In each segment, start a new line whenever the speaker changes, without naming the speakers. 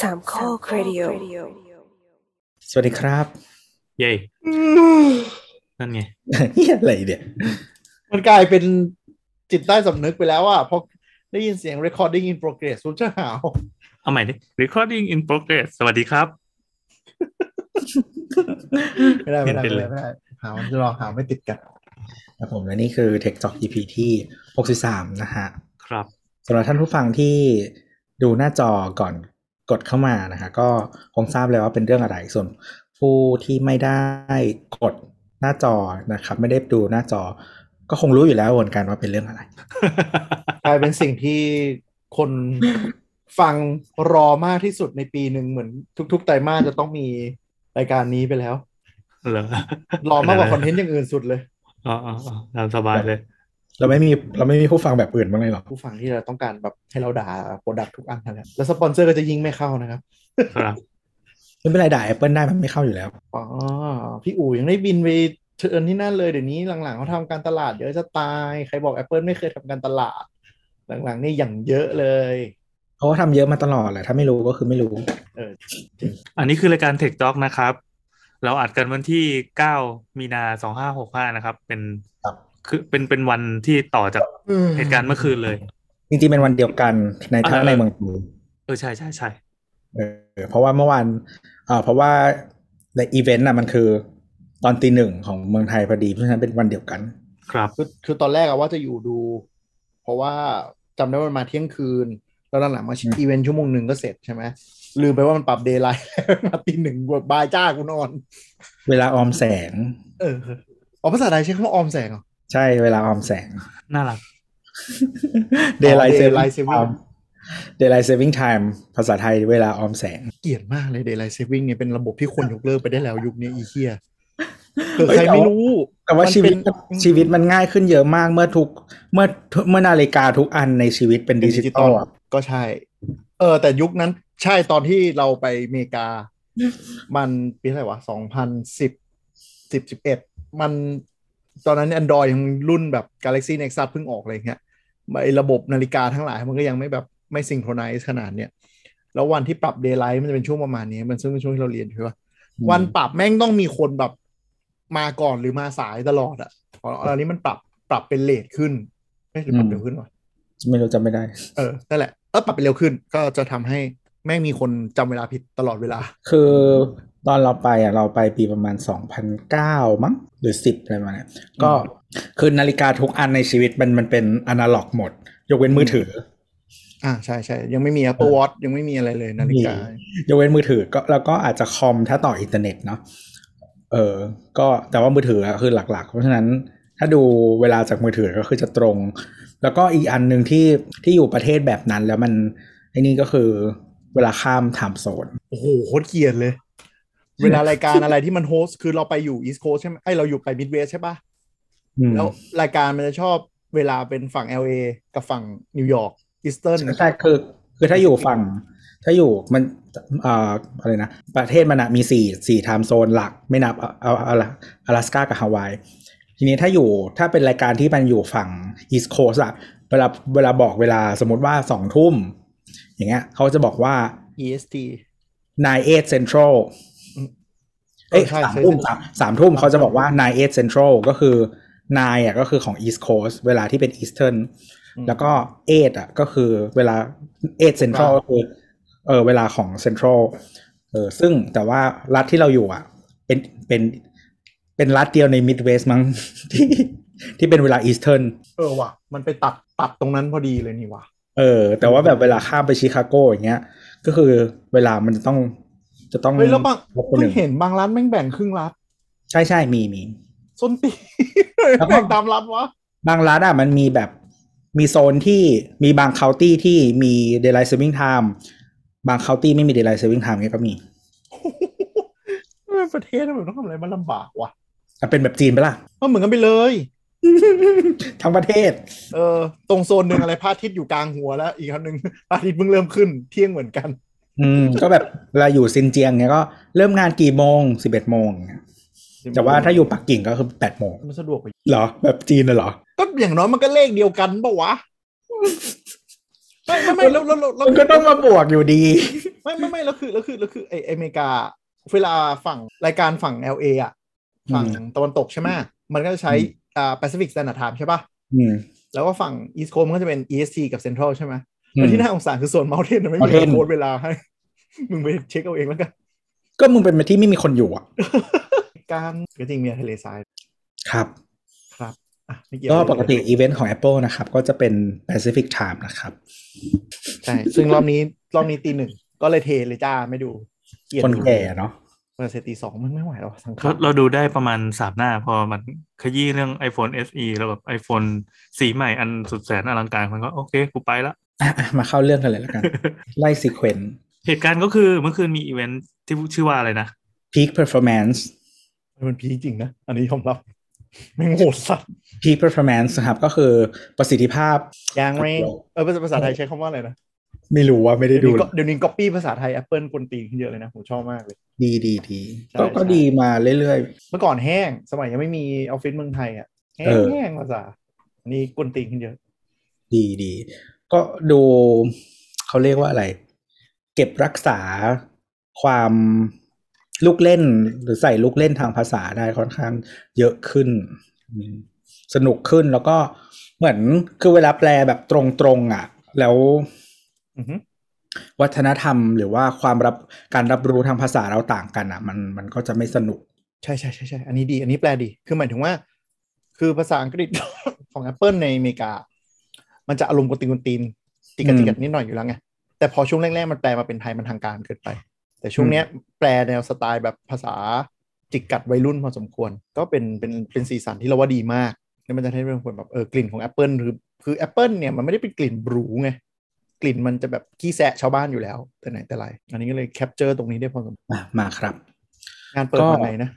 สามข้อครดิโอ
สวัสดีครับ
เย่นั่นไง
นี่อะไรเนี่ย
มันกลายเป็นจิตใต้สำนึกไปแล้วอ่ะเพราะได้ยินเสียง recording in progress ผมจะหาว
เอาใหม่ดิ recording in progress สวัสดีครับ
ไม่ได้ไม่ได้
เป็น
ไม่
เล
ได้
ย
ไม่ได้หามันจะรอหาไม่ติดกัน
ครับผมและนี่คือ Tech Talk EP ที่ 63 นะฮะ
ครับ
สำหรับท่านผู้ฟังที่ดูหน้าจอก่อนกดเข้ามานะฮะก็คงทราบแล้วว่าเป็นเรื่องอะไร ส่วนผู้ที่ไม่ได้กดหน้าจอนะครับ ไม่ได้ดูหน้าจอ ก็คงรู้อยู่แล้วเหมือนกันว่าเป็นเรื่องอะไร
กลายเป็นสิ่งที่คนฟังรอมากที่สุดในปีหนึ่งเหมือนทุก ๆ ไตรมาสจะต้องมีรายการนี้ไปแล้ว
เหรอ
รอมากกว่าคอนเทนต์อย่างอื่นสุดเลย
อ๋ออ๋ออ๋อตามสบายเลย
เราไม่มีเราไม่มีผู้ฟังแบบอื่นบ้างเลยเหรอ
ผู้ฟังที่เราต้องการแบบให้เราด่าโปรดักทุกอันนั่นแหละแล้วสปอนเซอร์ก็จะยิ่งไม่เข้านะครับ
ครับ
ไม่เป็นไรด่า Apple ได้มันไม่เข้าอยู่แล้ว
อ๋อพี่อู๋ยังได้บินไปเชิญที่นั่นเลยเดี๋ยวนี้หลังๆเขาทำการตลาดเยอะจะตายใครบอก Apple ไม่เคยทำการตลาด หลังๆนี่อย่างเยอะเลย
เพราะว่าทำเยอะมาตลอดแหละถ้าไม่รู้ก็คือไม่รู้
เออ
อันนี้คือรายการ Tech Talk นะครับ เราอัดกันวันที่ 9 มีนา 2565 นะครับ เป็น
ครับ
คือเป็นเป็นวันที่ต่อจากเหตุการณ์เมื่อคืนเลย
จริงๆเป็นวันเดียวกันในทั้งในเมืองกู
เออ ใช่ใช่ใช่
เออเพราะว่าเมื่อวานเอ่อเพราะว่าในอีเวนต์น่ะมันคือตอนตีหนึ่งของเมืองไทยพอดีเพราะฉะนั้นเป็นวันเดียวกัน
ครับ
คือคือตอนแรกอะว่าจะอยู่ดู เพราะว่าจำได้ว่ามันมาเที่ยงคืน แล้วหลังๆมาอีเวนต์ชั่วโมงหนึ่งก็เสร็จใช่ไหมลืมไปว่ามันปรับเดย์ไลท์ มาตีหนึ่งกว่าบายจ้ากูนอน
เวลาออมแสง
เอออ๋อภาษาไทยใช้คำว่าออมแสงเหรอ
ใช่เวลาออมแส ง
น่ารัก
daylight
daylight
saving time daylight saving time ภาษาไทยเวลาออมแสง
เกลียดมากเลยเดย์ไลท์เซฟวิ่งเนี่ยเป็นระบบที่ควรยกเลิกไปได้แล้วยุคนี้อีเคียเผื่อ
เฮ้ย
ใครไม่
แต่ว่า
รู้
แต่ว่า
มันเป็น
ชีวิตชีวิตมันง่ายขึ้นเยอะมากเมื่อทุกเมื่อเมื่อนาฬิกาทุกอันในชีวิตเป็นดิจิตอลอะ
ก็ใช่ เออ แต่ยุคนั้นใช่ตอนที่เราไปอเมริกา มันปีอะไหรวะสองพันสิบสิบสิบเอ็ดมันตอนนั้น Android ยังรุ่นแบบ Galaxy Nexus เพิ่งออกอะไรอย่างเงี้ยไอ้ระบบนาฬิกาทั้งหลายมันก็ยังไม่แบบไม่ซิงโครไนซ์ขนาดเนี้ยแล้ววันที่ปรับ Daylight มันจะเป็นช่วงประมาณนี้ มันซึ่งเป็นช่วงที่เราเรียนใช่ปะวันปรับแม่งต้องมีคนแบบมาก่อนหรือมาสายตลอดอะตอนนี้มันปรับปรับเป็นเลทขึ้นเอ้ยหรือปรับเร็วขึ้นวะ
ไม่รู้จำไม่ได้
เออ นั่นแหละเออปรับไปเร็วขึ้น ก็จะทำให้แม่งมีคนจำเวลาผิดตลอดเวลา
คือตอนเราไปอ่ะเราไปปีประมาณ 2009 มั้งหรือ 10 อะไรประมาณเนี้ยก็คือนาฬิกาทุกอันในชีวิตมันมันเป็นอนาล็อกหมด ยกเว้นมือถือ
อ่า ใช่ใช่ ยังไม่มี Apple Watch ยังไม่มีอะไรเลยนาฬิกา
มี ยกเว้นมือถือก็แล้วก็อาจจะคอมถ้าต่ออินเทอร์เน็ตเนาะเออ ก็แต่ว่ามือถืออะคือหลัก ๆ เพราะฉะนั้นถ้าดูเวลาจากมือถือก็คือจะตรง แล้วก็อีกอันหนึ่งที่ที่อยู่ประเทศแบบนั้นแล้วมันไอ้นี่ก็คือเวลาข้ามไทม์โซน
โอ้โห โคตรเกลียดเลย เวลารายการอะไรที่มันโฮสต์ คือเราไปอยู่ East Coast ใช่ไหมไอยเราอยู่ไป Midwest ใช่ปะ
อืม
แล้วรายการมันจะชอบเวลาเป็นฝั่ง LA กับฝั่งนิวยอร์ก Eastern
ใช่คือคือถ้าอยู่ฝั่ง ถ้าอยู่มันเอ่ออะไรนะ ประเทศมันอะมีสี่สี่ไทม์โซนหลัก ไม่นับเอาเอาเอาอลาสก้ากับฮาวาย ทีนี้ถ้าอยู่ถ้าเป็นรายการที่มันอยู่ฝั่งอีสโคสอะเวลาเวลาบอกเวลาสมมติว่าสองทุ่ม อย่างเงี้ยเขาจะบอกว่า
EST
9 8 Central เอ้ย
เออใช่
สาม
ใช่
ทุ่ม
Central
สามสามทุ่มเขาจะบอกว่า 9 8 Central ก็คือ 9อ่ะก็คือของ East Coast เวลาที่เป็น Eastern
อืม
แล้วก็ 8อ่ะก็คือเวลา 8 Central ก็คือเออเวลาของ Central เออซึ่งแต่ว่ารัฐที่เราอยู่อ่ะ เป็นเป็นเป็นรัฐเดียวใน Midwest มั้ง ที่ที่เป็นเวลา Eastern
เออว่ะ มันไปตัดตัดตรงนั้นพอดีเลยนี่ว่ะ
เออ แต่ว่าแบบเวลาข้ามไปชิคาโกอย่างเงี้ย ก็คือเวลามันจะต้องจะต้อง
เฮ้ยแล้วบาง
ลบคนห
เพิ่
นึ่
ง
ง
เห็นบางร้านแม่งแบ่งครึ่งรัฐ
ใช่ใช่มีมี
ส้นตีน
แล้วก็
แบ่งตามรัฐวะ
บางร้านอ่ะมันมีแบบมีโซนที่มีบางเคาน์ตี้ที่มี daylight saving time บางเคาน์ตี้ไม่มี daylight saving time เงี้ยก็มี
เออประเทศมันต้องทำอะไรมันลำบากว่ะ
อ่ะเป็นแบบจีนไปะ ล่ะ
ก็เหมือนกันไปเลย
ทั้งประเทศ
เออ ตรงโซนหนึ่งอะไรพระอาทิตย์อยู่กลางหัวแล้ว อีกอันหนึ่ง พระอาทิตย์เพิ่งเริ่มขึ้นเที่ยงเหมือนกัน
อืม ก็แบบเวลาอยู่ซินเจียงเงี้ยก็เริ่มงานกี่โมงสิบเอ็ดโมงเงี้ยแต่ว่าถ้าอยู่ปักกิ่งก็คือแปดโมง
มันสะดวกไป
เหรอ แบบจีนน่ะเหรอ
ก็อย่างน้อยมันก็เลขเดียวกันปะวะ ไม่ไม่ไม่แล้วแล้วแล้วแล้ว
มันก็ต้องมาบวกอยู่ดี
ไม่ไม่ไม่แล้วคือแล้วคือแล้วคือไอไอ้อเมริกา เวลาฝั่งรายการฝั่ง LA อ่ะ ฝั่ง
อืม
ตะวันตกใช่ไหมมันก็จะใช้
อืม
อ่า Pacific Standard Time ใช่ป่ะ
อืม
แล้วก็ฝั่ง East Coast มันก็จะเป็น EST กับ Central ใช่ไหม
อื
แต่
ม
ที่น่าสงสารคือส่วน Mountain มันไม่มี
Mountain
โค้ดเวลาให้ มึงไปเช็คเอาเองแล้วกัน
ก็มึงเป็นที่ไม่มีคนอยู่อ่ะ
การก็จริงมีทะเลทราย
ครับ
อ่ะไม่เกี่ยว
ก็ปกติอีเวนต์ของ Apple นะครับ ก็จะเป็น Pacific Time นะครับ
ใช่ซึ่งรอบนี้รอบนี้ตีหนึ่งก็เลยเทเลยจ้าไม่ดูเกลียด
คนแก่เนาะ
เปิดเสร็จตีสองมันไม่ไหวหรอกสัง
เรา
ขาร
เราดูได้ประมาณสามหน้า พอมันขยี้เรื่อง iPhone SE แล้วแบบ iPhone สีใหม่อันสุดแสนอลังการมันก็โอเคกูไปละ
อ่ะอ่ะมาเข้าเรื่องกันเลยแล้วกัน ไล่ซีเควนต์
เหตุการณ์ก็คือเมื่อคืนมีอีเวนท์ที่ชื่อว่าอะไรนะ
Peak Performance
มันพีคจริงนะ อันนี้ยอมรับแม่งโหดสัส
Peak Performance นะครับ ก็คือประสิทธิภาพ
ยางแม่ง
ครับ
เออภาษาภาษาไทยใช้คำว่าอะไรนะ
ไม่รู้ว่าไม่ได้
เดี๋ยว
ดู
นี้ก็เดี๋ยวนี้ก๊อปปี้ภาษาไทย Apple กวนตีนขึ้นเยอะเลยนะ ผมชอบมากเลย
ดีดีดี
ใช่
ก็ก็
ใช่
ดีมาเรื่อย
เมื่อก่อนแห้ง สมัยยังไม่มีออฟฟิศเมืองไทยอ่ะแห้
เอง อ
แห้งภาษาอันนี้กวนตีนขึ้นเยอะ
ๆ ดีดี ก็ดูเขาเรียกว่าอะไร เก็บรักษาความลูกเล่นหรือใส่ลูกเล่นทางภาษาได้ค่อนข้างเยอะขึ้นอืมสนุกขึ้นแล้วก็เหมือนคือเวลาแปลแบบตรงๆอ่ะ แล้ว
อือฮึ
วัฒนธรรมหรือว่าความรับการรับรู้ทางภาษาเราต่างกันอ่ะ มันมันก็จะไม่สนุก
ใช่ใช่ใช่ใช่อันนี้ดี อันนี้แปลดี คือหมายถึงว่า คือภาษาอังกฤษ ของ Apple ในอเมริกา มันจะอารมณ์กวนตีนกวนตีนติกัด
อืม
ติกัดนิดหน่อยอยู่แล้วไง แต่พอช่วงแรกๆมันแปลมาเป็นไทยมันทางการเกินไป แต่ช่วงเนี้ยแปลแนวสไตล์แบบภาษาจิกกัดวัยรุ่นพอสมควร ก็เป็นเป็นเป็นสีสันที่เราว่าดีมากแล้วมันจะให้เป็นคนแบบเออกลิ่นของ Apple หรือคือ Apple เนี่ยมันไม่ได้เป็นกลิ่นบรูไงกลิ่นมันจะแบบขี้แสะชาวบ้านอยู่แล้วแต่ไหนแต่ไรอันนี้ก็เลยแคปเจอร์ตรงนี้ได้พอสม
อ่ะมาครับ
งานเปิดวันไหนนะ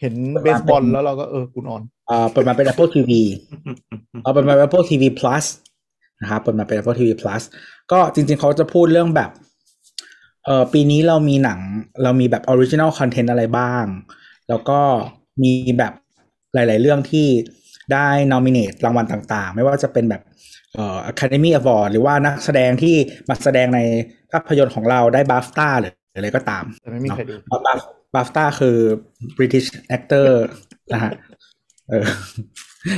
เห็นเบสบอลแล้วเราก็เออกูนอน
เอ่อเปิดมาเป็น Apple TV เอาเปิดมาเป็น Apple TV Plus นะครับเปิดมาเป็น Apple TV Plus ก็จริงๆเขาจะพูดเรื่องแบบเออปีนี้เรามีหนังเรามีแบบ Original Content อะไรบ้าง แล้วก็มีแบบหลายๆเรื่องที่ได้ nominate รางวัลต่างๆ ไม่ว่าจะเป็นแบบเอ่อ Academy Award หรือว่านักแสดงที่มาแสดงในภาพยนตร์ของเราได้ BAFTA หรืออะไรก็ตาม
แต่ไม่มีใครดู
บาฟบาฟต้าคือ British Actor นะฮะ เออ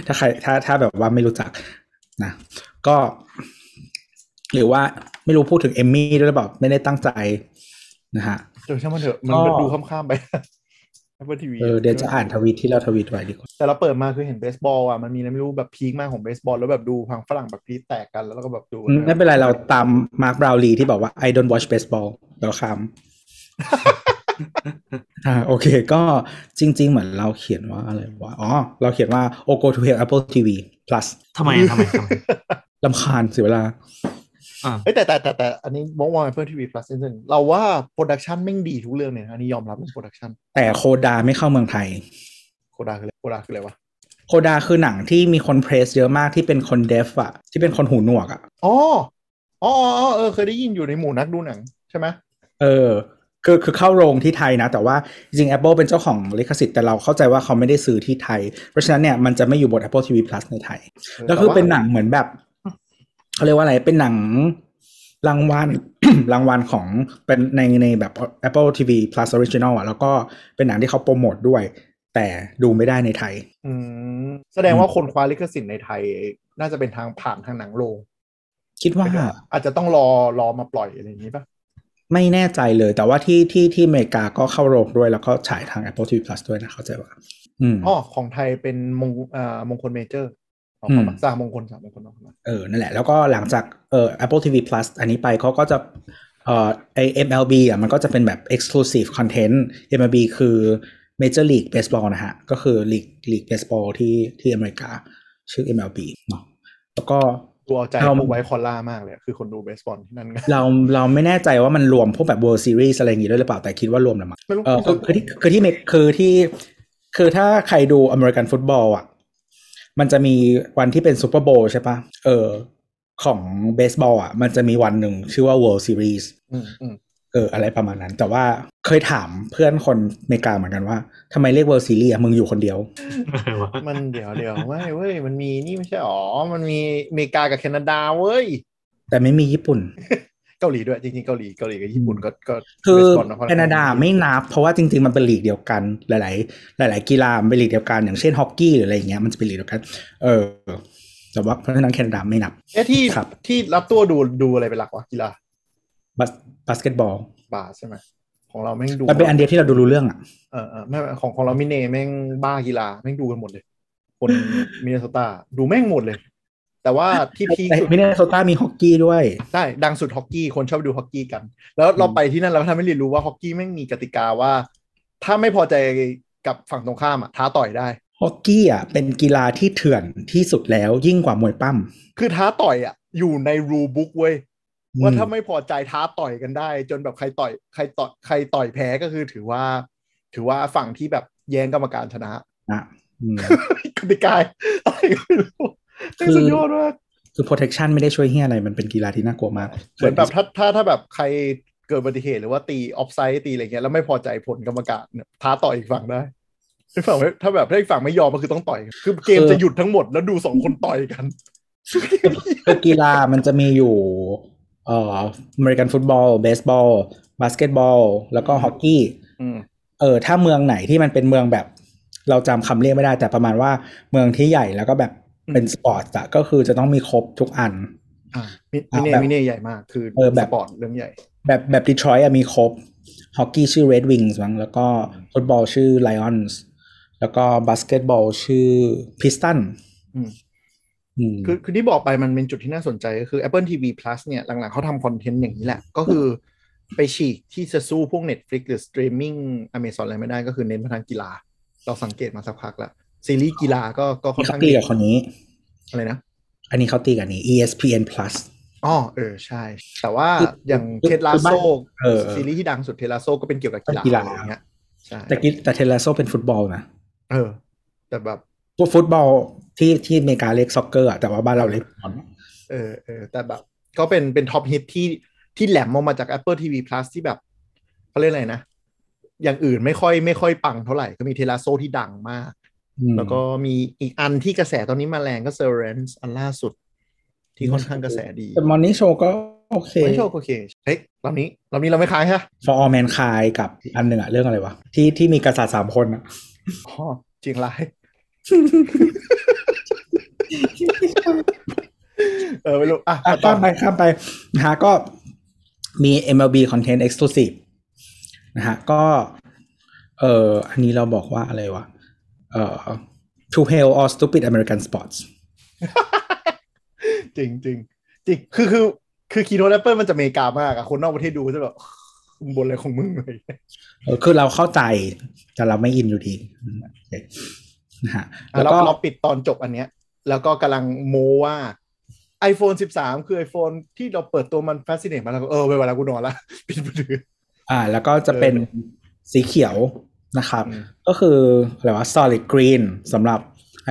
ถ้าใครถ้าถ้าแบบว่าไม่รู้จักนะ ก็ หรือว่าไม่รู้พูดถึงเอมมี่ด้วยหรือเปล่าไม่ได้ตั้งใจนะฮะ
เดี๋ยวช่างมันเถอะมัน
ก็
มันดูข้ามๆไป Apple TV
เออเดี๋ยวจะอ่านทวีตที่เราทวีตไว้ดีกว่า
แต่เราเปิดมาคือเห็นเบสบอลอ่ะ มันมีอะไรไม่รู้แบบพีคมากของเบสบอล แล้วแบบดูพังฝรั่งแบบพีคแตกกันแล้วเราก็แบบดู
ไม่เป็นไรเราตามมาร์ b บราวลีที่บอกว่า I don't watch baseball เราคำ อ่าโอเค ก็จริง ๆ เหมือนเราเขียนว่าอะไรวะอ๋อ เราเขียนว่า o go to hell Apple TV plus
ทำไม ทำไมทำไม
ลำคาญเสียเวลา
อ่ะ
เอ้ยแต่แต่แต่แต่อันนี้มองว่า Apple TV Plus นิดนึงเราว่าโปรดักชันแม่งดีทุกเรื่องเนี่ยนะอันนี้ยอมรับเรื่องโปรดักชัน
แต่โคดาไม่เข้าเมืองไทย
โคดาคืออะไรโคดาคืออะไรวะ
โคดาคือหนังที่มีคนเพรสเยอะมากที่เป็นคนเดฟอะที่เป็นคนหูหนวกอะ
อ๋ออ๋ออ๋อเออเคยได้ยินอยู่ในหมู่นักดูหนังใช่ไหม
เออ คือคือเข้าโรงที่ไทยนะ แต่ว่าจริงๆ Apple เป็นเจ้าของลิขสิทธิ์แต่เราเข้าใจว่าเขาไม่ได้ซื้อที่ไทย เพราะฉะนั้นเนี่ยมันจะไม่อยู่บน Apple TV Plus ในไทย แล้วคือ
ต่า
เป็นหนังเหมือนแบบเขาเรียกว่าอะไรเป็นหนังรางวัล รางวัลของเป็นในในแบบ Apple TV Plus Original อะแล้วก็เป็นหนังที่เขาโปรโมทด้วย แต่ดูไม่ได้ในไทย
อืมแสดงว่าคนคว้าลิขสิทธิ์ในไทย น่าจะเป็นทางผ่านทางหนังโรง
คิดว่า
อาจจะต้องรอรอมาปล่อยอะไรอย่างนี้ป่ะ
ไม่แน่ใจเลยแต่ว่าที่ที่ที่อเมริกาก็เข้าโรงด้วยแล้วก็ฉายทาง Apple TV Plus ด้วยนะเข้าใจว่าอืม
อ๋อ ของไทยเป็นมงเอ่อมงคลเมเจอร์ออก
อืม
มาสามมงคลสามมงคลออกมา
เออ นั่นแหละ แล้วก็หลังจากเอ่อ Apple TV Plus อันนี้ไปเขาก็จะเอ่อไอ MLB อ่ะมันก็จะเป็นแบบ exclusive content MLB คือ Major League Baseball นะฮะ ก็คือลีกลีกเบสบอลที่ที่อเมริกาชื่อ MLB เนาะแล้วก็
ดูเอาใจ
เรา
พวกไวท์คอลล่ามากเลยอะคือคนดูเบสบอลที่นั่นก็
เราเราไม่แน่ใจว่ามันรวมพวกแบบ World Series อะไรอย่างงี้ด้วยหรือเปล่าแต่คิดว่ารวมนะมั้ง
ไม่รู้
เออคือคือที่คือที่เมกคือที่คือถ้าใครดูอเมริกันฟุตบอลอ่ะ มันจะมีวันที่เป็นซูเปอร์โบว์ใช่ปะเออ ของเบสบอลอ่ะ มันจะมีวันหนึ่งชื่อว่า World Series
อืมอืม
เออ อะไรประมาณนั้น แต่ว่าเคยถามเพื่อนคนอเมริกาเหมือนกันว่าทำไมเรียก World Series อะมึงอยู่คนเดียว
อะไรวะ
มันเดี๋ยวเดี๋ยวไม่เว้ย มันมีนี่ไม่ใช่อ๋อ มันมีอเมริกากับแคนาดาเว้ย
แต่ไม่มีญี่ปุ่น
เกาหลีด้วยจริงๆเกาหลีเกาหลีกับญี่ปุ่นก็ก็
คือ
เวสบอลนะเพระ
แคนาดาไม่นับ เพราะว่าจริงๆมันเป็นลีกเดียวกันหลาย ๆ หลาย ๆ กีฬามันเป็นลีกเดียวกันอย่างเช่นฮอกกี้หรืออะไรอย่างเงี้ยมันจะเป็นลีกเดียวกัน เออแต่ว่าเพราะฉะนั้นแคนาดาไม่นับ
เอ๊ะที่
ครับ
ที่รับตัวดูดูอะไรเป็นหลักวะกีฬา
บาสบาสเกตบอล
บาสใช่ไหมของเราแม่งดู
มันเป็นอันเดียวที่เราดูรู้เรื่องอ่ะ
เออเออไม่ของของเรามิเน่แม่งบ้ากีฬาแม่งดูกันหมดเลย คน มินนโซตาดูแม่งหมดเลย แต่ ว่าที่พีคสุด
ไม่แน่โซต้ามีฮอกกี้ด้วย
ใช่ดังสุดฮอกกี้คนชอบดูฮอกกี้กัน แล้วเรา
อืม
ไปที่นั่นเราก็ทำให้เรียนรู้ว่าฮอกกี้แม่งมีกติกาว่า ถ้าไม่พอใจกับฝั่งตรงข้ามอะท้าต่อยได้
ฮอกกี้อ่ะเป็นกีฬาที่เถื่อนที่สุดแล้วยิ่งกว่ามวยปั้ม
คือท้าต่อยอ่ะอยู่ในรูบุ๊กเว้ย
อื
ว่าถ้าไม่พอใจท้าต่อยกันได้ จนแบบใครต่อยใครต่อยใครต่อยแพ้ก็คือถือว่า ถือว่าฝั่งที่แบบแย้งกรรมการชนะ
นะอืม
กติกา อะไรก็ไม่รู้
คือ
สุดยอดมาก
คือ protection ไม่ได้ช่วยเฮียอะไรมันเป็นกีฬาที่น่ากลัวมาก
เหมือนแบบถ้าถ้าถ้าแบบใครเกิดอุบัติเหตุหรือว่าตีออฟไซด์ตีอะไรเงี้ยแล้วไม่พอใจผลกรรมการเนี่ยท้าต่อยอีกฝั่งได้ถ้าฝั่งไม่ถ้าแบบถ้าอีกฝั่งไม่ยอมก็คือต้องต่อยกันคือเกมจะหยุดทั้งหมดแล้วดูสองคนต่อยกัน
คือกีฬามันจะมีอยู่เอ่ออเมริกันฟุตบอลเบสบอลบาสเกตบอลแล้วก็ฮอกกี้
อืม
เออถ้าเมืองไหนที่มันเป็นเมืองแบบ เราจำคำเรียกไม่ได้แต่ประมาณว่าเมืองที่ใหญ่แล้วก็แบบเป็นสปอร์ตอะก็คือจะต้องมีครบทุกอัน
อ่ะมิมิเน่
แบบ
มิเน่ใหญ่มาก คือ
เออแบบ
สปอร์ตเรื่องใหญ่
แบบแบบดีทรอยต์มีครบฮอกกี้ชื่อ Red Wings มั้งแล้วก็ฟุตบอลชื่อ Lions แล้วก็บาสเกตบอลชื่อ Piston
อืม
อืม
คือคือที่บอกไปมันเป็นจุดที่น่าสนใจก็คือ Apple TV Plus เนี่ย หลังๆเขาทำคอนเทนต์อย่างนี้แหละ ก็คือไปฉีกที่จะสู้พวก Netflix หรือ Streaming Amazon อะไรไม่ได้ก็คือเน้นมาทางกีฬา เราสังเกตมาสักพักแล้ว ซีรีส์กีฬาก็ก็ค่
นี่เขา
อนข้าง
ตี
ดี
กับคนนี้
อะไรนะ
อันนี้เขาตีกับอันนี้ ESPN Plus
อ๋อเออ ใช่ แต่ว่าอย่าง
คือ
เทสลา
คือบ้า
โซ
นเออ
ซีรีส์ที่ดังสุดเทสลาโซก็เป็นเกี่ยวกับกีฬา
กีฬา
อะไรอย่างเงี้ยใช่
แต่กิแต่เทเลโซเป็นฟุตบอลนะ
เออ แต่แบบ
พวกฟุตบอลที่ที่อเมริกาเรียกซ็อกเกอร์อะแต่ว่าบ้านเราเรียกฟุตบอล
เออเออแต่แบบก็เป็นเป็นท็อปฮิตที่ที่แหลมออกมาจาก Apple TV Plus ที่แบบเขาเรียกอะไรนะ อย่างอื่นไม่ค่อยไม่ค่อยปังเท่าไหร่ ก็มีเทลาโซที่ดังมาก
อืม
แล้วก็มีอีกอันที่กระแสตอนนี้มาแรงก็เซอร์เรนส์อันล่าสุด ที่ค่อนข้างกระแสดี
แต่มอร์นิ่งโชว์ก็โอเค
ไม่โชคโอเคเฮ้ยรอบนี้รอบนี้เราไม่ค้างใช่ไหม
For All Mankind กับอันหนึ่งอะเรื่องอะไรวะ ที่ที่มีกษัตริย์สามคนอะ
อ๋อเชียง ราย เออไม่รู้อ่ะ
อ่ะ
มาต่อ
ข้ามไปข้ามไปนะฮะก็มี MLB Content Exclusive นะฮะก็เอ่ออันนี้เราบอกว่าอะไรวะเอ่อ To Hell or Stupid American Sports
จริงจริงจริงคือคือคือคีโนแอปเปิลมันจะอเมริกามากอะคนนอกประเทศดูก็จะแบบ มึงบนอะไรของมึงเลย
เออคือเราเข้าใจแต่เราไม่อินอยู่ดีอืมโอเคนะฮะ
อ่ะ
แล้ว
เรา
ก็
เราปิดตอนจบอันเนี้ย แล้วก็กำลังโมว่า iPhone 13 คือ iPhone ที่เราเปิดตัวมัน a ฟ c i n a t e มาแล้วก็เออเวลากูนอนละ ปิดมือถือ
อ่าแล้วก็จะเป็นสีเขียวนะครับ
อืม
ก็คืออะไรวะ Solid Green สำหรับ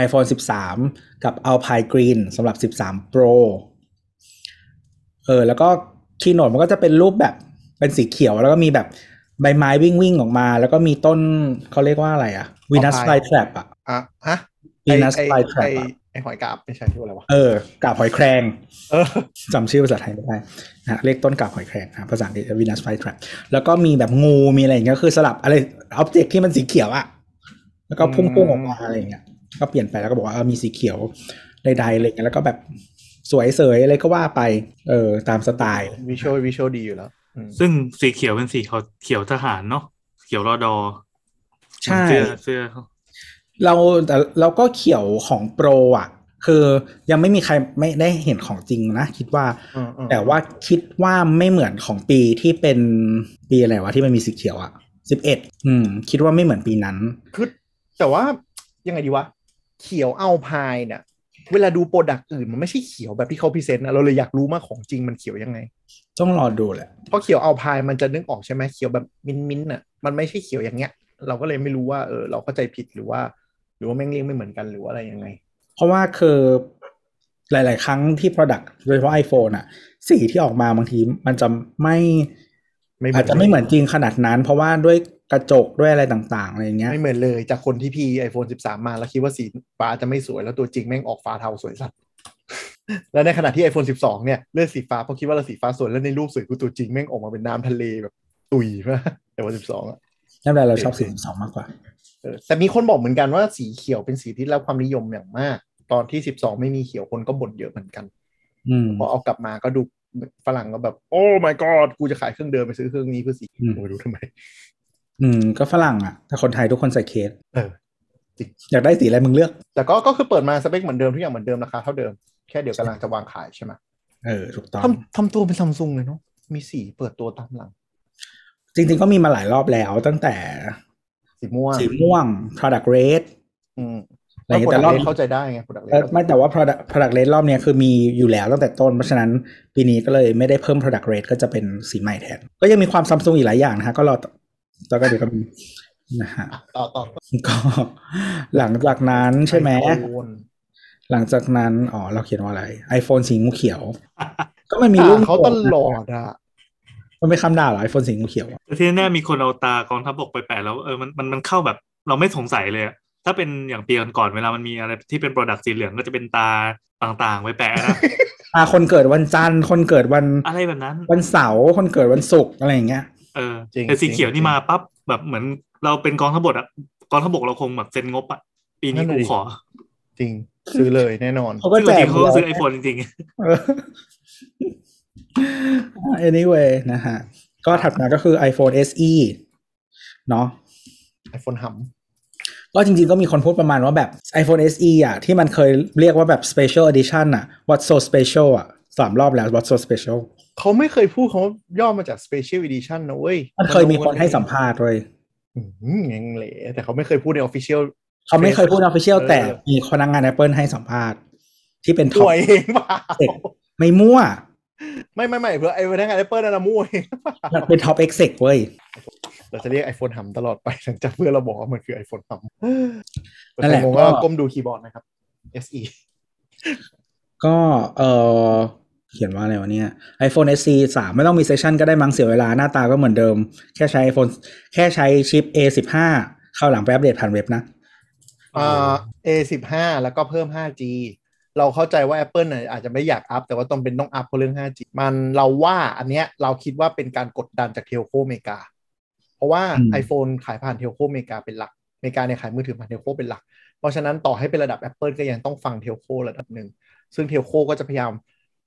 iPhone 13 กับ Alpine Green สำหรับ 13 Pro เออแล้วก็คีย์โนดมันก็จะเป็นรูปแบบเป็นสีเขียว แล้วก็มีแบบใบไม้วิ่งวิ่งๆออกมา แล้วก็มีต้นเขาเรียกว่าอะไรอะ Venus flytrap อะ
อ่ะฮะ
Venus
ไอไอ
flytrap
ไอ้
อะ
ไอหอยกาบไม่ใช่ที่ว่าอะไรวะ
เออกาบหอยแครง
เออ
จำชื่อภาษาไทยไม่ได้นะเรียกต้นกาบหอยแครงนะภาษาอังกฤษ Venus flytrap แล้วก็มีแบบงูมีอะไรอย่างเงี้ยก็คือสลับอะไรอ็อบเจกที่มันสีเขียวอะแล้วก็พุ่ง
อื
พุ่
ม
งออกมาอะไรอย่างเงี้ยก็เปลี่ยนไปแล้วก็บอกว่าเออมีสีเขียวใดๆอะไรอย่างเงี้ยแล้วก็แบบสวยเสยอะไรก็ว่าไปเออตามสไตล์
วิชวลวิชวลดีอยู่แล้วอืม
ซึ่งสีเขียวเป็นสีเขาเขียวทหารเนาะเขียวรอดอ
ใช่
เสื้อเสื้อเขา
เราแต่เราก็เขียวของโปรอ่ะ คือยังไม่มีใครไม่ได้เห็นของจริงนะ คิดว่า
อืมอืม
แต่ว่าคิดว่าไม่เหมือนของปีที่เป็นปีอะไรวะที่มันมีสีเขียวอ่ะสิบเอ็ดอืม คิดว่าไม่เหมือนปีนั้น
คือแต่ว่ายังไงดีวะ เขียวเอาพายเนี่ยเวลาดูโปรดักต์อื่นมันไม่ใช่เขียวแบบที่เขาพรีเซนต์นะเราเลยอยากรู้มากของจริงมันเขียวยังไง
ต้องรอดูแหละ
เพราะเขียวเอาพายมันจะนึกออกใช่ไหมเขียวแบบมิ้นมิ้นอ่ะมันไม่ใช่เขียวอย่างเงี้ย เราก็เลยไม่รู้ว่าเออเราเข้าใจผิดหรือว่า หรือว่าแม่งเรียกไม่เหมือนกันหรือว่าอะไรยังไง
เพราะว่าคือหลาย ๆ ครั้งที่ Product โดยเฉพาะ iPhone อ่ะ สีที่ออกมาบางทีมันจะไม่
ไม่เหมือน
อาจจะไม่เหมือนจริงขนาดนั้น เพราะว่าด้วยกระจกด้วยอะไรต่าง ๆ อะไรอย่างเงี้ย
ไม่เหมือนเลยจากคนที่พี่ iPhone 13 มาแล้วคิดว่าสีฟ้าจะไม่สวยแล้วตัวจริงแม่งออกฟ้าเทาสวยสัตว์ แล้วในขณะที่ iPhone 12 เนี่ยเลือดสีฟ้าเพราะคิดว่าเราสีฟ้าสวยแล้วในรูปสวยกูตัวจริงแม่งออกมาเป็นน้ำทะเลแบบตุยมากแต่ว่า12อ่ะ
นั่นแหละเราชอบสีสองมากกว่า
เออแต่มีคนบอกเหมือนกันว่าสีเขียวเป็นสีที่ได้รับความนิยมอย่างมาก ตอนที่ 12 ไม่มีเขียวคนก็บ่นเยอะเหมือนกัน
อืม
พอเอากลับมาก็ดูฝรั่งก็แบบ โอ้ my god กูจะขายเครื่องเดิมไปซื้อเครื่องนี้เพื่อสี
อืม
โอ้ยรู้ทำไม
อืมก็ฝรั่งอ่ะแต่คนไทยทุกคนใส่เคส
เออจริง
อยากได้สีอะไรมึงเลือก
แต่ก็ก็คือเปิดมาสเปคเหมือนเดิมทุกอย่างเหมือนเดิมราคาเท่าเดิมแค่เดี๋ยวกำลังจะวางขายใช่ไหม
เออถูกต้อง
ทำทำตัวเป็นซัมซุงเลยเนาะมีสีเปิดตัวตามหลัง
จริงๆ ก็มีมาหลายรอบแล้วตั้งแต่
สีม่วง
สีม่วง product red
อืม
อะไรอย่างเงี้ย
แต่
แต่
ร
ร
อ
อ
บบ เข้าใจได้ไงผลักเล
เออไม่แต่ว่า product product red รอบเนี้ยคือมีอยู่แล้วตั้งแต่ต้น เพราะฉะนั้นปีนี้ก็เลยไม่ได้เพิ่ม product red ก็จะเป็นสีใหม่แทน ก็ยังมีความซัมซุงอีกหลายอย่างนะฮะ ก็รอต่อต่อกันเดี๋ยวก็มีนะฮะ
ต่อต่อ
ก็ หลังจากนั้นใช่ไหม
ไอโฟน
หลังจากนั้น อ๋อ เราเขียนว่าอะไร iPhone สีงูเขียว ก็มันมี
ด่า
รูป
เขาตลอดอ่ะ
มันเป็นคำด่าเหรอ iPhone สีงูเขียวอะ
แต่ที่แน่มีคนเอาตากองทัพบกไปแปะแล้วเออมันมันมันเข้าแบบ เราไม่สงสัยเลยอะถ้าเป็นอย่างปีก่อนๆเวลามันมีอะไรที่เป็นโปรดักต์สีเหลืองก็จะเป็นตาต่างๆไว้แปะนะ
อ่าคนเกิดวันจันทร์ คนเกิดวัน
อะไรแบบนั้น
วันเสาร์ คนเกิดวันศุกร์อะไรอย่างเงี้ย
เออ
จริง
แต่สี
จริง
เขียว
จริ
นี่
ง
มาปั๊บแบบเหมือนเราเป็นกองทัพบกอะกองทัพบกเราคงแบบเซ็นงบอะปี
นั่
นี้
นน่ะ
กู
ดิ
ขอ
จริง ซื้อเลยแน่นอน
เขาก็
ซึ่ง
แจก
จริงๆเขาก็ซื้อไอ
แล้ว
โฟนจริง
เออ anyway นะฮะ ก็ถัดมาก็คือ iPhone SE เนาะ
iPhone หัม
ก็จริงๆ ก็มีคนพูดประมาณว่าแบบ iPhone SE อ่ะ ที่มันเคยเรียกว่าแบบ Special Edition อ่ะ What's so special อ่ะสามรอบแล้ว What's so special
เขาไม่เคยพูดเขาย่อมาจาก Special Edition นะเว้ย
มันเคยมีคนให้สัมภาษณ์เลย
อืมยังเหละแต่เขาไม่เคยพูดใน Official
เขาไม่เคยพูดออฟฟิเชียล
เออ
แต่มีพนักงาน Apple ให้สัมภาษณ์ ที่เป็นท็
ตั
อป
วเองเปล่า
ไม่มั่ว
ไม่ไม่ไม่เพื่อไอ้พนักงาน Apple นั่นนะมั่วเองเปล่า
เป็นท็อปเอ็กเซกเว้ย
เราจะเรียก iPhone หัมตลอดไปหลังจากเพื่อนเราบอกว่ามันคือ iPhone หัม
นั่นแหละ
ผม
ก็
ก็ก้มดูคีย์บอร์ดนะครับ SE
ก็เออเขียนว่าอะไรวะเนี่ย iPhone SE 3 ไม่ต้องมีเซสชันก็ได้มั้งเสียเวลาหน้าตาก็เหมือนเดิม แค่ใช้ iPhone แค่ใช้ชิป A15 เข้าหลังไปอัปเดตผ่านเว็บนะ
ๆ
อ่า A15 แล้วก็เพิ่ม 5G เราเข้าใจว่า Apple น่ะอาจจะไม่อยากอัพ แต่ว่าต้องเป็นต้องอัพเพราะเรื่อง 5G มันเราว่าอันเนี้ยเราคิดว่าเป็นการกดดันจากเทลโคอเมริกา เพราะว่า
อืม
iPhone ขายผ่านเทลโคอเมริกาเป็นหลักอเมริกาเนี่ยขายมือถือผ่านเทลโคเป็นหลัก เพราะฉะนั้นต่อให้เป็นระดับ Apple ก็ยังต้องฟังเทลโคระดับหนึ่ง ซึ่งเทลโคก็จะพยายาม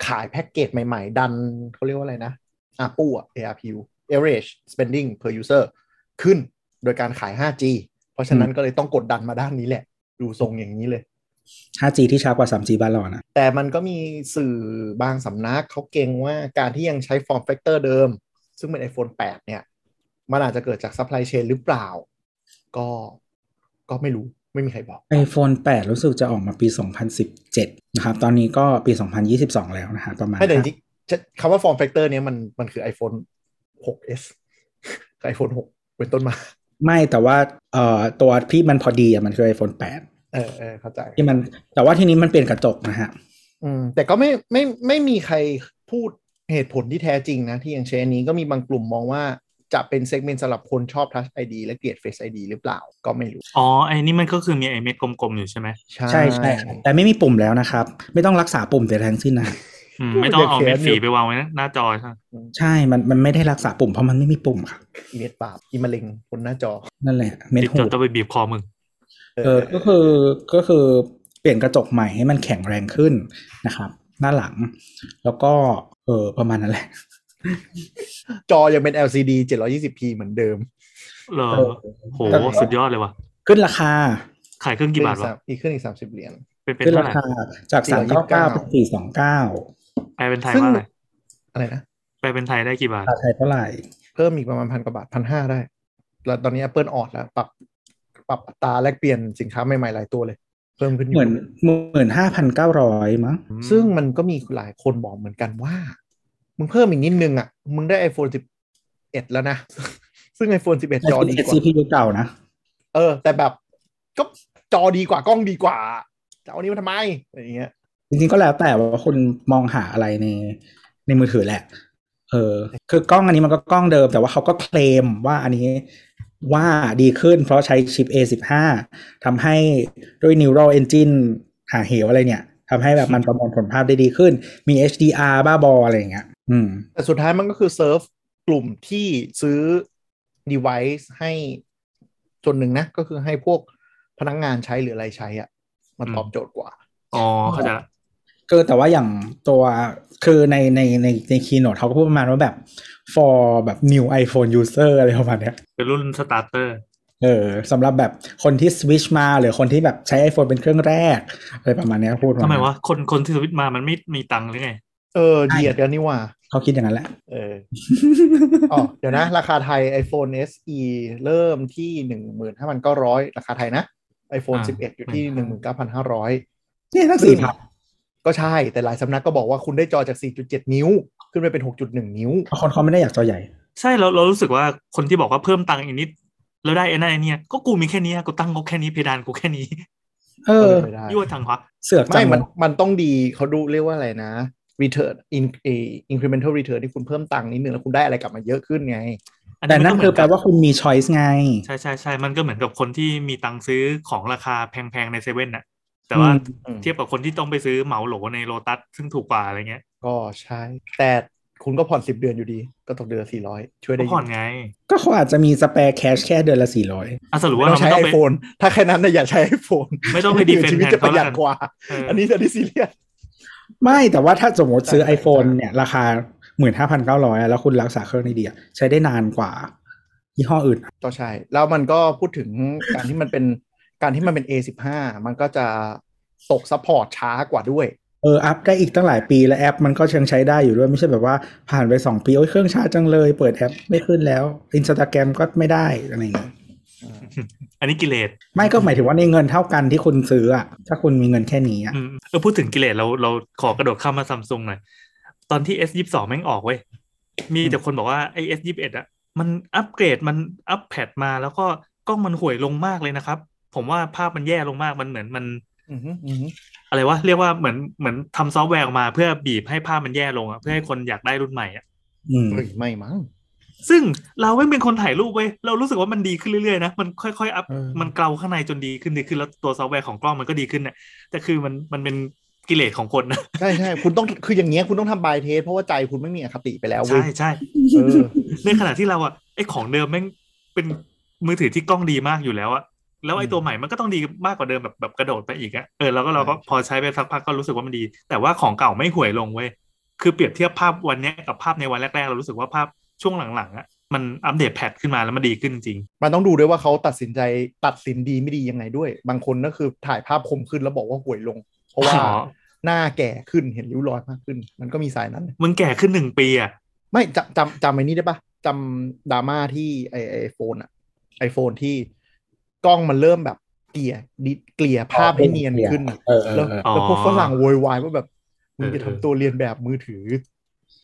ขายแพ็กเกจใหม่ๆ ดันเขาเรียกว่าอะไรนะอาปูอะ ARPU average spending per user ขึ้นโดยการขาย 5G เพราะฉะนั้นก็เลยต้องกดดันมาด้านนี้แหละ ดูทรงอย่างนี้เลย
5G ที่ช้ากว่า 3G บ้านเราอะนะ
แต่มันก็มีสื่อบางสำนักเขาเกรงว่าการที่ยังใช้ฟอร์มแฟกเตอร์เดิม ซึ่งเป็น iPhone 8 เนี่ย มันอาจจะเกิดจากซัพพลายเชนหรือเปล่า ก็ก็ไม่รู้ไม่มีใครบอก
iPhone 8 รู้สึกจะออกมาปี 2017 นะครับ ตอนนี้ก็ปี 2022 แล้วนะฮะประมาณ
ไม่แต่จริงๆจะคำว่าฟอร์มแฟกเตอร์เนี้ยมันมันคือ iPhone 6s กับ iPhone 6 เป็นต้นมา
ไม่แต่ว่าเอ่อตัวที่มันพอดีอะมันคือ iPhone 8
เออเออเข้าใจ
ที่มันแต่ว่าทีนี้มันเปลี่ยนกระจกนะฮะ
อืมแต่ก็ไม่ไม่ไม่มีใครพูดเหตุผลที่แท้จริงนะ ที่ยังใช้อันนี้ก็มีบางกลุ่มมองว่าจะเป็นเซกเมนต์สำหรับคนชอบ Touch ID และเกลียด Face ID หรือเปล่าก็ไม่รู้
อ๋อไอ้นี่มันก็คือมีไอเม็ดกลมๆอยู่ใช่ไหม
ใช่
ใช่ใช่ครับแต่ไม่มีปุ่มแล้วนะครับ ไม่ต้องรักษาปุ่มแต่ทั้งสิ้นนะ
อืมไม่ต้องเอาเม็ดสีไปวางไว้หน้าจอใช่ไหม
ใช่มันมันไม่ได้รักษาปุ่มเพราะมันไม่มีปุ่มครับ
อีเมจบาปอีมะเร็งบนหน้าจอ
นั่นแหละเม็ด
จิบ
หู
จนต้องไปบีบคอมึง
เออก็คือก็คือเปลี่ยนกระจกใหม่ให้มันแข็งแรงขึ้นนะครับ หน้าหลัง แล้วก็เออประมาณนั้นแหละ
จอยังเป็น LCD 720p เหมือนเดิม
เหรอ
เออ
โห
แต่ก็
สุดยอดเลยว่ะ
ขึ้นราคา
ขายเครื่องกี่บาท
ขึ้นอีกสาว
ะ
มอีกขึ้นอีก 30 เหรียญ
เป็นเป็น
ขึ้น
เท่า
รา
ไหร่
คาจากสามเก้าเก้าเป็นสี่สองเก้า
แปลเป็นไทย
ซึ่ง
ว่าอะไร
อะไรนะ
แปลเป็นไทยได้กี่บาท
ราคาไทยเท่าไหร่
เพิ่มอีกประมาณพันกว่าบาทพันห้าได้ แล้วตอนนี้ Apple ออดแล้ว ปรับปรับอัตราแลกเปลี่ยนสินค้าใหม่ๆหลายตัวเลย เพิ่มขึ้นอยู่
เหมือนหมื่นห้าพันเก้าร้อยมั้ง
ซึ่งมันก็มีหลายคนบอกเหมือนกันว่า มึงเพิ่มอีกนิดนึงอ่ะ มึงได้ iPhone 11 แล้วนะ ซึ่ง iPhone 11 จอดีกว่า
CPU เก่านะ
เออ แต่แบบก็จอดีกว่ากล้องดีกว่า จะเอานี้มาทำไมอะไรอย่างเงี้ย
จริงๆก็แล้วแต่ว่าคุณมองหาอะไรในในมือถือแหละ เออ คือกล้องอันนี้มันก็กล้องเดิม แต่ว่าเขาก็เคลมว่าอันนี้ว่าดีขึ้นเพราะใช้ชิป A15 ทำให้ด้วย Neural Engine หาเหวอะไรเนี่ย ทำให้แบบมันประมวลผลภาพได้ดีขึ้น มี HDR บ้าบออะไรอย่างเงี้ย อืม
แต่สุดท้ายมันก็คือเซิร์ฟกลุ่มที่ซื้อ device ให้ส่วนหนึ่งนะ ก็คือให้พวกพนักงานใช้หรืออะไรใช้อะมันตอบโจทย์กว่า
อ๋อเข้าใจละ
ก็แต่ว่าอย่างตัวคือในในในในคีโนดเขาก็พูดประมาณว่าแบบ for แบบ new iPhone user อะไรประมาณเนี้ย
เป็นรุ่นสตาร์เตอร์
เออสำหรับแบบคนที่สวิชมาหรือคนที่แบบใช้ iPhone เป็นเครื่องแรก อะไรประมาณเนี้ยพูด
ทำไมวะ คนคนที่สวิตช์มามันไม่มีตังค์หรือไง
เออเดียดกันนี่หว่า
เขาคิดอย่างนั้นแหละ
เออ อ๋อ เดี๋ยวนะ ราคาไทย iPhone SE เริ่มที่หนึ่งหมื่นห้าพันเก้าร้อยราคาไทยนะ iPhone
อ่า
สิบเอ็ดอยู่ที่หนึ่งหมื่นเก้าพันห้าร้อย
เนี่ยทั้งสี่พัน
ก็ใช่ แต่หลายสำนักก็บอกว่าคุณได้จอจาก 4.7 นิ้ว ขึ้นไปเป็น 6.1 นิ้ว
คนเขาไม่ได้อยากจอใหญ่
ใช่เราเรารู้สึกว่าคนที่บอกว่าเพิ่มตังค์อีกนิด แล้วได้ไอ้นั่นไอ้เนี่ยก็กูมีแค่เนี้ยกูตั้งงบแค่นี้เพดานกูแค่นี้
เออ
ไม่ได้
ยั่วจังวะ
เสือกจั
ไม่
ง
มัน มันต้องดี เขาดูเรียกว่าอะไรนะ return in a incremental return ที่คุณเพิ่มตังค์นิดนึงแล้วคุณได้อะไรกลับมาเยอะขึ้นไง
แต่นั่น
มัก็
คือ
เหมื
แปลว่าคุณมีช้อยส์ไง
ใช่ใช่ใช่มันก็เหมือนกับคนที่มีตังค์ซื้อของราคาแพงๆในเซเว่นน่ะ แต่ว่า
อืม
เทียบกับคนที่ต้องไปซื้อเหมาโหลในโลตัสซึ่งถูกกว่าอะไรเงี้ย
ก็ใช่ แต่คุณก็ผ่อน 10 เดือนอยู่ดี ก็ตกเดือนละ400 ช่วยได้
ก็
เย
ผ่อนะ ไง
ก็เขาอาจจะมีสเปร์แคชแค่เดือนละสี่ร้อย
อ่ะสรุป
ไม่
ว่า
ต้อ
เรา
งใช้
ไม่ต้องไป
iPhone ถ้าแค่นั้นนะอย่าใช้ iPhone
ไม่ต้องไปดีเฟน
ชี
ต์
วิต
แทน
จะป
เขา
ระห
แล้ว
ยัด
กัน
กว่า
เอออ
อันนี้อันนี้ซีเรียส
ไม่แต่ว่าถ้าสมมติซื้อ
ใช่ใช่
iPhone เนี่ยราคาหมื่นห้าพันเก้าร้อยแล้วคุณรักษาเครื่องได้ดีอะใช้ได้นานกว่า ยี่ห้ออื่น
ก็ใช่ แล้วมันก็พูดถึงการที่มันเป็นการที่มันเป็น A15 มันก็จะตกซัพพอร์ตช้ากว่าด้วย
เอออัพได้อีกตั้งหลายปีและแอปมันก็ยังใช้ได้อยู่ด้วยไม่ใช่แบบว่าผ่านไปสองปี โอ้ยเครื่องช้าจังเลย เปิดแอปไม่ขึ้นแล้วอินสตาแกรมก็ไม่ได้อะไรอย่างเงี้ย
อันนี้กิเลส
ไม่ก็หมายถึงว่าในเงินเท่ากันที่คุณซื้ออะถ้าคุณมีเงินแค่นี้อะ
อืมเออพูดถึงกิเลสเราเราขอกระโดดข้ามมาซัมซุงหน่อย ตอนที่ S ยี่สองแม่งออกเว้ย มีแต่คนบอกว่าไอเอสยี่สิบเอ็ดอะมันอัปเกรดมันอัปแพดมาแล้วก็กล้องมันห่วยลงมากเลยนะครับ ผมว่าภาพมันแย่ลงมากมันเหมือนมัน
อือฮึอือฮึ
อะไรวะเรียกว่าเหมือนเหมือนทำซอฟต์แวร์ออกมาเพื่อบีบให้ภาพมันแย่ลงอะเพื่อให้คนอยากได้รุ่นใหม่อะ
อืม
เฮ้ยไม่มั้ง
ซึ่งเราไม่งเป็นคนถ่ายรูปเว้ยเรารู้สึกว่ามันดีขึ้นเรื่อยๆนะมันค่อยๆอัพ
เออ
มันเกลาข้างในจนดีขึ้นดีขึ้นแล้วตัวซอฟต์แวร์ของกล้องมันก็ดีขึ้นเนี่ยแต่คือมันมันเป็นกิเลสของคนนะ
ใช่ใช่คุณต้องคืออย่างเงี้ยคุณต้องทำบายเทสเพราะว่าใจคุณไม่มีอคติไปแล้วเว้
ใช่
ย
ใช่
เออ
ในขณะที่เราอะไอของเดิมแม่งเป็นมือถือที่กล้องดีมากอยู่แล้วอะแล้วไอตัวใหม่มันก็ต้องดีมากกว่าเดิมแบบแบบกระโดดไปอีกอะเออเราก็เราก็พอใช้ไปสักพักก็รู้สึกว่ามันดี แต่ว่าของเก่าไม่ห่วยลงเว้ยคือเปรียบเทียบภาพวันเนี้ยกับภาพในวันแรกๆ เรารู้สึกว่าภาพช่วงหลังๆอะมันอัปเดตแพทขึ้นมาแล้วมันดีขึ้นจริง
มันต้องดูด้วยว่าเขาตัดสินใจตัดสินดีไม่ดียังไงด้วย บางคนก็คือถ่ายภาพคมขึ้นแล้วบอกว่าห่วยลง เพราะว่า
อ๋อ
หน้าแก่ขึ้นเห็นริ้วรอยมากขึ้น มันก็มีสายนั้น
มึงแก่ขึ้นหนึ่งปีอะ
ไม่จำจำจำไอ้นี่ได้ปะจำดราม่าที่ไอไอโฟนอะไอโฟนที่กล้องมันเริ่มแบบเกลี่ยดิเกลี่ยภาพให้เนียนขึ้นอะ
เออเออ
แล้ว
เออ
แล้วพวกฝรั่งโวยวายว่าแบบมึงจะทำตัวเรียนแบบมือถือ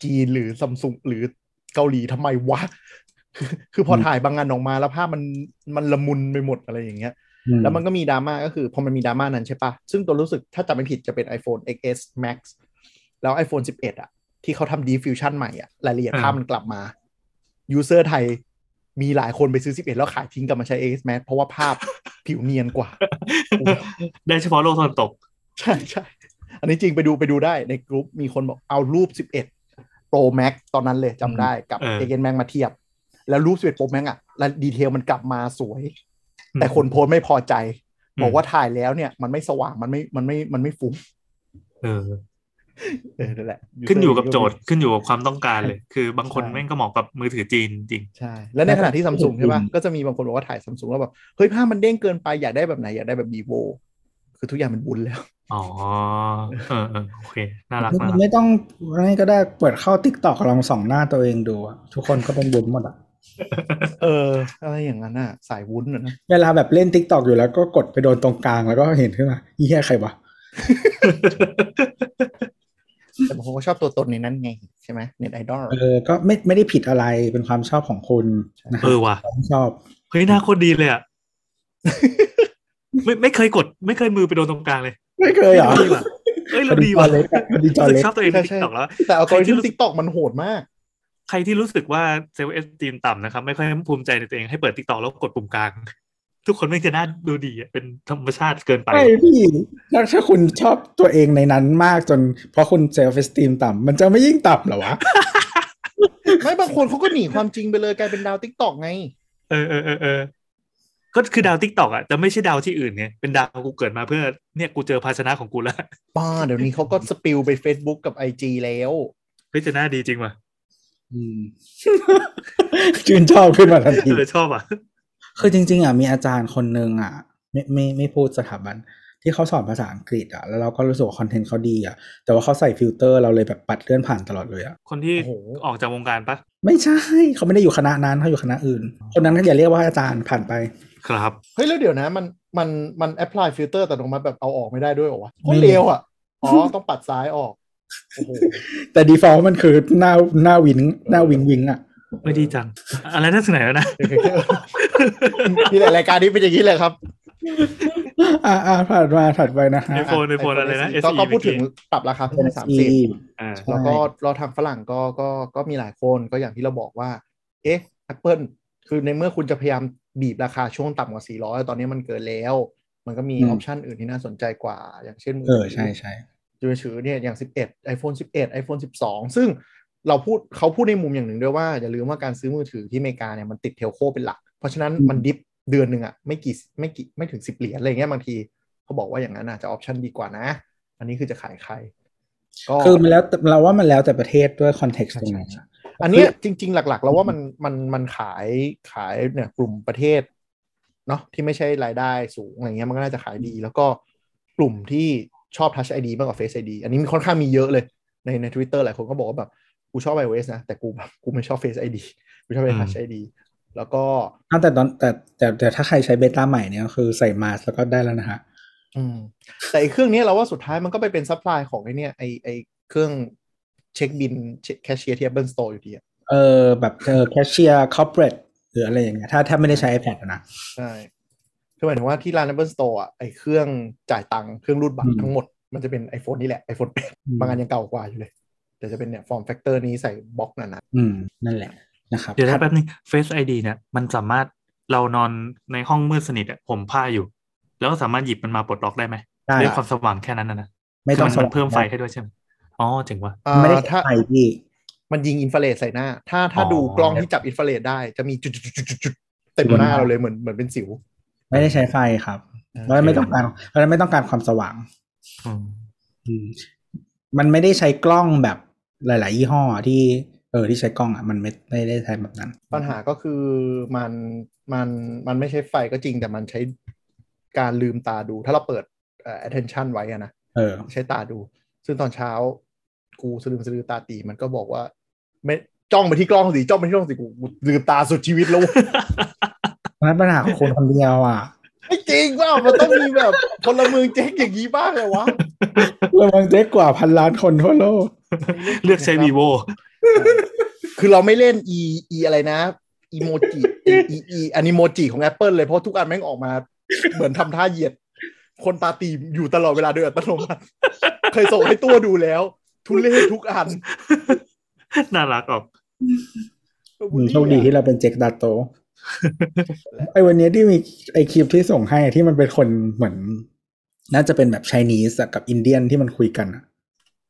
จีนหรือซัมซุงหรือเกาหลีทำไมวะ คือคือพอถ่ายบางงานออกมาแล้วภาพมันมันละมุนไปหมดอะไรอย่างเงี้ย
อื
แล้วมันก็มีดราม่าก็คือพอมันมีดราม่านั้นใช่ปะซึ่งตัวรู้สึกถ้าจำไม่ผิดจะเป็น iPhone XS Max แล้ว iPhone 11 อ่ะ ที่เขาทำ Deep Fusion ใหม่อ่ะ รายละเอียดภาพมันกลับมา ยูเซอร์ไทยมีหลายคนไปซื้อ 11 แล้วขายทิ้งกลับมาใช้ XS Max เพราะว่าภาพ ผิวเนียนกว่า
ได้เฉพาะโลกตะวันตก
ใช่ใช่ อันนี้จริงไปดูไปดูได้ในกลุ่มมีคนบอกเอารูป 11 Pro Max ตอนนั้นเลยจำได้กับ
เออ
XS Max มาเทียบ แล้วรูป 11 Pro Max อ่ะแล้วดีเทลมันกลับมาสวย แต่คนโพสต์ไม่พอใจ
อืม
บอกว่าถ่ายแล้วเนี่ย มันไม่สว่างมันไม่มันไม่มันไม่ฟุ้ง
เออ
เออนั่นแหละ
ขึ้นอยู่กับโจทย์ขึ้นอยู่กับความต้องการเลย คือบางคน
ใช่
แม่งก็เหมาะกับมือถือจีนจริง
ใช่ แล้วในขณะที่ซัมซุงใช่ป่ะก็จะมีบางคนบอกว่าถ่ายซัมซุงแล้วแบบเฮ้ยภาพมันเด้งเกินไปอยากได้แบบไหนอยากได้แบบ vivo คือทุกอย่างมันบุญแล้ว
อ๋อ เออเออโอเค น่ารัก
ไม่
มาก
ไม่ต้องไม่ก็ได้เปิดเข้าทิกตอกลองส่องหน้าตัวเองดูอะทุกคนก็เป็นบุญหมดอะ
เออ อะไรอย่างนั้นอ่ะ สายวุ้นอะนะ
เวลาแบบเล่นทิกตอกอยู่แล้วก็กดไปโดนตรงกลางแล้วก็เห็นขึ้นมาอีแค่ใครวะ
แต่บางคนก็ชอบตัวตนในนั้นไงใช่ไหมเน็ตไอดอล
เออก็ไม่ไม่ได้ผิดอะไรเป็นความชอบของคุณนะค
เอ
รับ
อว่ะ
ชอบ
เฮ้ยหน้าโคตรดีเลยอ่ะ ไม่ไม่เคยกด ไม่เคยมือไปโดนตรงกลางเลย
ไม่เคยเหรอ
ดีว่ะเฮ้ยเราดีว่ะ
พอเล็กอะพอดีจอ
รู้สึ
เล็
ก
ก
ชอบตัวเองในติ๊
ใช่ใช่
กต็อกแล้ว
แต่เอาตัว
ใครที่
ที่
รู้
ติ๊กต็อกมันโหดมาก
ใครที่รู้สึกว่าเซลล์เอสตีมต่ำนะครับ ไม่ค่อยภูมิใจในตัวเองให้เปิดติ๊กต็อกแล้วกดปุ่มกลาง ทุกคนไม่งจะน่าดูดีอะเป็นธรรมชาติเกินไป
ใช่พี่แล้วถ้าคุณชอบตัวเองในนั้นมากจน เพราะคุณเซลฟ์สตีมต่ำมันจะไม่ยิ่งต่ำเหรอวะ
ไม่บางคนเขาก็หนีความจริงไปเลยกลายเป็นดาวติ๊กตอกไง
เออเออเออเออก็คือดาวทิกตอกอ่ะจะไม่ใช่ดาวที่อื่นไงเป็นดาวกูเกิดมาเพื่อเนี่ยกูเจอภาชนะของกูแล้ว
ป้าเดี๋ยวนี้เขาก็สปิลไป Facebook กับ IG แล้ว
เฮ้ยจะน่าดีจริงว่ะ
อืม ชื่นชอบขึ้นมาทันที
เออชอบอ่ะ
คือจริง ๆอ่ะมีอาจารย์คนหนึ่งอ่ะ ไม่ไม่ไม่พูดสถาบัน ที่เขาสอนภาษาอังกฤษอ่ะแล้วเราก็รู้สึกว่าคอนเทนต์เขาดีอ่ะ แต่ว่าเขาใส่ฟิลเตอร์เราเลยแบบปัดเลื่อนผ่านตลอดเลยอ่ะ
คนที่
โอ้โห
ออกจากวงการปะ
ไม่ใช่เขาไม่ได้อยู่คณะนั้นเขาอยู่คณะอื่น คนนั้นก็อย่าเรียกว่าอาจารย์ผ่านไป
ครับ
เฮ้ย แล้วเดี๋ยวนะ มันมันมันแอพพลายฟิลเตอร์แต่ตรงมันแบบเอาออกไม่ได้ด้วยเหรอวะโค
ไม่
ตรเลวอ่ะ อ๋อ ต้องปัดซ้ายออก โอ้โห
แต่ default มันคือหน้าหน้าวิงหน้าวิงวิงอ่ะ
ไม่ดีจัง อะไรน่าสนใจแล้วนะ
นี่แหละรายการนี้เป็นอย่างนี้เลยครับ
อ่าอ่าผ่านมาถัดไปนะฮะ
iPhone iPhone อะไรนะ SE
ก็ก็พูด
เมื่อกี้
ถึงปรับราคาขึ้นสามสิบ
อ่า
แล้วก็เราทางฝรั่งก็ก็ก็มีหลายคนก็อย่างที่เราบอกว่า เอ๊ะ Apple คือในเมื่อคุณจะพยายามบีบราคาช่วงต่ำกว่า 400 ตอนนี้มันเกินแล้ว มันก็มี
อื
อ
ม
อปชันอื่นที่น่าสนใจกว่า อย่างเช่นมื
เออใช่ใช่
มือถือเนี่ยอย่าง 11 iPhone 11 iPhone 12 ซึ่งเราพูดเขาพูดในมุมอย่างหนึ่งด้วยว่า อย่าลืมว่าการซื้อมือถือที่อเมริกาเนี่ยมันติดเทลโคเป็นหลัก เพราะฉะนั้น
อืม
มันดิฟเดือนหนึ่งอะไม่กี่ไม่กี่ไม่ถึง 10 เหรียญอะไรเงี้ยบางทีเขาบอกว่าอย่างนั้นอาจจะออปชันดีกว่านะ อันนี้คือจะขายใครก็
คือมันแล้วแต่เราว่ามันแล้วแต่ประเทศด้วยคอนเท็กซ์ต
ใช่
รง
ใช่
นั้น
ใช่อันเนี้ยจริง ๆ หลัก ๆ แล้วว่ามันมันมันขายขายเนี่ยกลุ่มประเทศเนาะที่ไม่ใช่รายได้สูงอะไรเงี้ยมันก็น่าจะขายดี แล้วก็กลุ่มที่ชอบ Touch ID มากกว่า Face ID อันนี้มีค่อนข้างมีเยอะเลย ในใน Twitter หลายคนก็บอกว่าแบบ กูชอบ iOS นะ แต่กูแบบกูไม่ชอบ Face ID กูชอบ Touch ID แล้วก็
อ้าวแต่ตอนแต่แต่แต่ถ้าใครใช้เบต้าใหม่เนี่ยคือใส่มาสก์แล้วก็ได้แล้วนะฮะ
อืมแต่ไอ้เครื่องเนี้ยเราว่าสุดท้ายมันก็ไปเป็นซัพพลายของไอ้เนี่ยไอ้ไอ้เครื่องเช็คบินแคชเชียร์ที่ Apple Store อยู่ดีอะ
เออแบบเออแคชเชียร์คอร์เปรสหรืออะไรอย่างเงี้ยถ้าถ้าไม่ได้ใช้ iPad อะนะ
ใช่ คือหมายถึงว่าที่ร้าน Apple Store อ่ะ ไอเครื่องจ่ายตังค์ เครื่องรูดบัต
อื
ร
ม
ทั้งหมด มันจะเป็น iPhone นี่แหละ iPhone 8บางอันยังเก่ากว่าอยู่เลย แต่จะเป็นเนี่ย form factor นี้ใส่บล็อกหนา
อืม นั่นแหละนะครับ
เดี๋ยวนะ
ถั
แป๊บนึง Face ID เนี่ยมันสามารถเรานอนในห้องมืดสนิทอะผมผ้าอยู่ แล้วก็สามารถหยิบมันมาปลดล็อกได้ไหม
ได้
ด้วยความสว่างแค่นั้นนะนะ
ไม่ต้อง
คืนนเพิ่ม
ส
ไฟ
ว่าง
ให้ด้วยใช่ไหมอ๋อเจ๋งว่ะ
ๆอ่า
นะไม่ได้
ถ้า
ไฟพี่
มันยิงอินฟราเรดใส่หน้า ถ้าถ้า
อ๋อ
ดูกล้องที่จับอินฟราเรดได้ จะมีจุดๆๆๆๆเต็มหน้า
อืม
เราเลยเหมือนเหมือนเป็นสิว
ไม่ได้ใช้ไฟครับเพราะไม่ต้องการเพราะไม่ต้องการความสว่าง
อืม
อืมมันไม่ได้ใช้กล้องแบบหลาย ๆ ยี่ห้อที่เออที่ใช้กล้องอ่ะมันไม่ไม่ได้ใช้แบบนั้น
ปัญหาก็คือมันมันมันไม่ใช่ไฟก็จริงแต่มันใช้การลืมตาดู ถ้าเราเปิดเอ่อ attention ไว้อะนะ
เออ
ใช้ตาดู ซึ่งตอนเช้า กูสะดึมสะดือตาตีมันก็บอกว่า ไม่จ้องไปที่กล้องสิจ้องไปที่กล้องสิกูกูลืมตาสุดชีวิตแล้ว
เพราะฉะนั้นปัญหาของคนคนเดียวอ่ะ
ไม่จริงว่ามันต้องมีแบบพลเมืองเจ๊กอย่างนี้บ้างเลยวะ
ระวังเจ๊กว่าพันล้านคนทั่วโลก
เลือกใช้ vivo
คือเราไม่เล่นอีอีอะไรนะอีโมจิอีอีอนิโมจิของ Apple เลยเพราะทุกอันแม่งออกมา เหมือนทำท่าเหยียด คนตาตีอยู่ตลอดเวลาโดยอัตโนมัติเคยส่งให้ตัวดูแล้ว ทุเรศทุกอัน
น่ารักออก
อืมโชคดีที่เราเป็นเจคดาโตไอวันเนี้ยที่มีไอคลิปที่ส่งให้ที่มันเป็นคนเหมือน น่าจะเป็นแบบไชนีสกับอินเดียนที่มันคุยกันอะ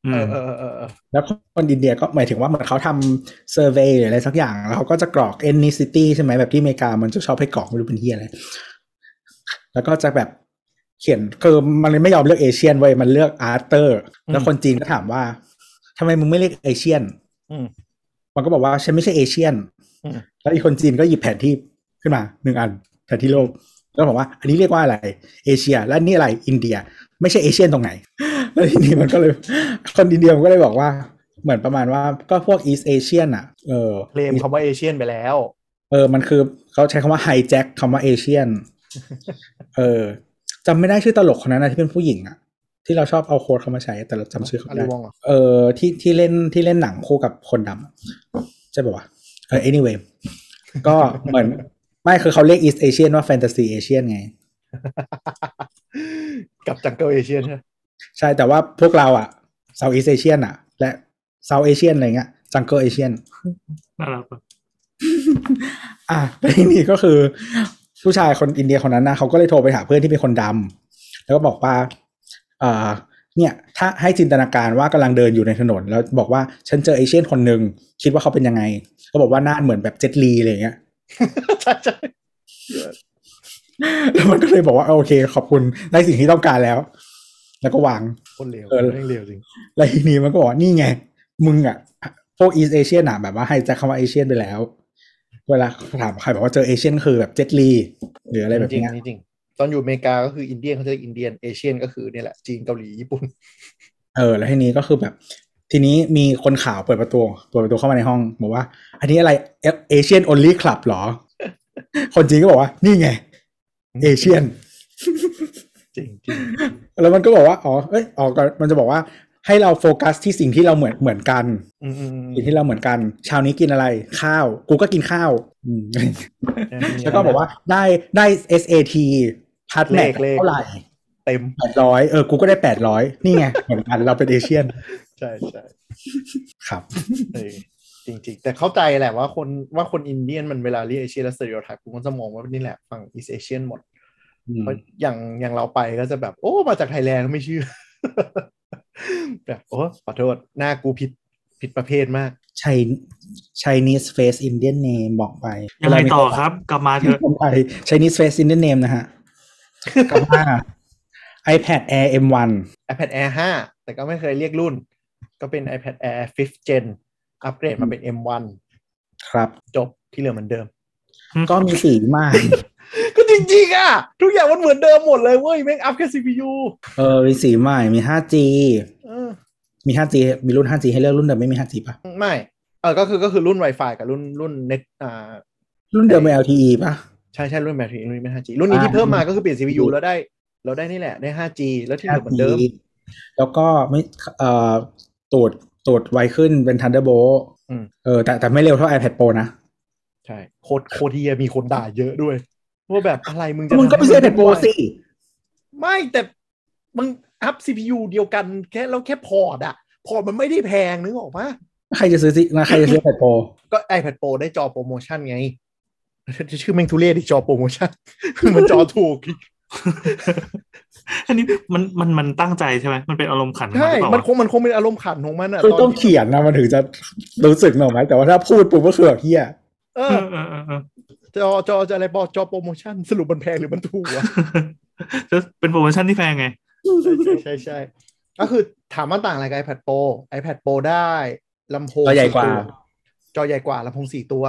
อื
เอ
ม
อเออเออเออ
แล้วคนอินเดียก็หมายถึงว่าเหมือนเขาทำเซอร์เวยหรืออะไรสักอย่าง แล้วเขาก็จะกรอก ethnicity ใช่ไหมแบบที่อเมริกามันจะชอบให้กรอกไม่รู้เป็นที่อะไร แล้วก็จะแบบเขียนคือมันไม่ยอมเลือกเอเชียนเว้ยมันเลือกอาร์เตอร์ แล้วคนจีนก็ถามว่าทำไมมึงไม่เรียกเอเชียน
อืม
มันก็บอกว่าฉันไม่ใช่เอเชียน
อืม
แล้วอีกคนจีนก็หยิบแผนที่ขึ้นมาหนึ่งอันแผนที่โลก แล้วบอกว่า อันนี้เรียกว่าอะไร เอเชีย และนี่อะไรอินเดีย ไม่ใช่เอเชียนต รงไหน แล้วทีนี้มันก็เลย คนอินเดียมันก็เลยบอกว่า เหมือนประมาณว่าก็พวกอีสเอเชียนอ่ะ เออ
เลมคำว่าเอเชียนไปแล้ว
เออมันคือเขาใช้คำว่าไฮแจ็คคำว่าเอเชีย น เออจำไม่ได้ชื่อตลกคนนั้นนะที่เป็นผู้หญิงอ่ะ ที่เราชอบเอาโค้ดเขามาใช้ แต่เราจำชื่อเขา
อะ
ไม่
ไร
ได้
วองเหรอ
เออที่ที่เล่นที่เล่นหนังคู่กับคนดำอะใช่ป่าวะเออ anyway ก็เหมือน ไม่คือเขาเรียก East Asian ว่า Fantasy Asian ไง
กับจังเกิลเอเชียนใช่ไหม
ใช่แต่ว่าพวกเราอะ South East Asian อะและ South Asian อะไรเงี้ย Jungle Asian
น่ารักว่ะ
อ่ะแล้วทีนี้ก็คือ ผู้ชายคนอินเดียคนนั้นนะเขาก็เลยโทรไปหาเพื่อนที่เป็นคนดำแล้วก็บอกว่าเอ่อเนี่ย ถ้าให้จินตนาการว่ากำลังเดินอยู่ในถนน แล้วบอกว่าฉันเจอเอเชียนคนหนึ่งคิดว่าเขาเป็นยังไงเขาบอกว่าหน้าเหมือนแบบเจ็ตลีอะไรอย่างเงี้ย
ใช่ใช่
แล้วมันก็เลยบอกว่าเออโอเค ขอบคุณได้สิ่งที่ต้องการแล้ว แล้วก็วาง
คนเลว
เออ
แม่งเลวจริง
แล้วทีนี้มันก็บอกว่านี่ไง มึงอ่ะพวกอีสเอเชียน่ะแบบว่าให้จะคำว่าเอเชียนไปแล้ว เวลาถามใครบอกว่าเจอเอเชียนคือแบบเจ็ตลีหรืออะไรแบบ
จริง
เนี้ย
จริงตอนอยู่อเมริกาก็คืออินเดียนเขาจะเรียกอินเดียนเอเชียนก็คือเนี่ยแหละจีนเกาหลีญี่ปุ่น
เออ แล้วทีนี้ก็คือแบบ ทีนี้มีคนขาวเปิดประตูเปิดประตูเข้ามาในห้อง บอกว่า อันนี้อะไรเอเชียน only club หรอ คนจีนก็บอกว่า นี่ไงเอเชียน
จริงจริง
แล้วมันก็บอกว่า อ๋อ เอ้ยอ๋อก็มันจะบอกว่าให้เราโฟกัสที่สิ่งที่เราเหมือนเหมือนกัน
อืมอืม
สิ่งที่เราเหมือนกัน เชาวนี้กินอะไร ข้าว กูก็กินข้าวอื มแล้วก็บอกว่าได้ได้ SAT พัดแมทเท่าไหร่
เต็ม
แปดร้อยเออ กูก็ได้แปดร้อยนี่ไง เหมือนกันเราเป็นเอเชียน
ใช่ใช่
ครับ
เออจริงจริงแต่เข้าใจแหละว่าคนว่าคนอินเดียนมันเวลาเรียกเอเชียและสเตอริโอไทป์กูก็จะมองว่านี่แหละฝั่งอีสเอเชียนหมดเพราะอย่างอย่างเราไปก็จะแบบ โอ้มาจากไทยแลนด์ไม่เชื่อ แบบโอ้ขอโทษหน้ากูผิดผิดประเภทมาก
ใช่ใช Chinese face Indian name บอกไป
ยังไงต่อครับ กลับมาเถอะ
ผมไป Chinese face Indian name นะฮะกลับมา iPad Air M1
iPad Air 5 แต่ก็ไม่เคยเรียกรุ่น ก็เป็น iPad Air 5th Gen อัปเกรดมาเป็น M1
ครับ
จบที่เหลือเหมือนเดิม
ก็มีสีมาก
ก็จริงๆอ่ะ ทุกอย่างมันเหมือนเดิมหมดเลยเว้ย แม่งอัพแค่ CPU
เออมีสีใหม่มี 5G
เออ
มี 5G มีรุ่น 5G ให้เลือกรุ่นเดิมไม่มี 5G ป่ะ
ไม่ เออก็คือก็คือรุ่น Wi-Fi กับรุ่นรุ่นเน็ตอ่า
รุ่นเดิมเป็น LTE ป่ะ
ใช่ใช่รุ่นแบตเตอรี่รุ่นไม่ 5G รุ่นนี้
อ่า
ที่เพิ่มมาก็คือเปลี่ยน CPU แล้วได้ เราได้นี่แหละได้ 5G แล้วที่เหลือเหมือนเดิม
แล้วก็ไม่เอ่อตรวจตรวจไวขึ้นเป็น Thunderbolt
อืม
เออแต่แต่ไม่เร็วเท่า iPad Pro นะ
ใช่โคตรโคตรเฮียมีคนด่าเยอะด้วยว่าแบบอะไรมึงจะ
มึงก็ไม่ใช่ iPad Pro สิ
ไม่แต่มึงอัพ CPU เดียวกันแค่แล้วแค่พอร์ตอะพอร์ตมันไม่ได้แพงนึกออกปะ
ใครจะซื้อสินะใครจะซื้อ iPad Pro
ก็ iPad Pro ได้จอโปรโมชั่นไง ชื่อแม่งทุเรศอีกจอโปรโมชั่น มันจอถูกอีก
อันนี้มันมันมันตั้งใจใช่ไหมมันเป็นอารมณ์ขันของ
ใช่
หรือเปล่า
มัน
วะ
คงมันคงเป็นอารมณ์ขันของมันอะ
คือ
ต
ต้
อ
อน งเขียนนะมันถึงจะรู้สึกหน่อยไหมแต่ว่าถ้าพูดปุ๊บก็คือแบบเฮีย
เอ
เอ
อ
อเออเออเออ
จอจอจะอะไรบอกจอโปรโมชั่น สรุปมันแพงหรือมันถูกวะ
แล้วเป็นโปรโมชั่นที่แพงไง
ใช่ใช่ใช่ใช่ก็คือถามว่าต่างอะไรกับ iPad Pro iPad Pro ได้ลำโพง
จอใหญ่กว่า
สี่ตัจอใหญ่กว่าลำโพงสี่ตัว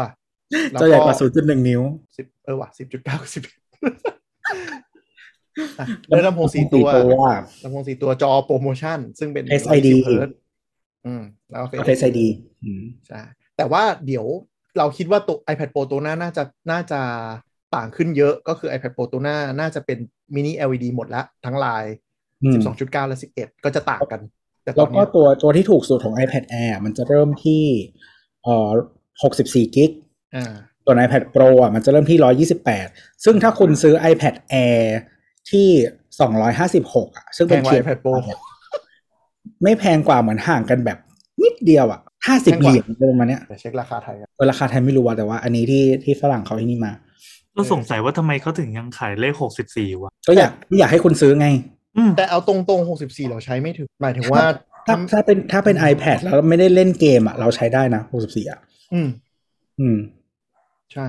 จอใหญ่กว่า 0.1 นิ้ว
สิบเออว่ะสิบจุดเก้าสิบ ได้ลำโพงสี่ตัว ลำโพงสี่ตัวจอโปรโมชั่น ซึ่งเป็น
SID
120 Hz อืม แล้วก็
Face ID อืม
ใช่แต่ว่าเดี๋ยวเราคิดว่าตัว iPad Pro ตัวหน้าน่าจะน่าจะต่างขึ้นเยอะก็คือ iPad Pro ตัวหน้าน่าจะเป็นมินิ LED หมดละทั้งลาย
อืม
12.9 และ 11 ก็จะต่างกัน แต่ต
แล้
อ
วน ก็
เนี้ย
ตัวตัวที่ถูกสุดของ iPad Air มันจะเริ่มที่เอ่อ64กิก
อ่า
ส่วน iPad Pro อ่ะมันจะเริ่มที่ 128 ซึ่งถ้าคุณซื้อ iPad Air ที่ 256อ่ะซึ่ง
แพ
เป็น
งกว่า
เทียบ
iPad Pro
ไม่แพงกว่าเหมือนห่างกันแบบนิดเดียวอ่ะ 50 เหรียญอะไรประมาณเนี้ย
เดี๋ยวเช็คราคาไทยกัน
เออราคาไทยไม่รู้ว่าแต่ว่าอันนี้ที่ที่ฝรั่งเขาที่นี่มา
ก็สงสัยว่าทำไมเขาถึงยังขายเลขหกสิบสี่วะ
ก็อยากอยากให้คุณซื้อไง
อืม
แต่เอาตรงๆ 64 เราใช้ไม่ถึง หมายถึงว่า
ถ้า
ทำ
ถ้าเป็นถ้าเป็น iPad แล้วไม่ได้เล่นเกมอ่ะเราใช้ได้นะ64อ่ะ
อืม
อืม
ใช่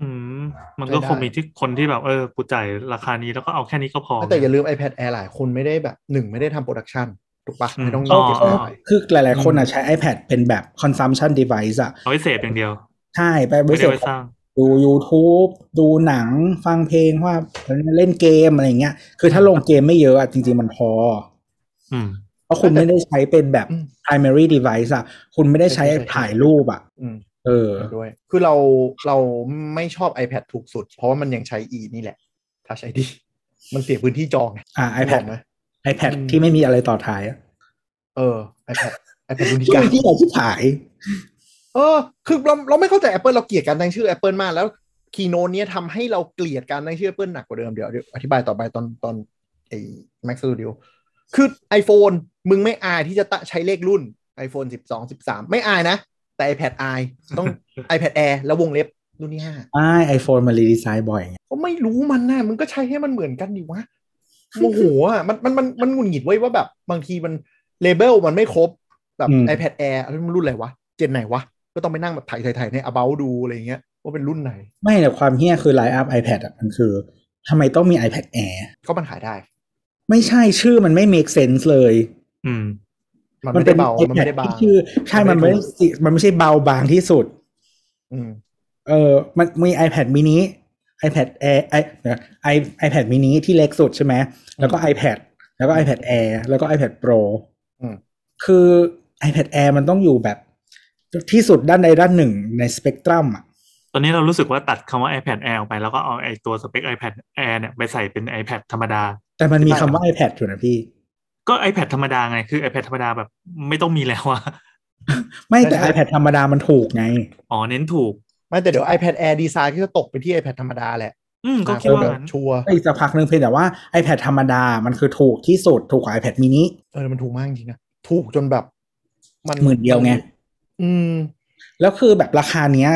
อืมมันก็คงมีที่คนที่แบบเออกูจ่ายราคานี้แล้วก็เอาแค่นี้ก็พอ
แต่อย่าลืม iPad Air หลายคนไม่ได้แบบหนึ่งไม่ได้ทำโปรดักชันถูกปะไม่ต้อง
อ๋อ
เก็บอะไร
คือหลาย ๆ คนอ่ะใช้ iPad เป็นแบบ consumption device อ่ะ
เอาไว้เสพอย่างเดียว
ใช่ ไปบ
ไม่
ริษั
ได้
ท
ไว้สร้าง
ดู YouTube ดูหนังฟังเพลงว่าเล่นเกมอะไรอย่างเงี้ย คือถ้าลงเกมไม่เยอะอ่ะ จริง ๆ มันพอ
อืม
เพราะคุณไม่ได้ใช้เป็นแบบ
อืม
primary device อ่ะ คุณไม่ได้ใช้
ใช่ใช่
ถ่ายรูปอ่ะ
อืม
เออ
เห็นด้วย คือเราเราไม่ชอบ iPad ถูกสุด เพราะว่ามันยังใช้ e นี่แหละ Touch ID มันเสียพื้นที่จอไง
อ่า iPad
นึกกไหม
iPad
อืม
ที่ไม่มีอะไรต่อท้ายอ่ะ
เออ iPad iPad รุ่นที่
ที่
เก้า
มีที่ไหนที่ขาย
เออ คือเราเราไม่เข้าใจ Apple เราเกลียดการตั้งชื่อ Apple มาก แล้วคีโนเนี้ยทำให้เราเกลียดการตั้งชื่อ Apple หนักกว่าเดิม เดี๋ยวเดี๋ยวอธิบายต่อไปตอนตอนไอ้ Mac Studio คือ iPhone มึงไม่อายที่จะตะใช้เลขรุ่น iPhone 12 13 ไม่อายนะ แต่ iPad อายต้อง iPad Air แล้ววงเล็บ รุ่นที่ห้า
ใช่ไอโฟนมันรีดีไซน์บ่อยไง
ก็ไม่รู้มันนะมึงก็ใช้ให้มันเหมือนกันดิวะโมโหอ่ะมันมันมันมันหงุดหงิดเว้ยว่าแบบบางทีมันเลเบลมันไม่ครบแบบ iPad Air อะไรมันรุ่นอะไรวะ เจนไหนวะ ก็ต้องไปนั่งแบบถ่ายถ่ายถ่ายใน about ดูอะไรอย่างเงี้ยว่าเป็นรุ่นไหน
ไม่แต่ความเฮี้ยคือไลน์อัพ iPad อ่ะมันคือทำไมต้องมี iPad Air
ก็มันขายได้
ไม่ใช่ชื่อมันไม่ make sense เลย
อืม
มันไม่ได้เบา มันไม่ได้บาง
ชื่อใช่มันไม่
มันไม่ถูก
สิมันไม่ใช่เบาบางที่สุด
อืม
เออมันมี iPad mini iPad Air ไอไอ iPad mini ที่เล็กสุดใช่ไหมแล้วก็ iPad แล้วก็ iPad Air แล้วก็ iPad Pro
อืม
คือ iPad Air มันต้องอยู่แบบที่สุดด้านใดด้านหนึ่งในสเปกตรัมอ่ะ
ตอนนี้เรารู้สึกว่าตัดคำว่า iPad Air ออกไปแล้วก็เอาไอตัวสเปค iPad Air เนี่ยไปใส่เป็น iPad ธรรมดา
แต่มันมี
ใช่
คำว่า iPad อยู่นะพี่
ก็ iPad ธรรมดาไง คือ iPad ธรรมดาแบบไม่ต้องมีแล้วอะ
ไม่แต่
ใช่ใช่
iPad ธรรมดามันถูกไง
อ๋อเน้นถูก
ไม่แต่เดี๋ยว iPad Air ดีไซน์ก็จะตกไปที่ iPad ธรรมดาแหละ
อืม ก็คิดว่างั้น
ชัวร์
ก็อีกสักพักหนึ่งเพียงแต่ว่า iPad ธรรมดามันคือถูกที่สุดถูกกว่า iPad mini
เออมันถูกมากจริงนะถูกจนแบบ มัน
หมื่นเดียวไง
อืม
แล้วคือแบบราคาเนี้ย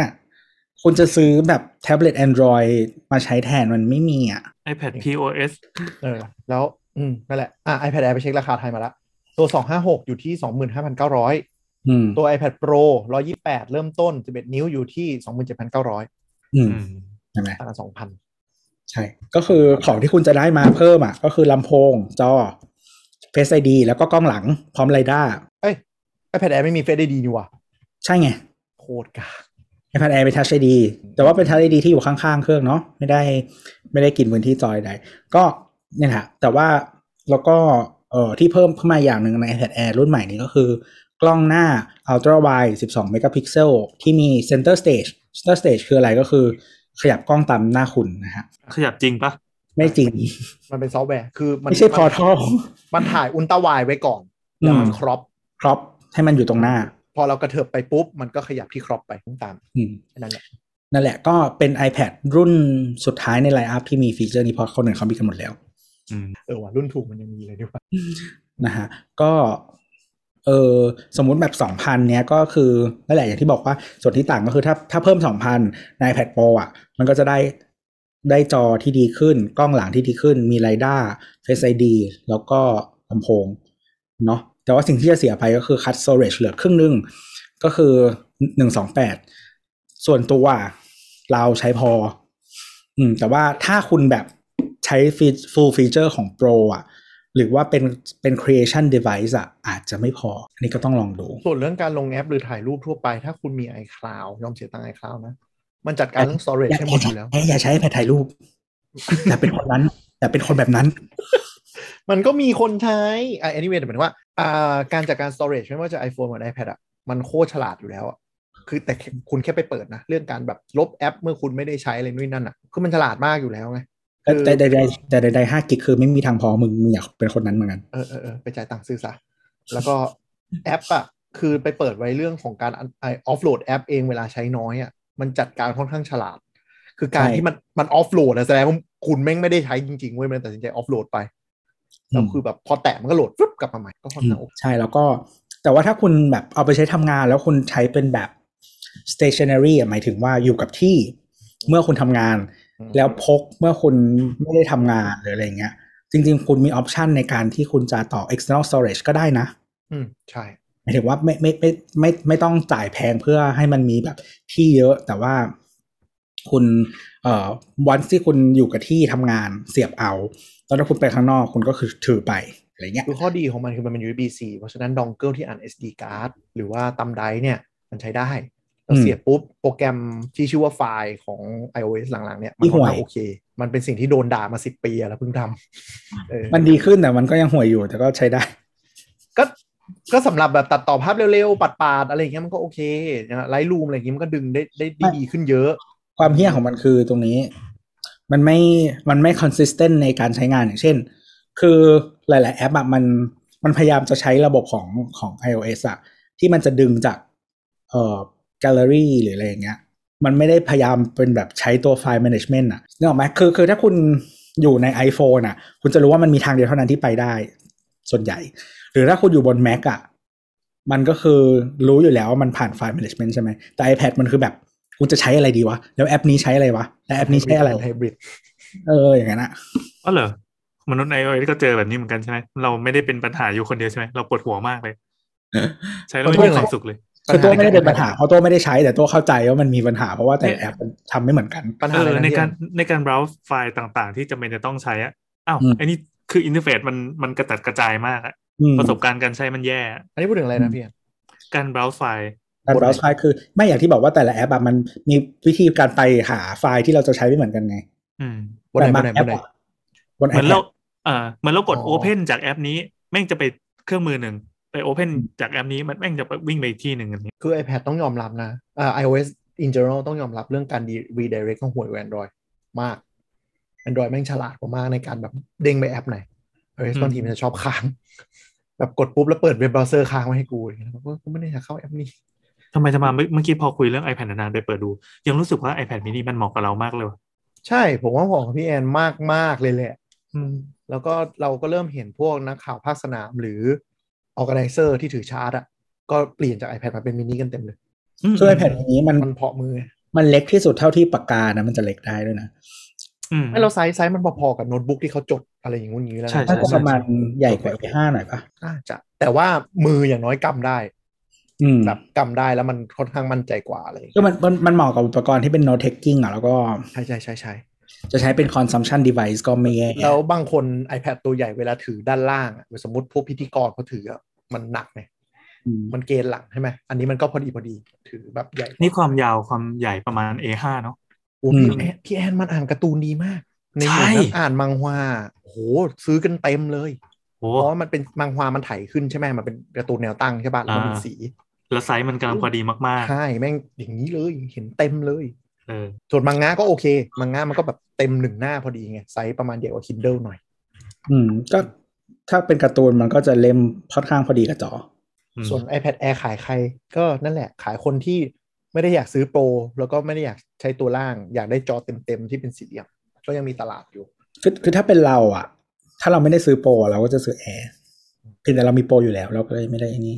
คุณจะซื้อแบบแท็บเล็ต Android มาใช้แทนมันไม่มีอ่ะ
ไ iPad POS
เออ แล้วอืมนั่นแหละ อ่ะ iPad Air ไปเช็คราคาไทยมาละตัว 256 อยู่ที่ 25,900
อืม
ตัว iPad Pro 128 เริ่มต้น 11 นิ้วอยู่ที่ 27,900
อื
อื
ม
ม
ใช่ไหม
ต่างกัน2,000
ใช่ ก็คือของที่คุณจะได้มาเพิ่มอ่ะ ก็คือลำโพง จอ Face ID แล้วก็กล้องหลังพร้อมไรด้า
iPad Air ไม่มี Face ID นี่ว่ะ
ใช่ไง
โคตรกาก
iPad Air เป็น Touch ID แต่ว่าเป็น Touch ID ที่อยู่ข้างๆ เครื่องเนาะไม่ได้ไม่ได้กินพื้นที่จอยใด ก็เนี่ยแหละแต่ว่าแล้วก็เอ่อที่เพิ่มเข้ามาอย่างหนึ่งใน iPad Air รุ่นใหม่นี้ก็คือ กล้องหน้า Ultra Wide 12 megapixel ที่มี Center Stage Center Stage คืออะไรก็คือ ขยับกล้องตามหน้าคุณนะฮะ
ขยับจริงปะ
ไม่จริง
มันเป็นซอฟต์แวร์ คือ มัน
ไม่ใช่ Portal
มันถ่ายอุลตราไวไว้ก่อน
อื
แล้ว
ม
มันครอป
ครอปให้มันอยู่ตรงหน้า
พอเรากระเถิบไปปุ๊บ มันก็ขยับที่ครอปไปตาม
อืม
อันนั้นแหละ
นั่นแหละก็เป็น iPad รุ่นสุดท้ายในไลน์อัพที่มีฟีเจอร์นี้เพราะคนอื่นเขามีกันหมดแล้ว
อืม
เออว่ะรุ่นถูกมันยังมีเลยด้วยว่ะ
นะฮะก็เออสมมุติแบบ 2,000 เนี้ยก็คือนั่นแหละอย่างที่บอกว่าส่วนที่ต่างก็คือถ้าถ้าเพิ่ม 2,000 ใน iPad Pro อ่ะ มันก็จะได้ได้จอที่ดีขึ้น กล้องหลังที่ดีขึ้น มีไรด้า Face ID แล้วก็ลำโพงเนาะแต่ว่าสิ่งที่จะเสียไปก็คือคัด storage เหลือครึ่งหนึง ก็คือ 128 ส่วนตัวเราใช้พอ อืมแต่ว่าถ้าคุณแบบใช้ฟี full feature ของ Pro อ่ะ หรือว่าเป็นเป็น creation device อะอาจจะไม่พอ อันนี้ก็ต้องลองดู
ส่วนเรื่องการลงแอปหรือถ่ายรูปทั่วไป ถ้าคุณมี iCloud ยอมเสียตังค์ iCloud นะ มันจัดการเรื่อง storage
อย่า
ให้หม
อย่า
ดอยู่แล้ว
ใช้อย่าใช้แผ่นถ่ายรู ป แต่าเป็นคนนั้น แต่าเป็นคนแบบนั้น
มันก็มีคนใช้อ่ะ anyway แต่หมายถึงว่าอ่า การจัดการ storage ไม่ว่าจะ iPhone หรือ iPad อ่ะ มันโคตรฉลาดอยู่แล้วอ่ะ คือแต่คุณแค่ไปเปิดนะ เรื่องการแบบลบแอปเมื่อคุณไม่ได้ใช้อะไรนู่นนั่นอ่ะ คือมันฉลาดมากอยู่แล้วไง คือ
แต่ใดๆแต่ใดๆห้ากิกคือไม่มีทางพอมึงมึงอยากเป็นคนนั้นเหมือนกัน
เออเออเออไปจ่ายตังค์ซื้อซะ แล้วก็แอปอ่ะ คือไปเปิดไว้เรื่องของการออฟโหลดแอปเองเวลาใช้น้อยอ่ะ มันจัดการค่อนข้างฉลาด คือการ
ใช่
ที่มันมันออฟโหลดอะแสดงว่าคุณแม่งไม่ได้ใช้จริงๆเว้ยมันตัดสินใจออฟโหลดไปแล้วคือแบบพอแตะมันก็โหลดปุ๊บกลับมาใหม่ก็ค่อนข้างโอเค
ใช่แล้วก็ แต่ว่าถ้าคุณแบบเอาไปใช้ทำงานแล้วคุณใช้เป็นแบบ stationary อะหมายถึงว่าอยู่กับที่ เมื่อคุณทำงาน แล้วพกเมื่อคุณไม่ได้ทำงานหรืออะไรเงี้ย จริงๆ คุณมีออปชันในการที่คุณจะต่อ external storage ก็ได้นะ
อืมใช่
หมายถึงว่าไม่ไม่ไม่ไมไม่ไม่ต้องจ่ายแพงเพื่อให้มันมีแบบที่เยอะ แต่ว่าคุณเอ่อวันที่คุณอยู่กับที่ทำงานเสียบเอาแล้วถ้าคุณไปข้างนอกคุณก็คือถือไปอะไรเงี้ย
คือข้อดีของมันคือมันเป็น USB-C เพราะฉะนั้นดองเกิลที่อ่าน SD card หรือว่าตำไดเนี่ย มันใช้ได้ เรา
อืม
เสียบปุ๊บ โปรแกรมที่ชื่อว่าไฟล์ของ iOS หลังๆ เนี่ย มั
ที่
นค่อน
ห่ว
ข้าง
ย
โอเค มันเป็นสิ่งที่โดนด่ามาสิบปีอะแล้วเพิ่งท ำเออ
มันดีขึ้นแต่มันก็ยังห่วยอยู่แต่ก็ใช้ได้
ก็ก็สำหรับแบบตัดต่อภาพเร็วๆ ปัดๆ อะไรอย่างเงี้ยมันก็โอเคนะไลท์รูมอะไรอย่างเงี้ยมันก็ดึงได้ได้ได้ดีขึ้นเยอะ
ความเฮี้ยของมันคือตรงนี้ มันไม่มันไม่ consistent ในการใช้งานอย่างเช่น คือหลาย ๆ แอปอะมันมันพยายามจะใช้ระบบของของ iOS อะที่มันจะดึงจากเอ่อ gallery หรืออะไรอย่างเงี้ย มันไม่ได้พยายามเป็นแบบใช้ตัวไฟล์ management อะนึกออกไหมคือคือถ้าคุณอยู่ใน iPhone อะคุณจะรู้ว่ามันมีทางเดียวเท่านั้นที่ไปได้ ส่วนใหญ่ หรือถ้าคุณอยู่บน Mac อะมันก็คือรู้อยู่แล้วว่ามันผ่านไฟล์ management ใช่ไหมแต่ iPad มันคือแบบ กูจะใช้อะไรดีวะ แล้วแอปนี้ใช้อะไรวะแล้วแอปนี้ใช้อะไร
ไฮบริด
เอออย่างนั้นอะ
อ๋อเหรอมนุษย์ในโอยก็เจอแบบนี้เหมือนกันใช่ไหมเราไม่ได้เป็นปัญหาอยู่คนเดียวใช่ไหมเราปวดหัวมากเลย ใช้แล้วไม่มีความสุขเลย
คือตัวไม่ได้เป็นปัญหาเพราะตัวไม่ได้ใช้แต่ตัวเข้าใจว่ามันมีปัญหา เพราะว่าแต่แอปมันทำไม่เหมือนกัน
ปัญ
เอ
หา
อใน
ในะ
การ
เย
ในการ browse ไฟล์ต่างๆ ที่จำเป็นจะต้องใช้อะอ้าว
อืม
ไอ้นี่คืออินเทอร์เฟซมันมันกระจัดกระจายมากอะ
อืม
ประสบการณ์การใช้มันแย่อะ
อันนี้พูดถึงอะไรนะพี่อะ
การ browse ไฟล์
การ browse ไฟล์คือไม่อย่างที่บอกว่าแต่ละแอปอะมันมีวิธีการไปหาไฟล์ที่เราจะใช้ไม่เหมือนกันไง
อืม
บนไหนบบ
แต่าน ง
ไหน
แอบ ปอะบน
นไหน
เห
แอป
มือน
อะ
เราเออเหมือนเรากด
อ๋อ
open จากแอปนี้ แม่งจะไปเครื่องมือหนึ่ง ไป open จากแอปนี้มันแม่งจะไปวิ่งไปอีกที่หนึ่งอย่างนี้
คือ iPad ต้องยอมรับนะเอ่อ iOS in general ต้องยอมรับเรื่องการ de- redirect ของหัวแอนดรอยมาก Android แม่งฉลาดกว่ามากในการแบบเด้งไปแอปไหน iOS บางทีมันจะชอบค้าง แบบกดปุ๊บแล้วเปิดเว็บเบราว์เซอร์ค้างไว้ให้กูอย่างเงี้ยแล้วก็กูไม่ได้อยากเข้าแอปนี้
ทำไมจะมาเมื่อเมื่อกี้พอคุยเรื่อง iPad นานๆไปเปิดดู ยังรู้สึกว่า iPad mini มันเหมาะกับเรามากเลยว่ะ
ใช่ผมว่าของพี่แอนมากมากๆเลยแหละ
อืม
แล้วก็เราก็เริ่มเห็นพวกนักข่าวภาคสนามหรือ organizer ที่ถือชาร์ตอ่ะก็เปลี่ยนจาก iPad มาเป็นมินิกันเต็มเลย
คือ iPad นี้มัน
มันเพาะมือ
มันเล็กที่สุดเท่าที่ปากกานะมันจะเล็กได้ด้วยนะ
อืม
ไม่เราไซส์ไซส์มันพอๆกับโน้ตบุ๊กที่เขาจดอะไรอย่างงู้นอย่างนี้แล้วนะ
ใช่ใช่
น่าจะ
ใช่
ประมาณใหญ่กว่า A5 หน่อยปะ
น่าจะ แต่ว่ามืออย่างน้อยกำได้
อืม
แบบกำได้แล้วมันค่อนข้างมั่นใจกว่าอะไรอย่าง
ก็
เงี้ย
มันมันมันเหมาะกับอุปกรณ์ที่เป็น note taking อ่ะแล้วก็
ใช่ใช่ใช่ใช่
จะใช้เป็น consumption device ก็ไม่แย่
แล้วบางคน iPad ตัวใหญ่เวลาถือด้านล่างอะสมมติพวกพิธีกรเขาถืออะมันหนักไง
อืม
มันเกณฑ์หลังใช่ไหมอันนี้มันก็พอดีพอดีถือแบบใหญ่
นี่ความยาวความใหญ่ประมาณ A5 เนาะ
โอ้
อืม
พี่แอนพี่แอนมันอ่านการ์ตูนดีมาก ในหมู่
ใช่
นักอ่านมังฮวาโอ้โหซื้อกันเต็มเลย
โอ้
เพราะว่ามันเป็นมังฮวามันไถขึ้นใช่ไหมมันเป็นการ์ตูนแนวตั้งใช่ป่ะแล้วมันเป็น
อ่า
สี
แล้วไซส์มันกำลังพอดีมาก
ใช่แม่งอย่างนี้เลยเห็นเต็มเลย
ๆเออ
ส่วนมังงะก็โอเค มังงะมันก็แบบเต็มหนึ่งหน้าพอดีไง ไซส์ประมาณเดียวกับ Kindle หน่อย
อืมก็ถ้าเป็นการ์ตูนมันก็จะเล่มค่อนข้างพอดีกับจอ
อืม
ส่วน iPad Air ขายใคร ก็นั่นแหละขายคนที่ไม่ได้อยากซื้อโปร แล้วก็ไม่ได้อยากใช้ตัวล่าง อยากได้จอเต็มๆ ที่เป็นสี่เหลี่ยม ก็ยังมีตลาดอยู่
คือคือถ้าเป็นเราอะถ้าเราไม่ได้ซื้อโปรเราก็จะซื้อแอร์เพียงแต่เรามีโปรอยู่แล้ว เราก็เลยไม่ได้ไอันนี้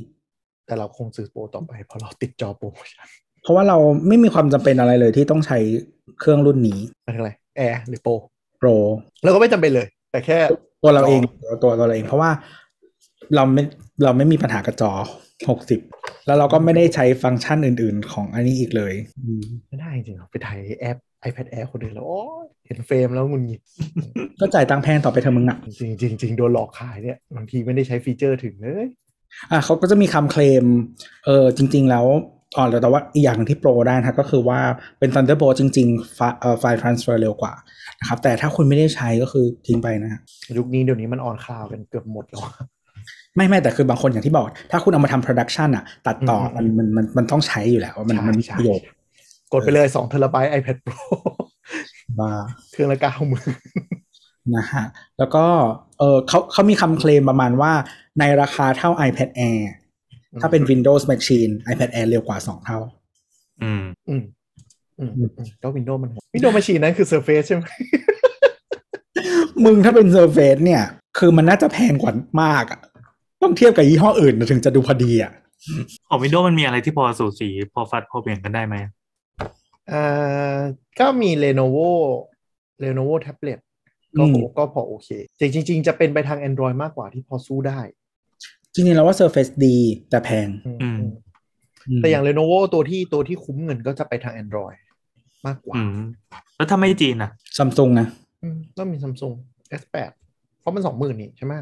แต่เราคงซื้อโปรต่อไปเพราะเราติดจอโปรโมชั่น
เพราะว่าเราไม่มีความจำเป็นอะไรเลยที่ต้องใช้เครื่องรุ่นนี้
หมายถึงอะไรแอร์หรือโปร
โปร
เราก็ไม่จำเป็นเลย แต่แค่
ตัวเราเองตัวตัวเราเอง เพราะว่าเราไม่เราไม่มีปัญหากับจอหกสิบแล้วเราก็ไม่ได้ใช้ฟังก์ชันอื่นๆ ของอันนี้อีกเลยอืม
ไม่ได้จริงๆเราไปถ่ายแอป iPad Air คนเดียวแล้วโอ๊ยเห็นเฟรมแล้วงุนงิด
ก็จ่ายตังค์แพงต่อไปเธอะมึงอะ
จริงๆจริงๆจริงๆโดนหลอกขายเนี่ยบางทีไม่ได้ใช้ฟีเจอร์ถึงเลย
อ่ะเขาก็จะมีคำเคลม เออจริง ๆ แล้วอ่อนแต่ว่าอีกอย่างหนึ่งที่โปรได้นะคะก็คือว่าเป็น Thunderbolt จริงๆไฟล์เอ่อไฟล์ transfer เร็วกว่านะครับแต่ถ้าคุณไม่ได้ใช้ก็คือทิ้งไปนะฮะ
ยุคนี้เดี๋ยวนี้มันออนคลาวกันเกือบหมดแล้วอะ
ไม่ไม่แต่คือบางคนอย่างที่บอก ถ้าคุณเอามาทำ production อ่ะ ตัดต่อ
อืม
มันมันมันมันต้องใช้อยู่แล้ว มันมันมีประโยชน์
กดไปเลย2เทราไบต์ iPad Pro
มาก
เครื่องละเก้าหมื่น
นะฮะแล้วก็เออเขาเขามีคำเคลมประมาณว่าในราคาเท่า iPad Air ถ้าเป็น Windows Machine iPad Air เร็วกว่า 2 เท่า
อืม
อืมอืมอืมก็วินโดว์มันวินโดว์มาชีนนั้นคือ Surface ใช่ไหม
มึงถ้าเป็นเซอร์เฟสเนี่ย คือมันน่าจะแพงกว่ามากอะต้องเทียบกับยี่ห้ออื่นถึงจะดูพอดีอะ
ของวินโดว์มันมีอะไรที่พอสูสี พอฟัดพอเปลี่ยนกันได้ไหม
อ่าก็มี Lenovo Lenovo Tablet ก็โอก็พอโอเค จริงจริง ๆ จะเป็นไปทาง Android มากกว่าที่พอสู้ได้
จริงๆแล้วว่าเซอร์เฟสดีแต่แพง
อืมอืม
ม
แต่อย่าง Lenovo ตัวที่ตัวที่คุ้มเงินก็จะไปทาง Android มากกว่า
อืม แล้วถ้าไม่จีนอ่ะ
ซัมซุงนะ
อืมต้องมี Samsung S8 เพราะมันสองหมื่นนี่ใช่ไหม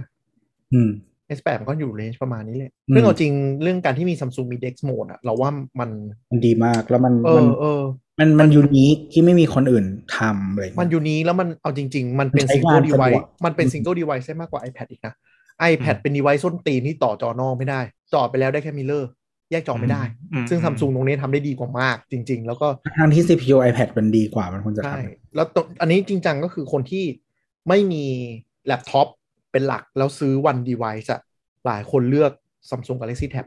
อืม
S8 มันก็อยู่เลนจ์ประมาณนี้แหละ
อืม
เรื่องเอาจริงเรื่องการที่มีซัมซุงมี Dex Mode อะเราว่ามัน
มันดีมากแล้วมัน
เอ
มัน
อเออ
มันมันยูนิคที่ไม่มีคนอื่นทำเลย
มันอยู่นี้แล้วมันเอาจริง ๆ มันเป็น
ใช้
ซิง
งา
เกิ
น
ลดีไว
สะดวก
มันเป็นซิงเกิลดีไวใช่มากกว่า iPad อีกนะ iPad เป็นดีไวส้นตีนที่ต่อจอนอกไม่ได้ ต่อไปแล้วได้แค่มิเลอร์ แยกจอไม่ได้
อืม
ซึ่ง
อืม
ซัมซุงตรงนี้ทำได้ดีกว่ามาก จริง ๆ แล้วก็
ทั้งที่ CPU iPad มันดีกว่ามันควรจะท
ใช่
ำ
แล้วตรงอันนี้จริงจังก็คือคนที่ไม่มีแล็ปท็อปเป็นหลักแล้วซื้อวันดีไวส์อะหลายคนเลือก Samsung Galaxy Tab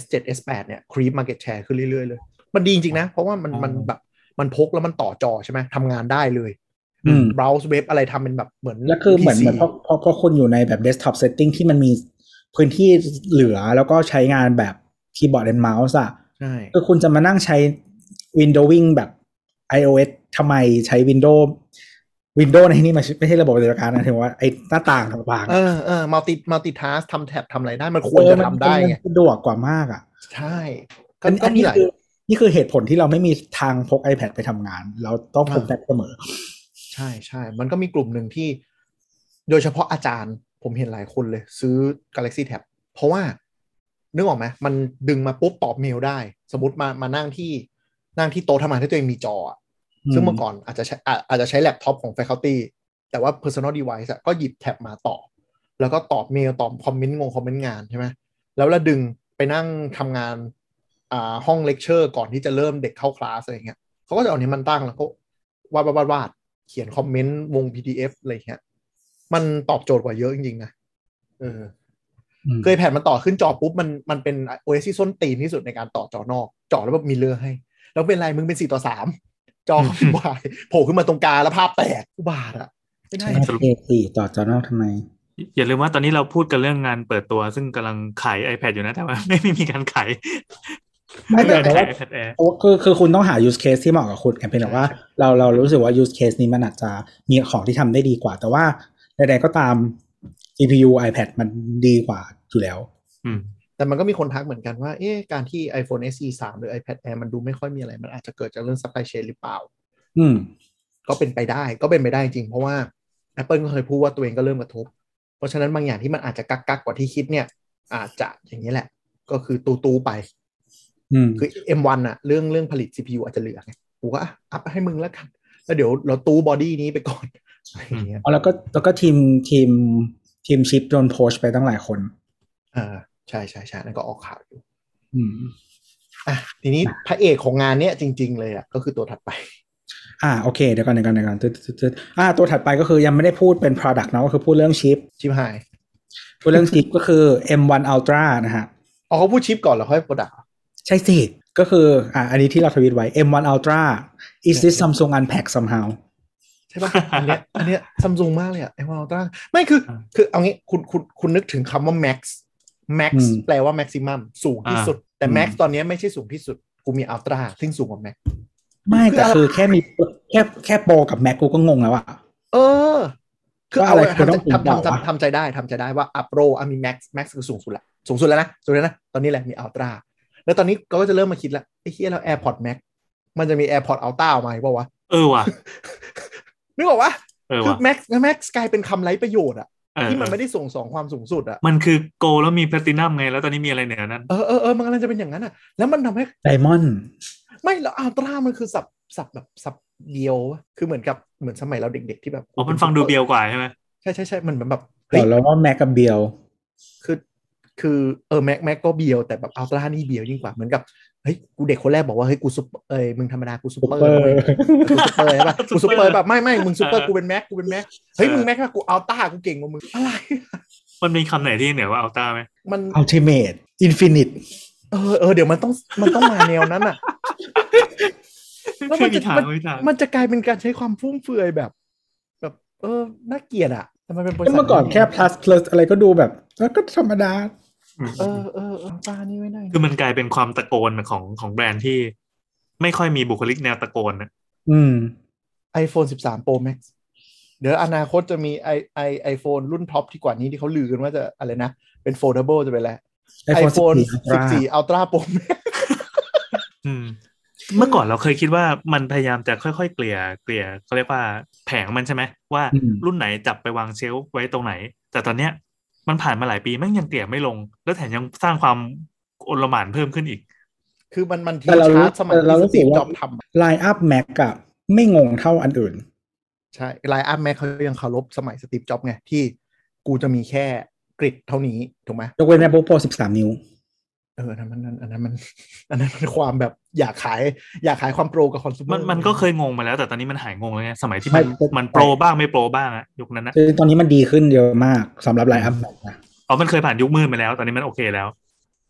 S7 S8 เนี่ยครีป market share ขึ้นเรื่อยๆเลย มันดีจริงๆนะ เพราะว่ามันมันแบบมันพกแล้วมันต่อจอใช่ไหมทำงานได้เลย
อืม
เบราว์เว็บอะไรทำเป็นแบบเหมือน
แล้วคือเหมือน
PC
เหมือนพอพอพอคุณอยู่ในแบบ desktop setting ที่มันมีพื้นที่เหลือแล้วก็ใช้งานแบบคีย์บอร์ดและเมาส์อะ
ใช่
คือคุณจะมานั่งใช้ Windowing แบบ iOS ทำไมใช้ Windows Windows ในที่นี้มันไม่ใช่ระบบปฏิบัติการนะถึงว่าไอ้หน้าต่างต่าง
เออเออมัลติมัลติทัสทำแท็บทำอะไรได้มันควรจะทำได้ไง
มันสะดวกกว่ามากอ่ะ
ใช่ ก็
อัน
ก็
อัน
มี
นี้
หลาย
คือนี่คือเหตุผลที่เราไม่มีทางพก iPad ไปทำงาน เราต้องพก
อ่า
แบ็คเสมอ
ใช่ใช่ มันก็มีกลุ่มหนึ่งที่ โดยเฉพาะอาจารย์ ผมเห็นหลายคนเลย ซื้อ Galaxy Tab เพราะว่า นึกออกไหมมันดึงมาปุ๊บตอบเมลได้ สมมติมามานั่งที่นั่งที่โต๊ะทำงานที่ตัวเองมีจออะ
อืม
ซึ่งเมื่อก่อนอาจจะใช้อาอาจจะใช้แล็ปท็อปของ Faculty แต่ว่า Personal Device อะก็หยิบแท็บมาตอบ แล้วก็ตอบเมลตอบคอมเมนต์งงคอมเมนต์งานใช่ไหมแล้วเราดึงไปนั่งทำงานอ่าห้องเลคเชอร์ก่อนที่จะเริ่มเด็กเข้าคลาสอะไรอย่างเงี้ยเขาก็จะเอานี้มันตั้งแล้วก็วาดวาดวาดวาดเขียนคอมเมนต์วง PDF อะไรอย่างเงี้ยมันตอบโจทย์กว่าเยอะจริงๆนะเออ
อืม
เคยแผ่นมันต่อขึ้นจอปุ๊บมันมันเป็น OS ที่ส้นตีนที่สุดในการต่อจอนอก จอแล้วแบบมีเลอร์ให้ แล้วเป็นไรมึงเป็นสี่ต่อสามจอก็วายโผล่ขึ้นมาตรงกลางแล้วภาพแตกอุบาทอะไม่ได้
ใช่โอเคต่อจอนอกทำไม
อย่าลืมว่าตอนนี้เราพูดกันเรื่องงานเปิดตัว ซึ่งกำลังขาย iPad อยู่นะแต่ว่า ไม่ไม่มีการขาย
ไม่แต่แต่
ขาย
ว่า
iPad Air
โอ้คือคือคุณต้องหา use case ที่เหมาะกับคุณกันเป็นแต่ว่าเราเรารู้สึกว่า use case นี้มันอาจจะมีของที่ทำได้ดีกว่า แต่ว่าใดๆก็ตาม GPU iPad มันดีกว่าอยู่แล้ว
อืม
แต่มันก็มีคนทักเหมือนกันว่า เอ๊ะการที่ iPhone SE 3 หรือ iPad Air มันดูไม่ค่อยมีอะไร มันอาจจะเกิดจากเรื่อง supply chain หรือเปล่า
อืม
ก็เป็นไปได้ก็เป็นไปได้จริง เพราะว่า Apple ก็เคยพูดว่าตัวเองก็เริ่มกระทบ เพราะฉะนั้นบางอย่างที่มันอาจจะกักกักๆกว่าที่คิดเนี่ย อาจจะอย่างนี้แหละ ก็คือตูตูๆไป
อืม
คือ M1 อะเรื่องเรื่องผลิต CPU อาจจะเหลือไงกูก็อ่ะอัพให้มึงแล้วกัน แล้วเดี๋ยวเราตู้บอดี้นี้ไปก่อนอะไรอย่างเงี้ย
เอาแล้วก็แล้วก็ทีมทีมทีมชิปโดนโพสต์ไปตั้งหลายคน
อ่าใช่ใช่ใช่นั่นก็ออกข่าวอยู่
อืม
อ่ะทีนี้พระเอกของงานเนี้ยจริง ๆ เลยอะก็คือตัวถัดไป
อ่าโอเคเดี๋ยวก่อนเดี๋ยวก่อนเดี๋ยวก่อนตึ๊ดตึ๊ดตึ๊ดอ่าตัวถัดไปก็คือยังไม่ได้พูดเป็น product เนอะก็คือพูดเรื่องชิป
ชิปหาย
พูดเรื่องชิป ก็คือ M1 Ultra นะฮะ
เอาเขาพูดชิปก่อนแล้วค่อยโปรดักต์
ใช่สิ ก็คืออ่าอันนี้ที่เราทวีตไว้ M1 Ultra is this Samsung unpack somehow
ใช่ปะ อันเนี้ยอันเนี้ยซัมซุงมากเลยอะไอวอลต้าไม่คือ
อ่า
คือเอางี้คุณคุณคุณนึกถึงคำว่า max max
อืม
แปลว่า maximum สูงที่
อ่า
สุด แต่
อืม
max ตอนเนี้ยไม่ใช่สูงที่สุด กูมีอัลตร้าซึ่งสูงกว่า max
ไม่แต่คือแค่มีแค่แค่โปรกับแม็กกูก็งงแล้วอะ
เออ คือ
ว่า
เอา
อะไร
ไว้
คุณต้อง
ทำ
ถึง
ใจ
เปล่า
ทำทำ
วะ
ทำทำใจได้ทำใจได้ว่าอัปโรอ่ะมีแม็กซ์แม็กซ์คือสูงสุดละสูงสุดแล้วนะสูงแล้วนะ ตอนนี้แหละมีอัลตร้าแล้วตอนนี้ก็จะเริ่มมาคิดละไอ้เฮียแล้ว AirPod Max มันจะมี AirPod Ultra ออกมาอีกเปล่าวะ
เออว่ะ
นึกออกวะ
เออ
คือ
ว่ะ
Max Max กลายเป็นคำไร้ประโยชน์อะ
เออ
ที่มัน
เออ
ไม่ได้ส่งสองความสูงสุดอะ
มันคือโกลแล้วมีแพลตินัมไงแล้วตอนนี้มีอะไรเหนือนั้น
เออเออเออมันกำลังจะเป็นอย่างนั้นอะแล้วมันทำให้
ไดมอนด์
ไม่แล้วอัลตร้ามันคือสับสับแบบสับเดียววะคือเหมือนกับเหมือนสมัยเราเด็ก ๆ ที่แบบ
อ๋อ มันฟังดูเบียวกว่าใช่ไหม
ใช่ใช่ใช่มันเหมือนแบบเฮ้
แต่
ย
เราว่าแม็กกับเบล
คือคือเออแม็กแม็กก็เบียวแต่แบบอัลตร้านี่เบียวยิ่งกว่าเหมือนกับเฮ้ยกูเด็กคนแรกบอกว่าเฮ้ยกูซุปเอ้ยมึงธรรมดากูซุป
ซู
เปอร์
เปอร์
กูซุปเปอ ร์ใช่ปะกูซุปเปอร์แบบไม่ไม่มึงซุปเปอร์กูเป็นแม็กกูเป็นแม็กเฮ้ยมึงแม็กอะกูอัลตร้ากูเก่งกว่ามึงอะไร
มันมีคำไหนที่เหนือกว่าอัลต้าไหม
มัน
ultimate infinite
เออเออเดี๋ยวมันต้องมันต้องมาแนวนั้นอ่ะ แล้วมั
ไม่
น
มี
จะ
ทาง
มัน
ไม่มีทาง
มันจะกลายเป็นการใช้ความฟุ่มเฟือยแบบ แบบ เออน่าเกลียดอ่ะแต่มันเป็นบริษัท
เมื่อก่อนแค่ plus plus อะไรก็ดูแบบแล้วก็ธรรมดา
อืม
เออเอออัลตร้านี่ไม่ได้
คือมันกลายเป็นความตะโกนของของแบรนด์ที่ไม่ค่อยมีบุคลิกแนวตะโกนนะ
อืม
ไอโฟนสิบสามโปรแม็กเดี๋ยวอนาคตจะมีไอไอไอโฟนรุ่นท็อปที่กว่านี้ที่เขาลือกันว่าจะอะไรนะ เป็นโฟลเด b เบิลจะเป็นอะไร
iPhone
น
14
สิบ
Ultra
สี่อัลตร้าโปรแม็ก
อืม เมื่อก่อนเราเคยคิดว่ามันพยายามจะค่อยๆ เกลี่ยเกลี่ยเขาเรียกว่าแผงมันใช่ไหมว่า
อืม
รุ่นไหนจับไปวางเชลฟ์ไว้ตรงไหน แต่ตอนเนี้ย มันผ่านมาหลายปีแม่งยังเกลี่ยไม่ลง แล้วแถมยังสร้างความโอลหมานเพิ่มขึ้นอีก
คือมันมันที
แต่เรารู้
ชาร์จสมัย
แต่เรารู้สึ
ที่สี
กว่า
จอบทำอะ
ไลน์อัพแม็กอะไม่งงเท่าอันอื่น
ใช่ไลน์อัพแม็กเขายังเคารพสมัยสตีฟจ็อบไงที่กูจะมีแค่กริดเท่านี้ถูกไหม
ยกเว้น MacBook Pro 13 นิ้ว
เอออันนั้นมันอันอันนั้น มัน อันนั้นมันความแบบอยากขายอยากขายความโปรกับคอน sumer
มันมันก็เคยงงมาแล้ว แต่ตอนนี้มันหายงงแล้วไงสมัยที่มัน
ไม่
มันโปรบ้างไม่โปรบ้างอะยุคนั้นนะ
คือตอนนี้มันดีขึ้นเยอะมากสำหรับไลน์อัพแม็กนะ
อ๋อมันเคยผ่านยุคมืดมาแล้ว ตอนนี้มันโอเคแล้ว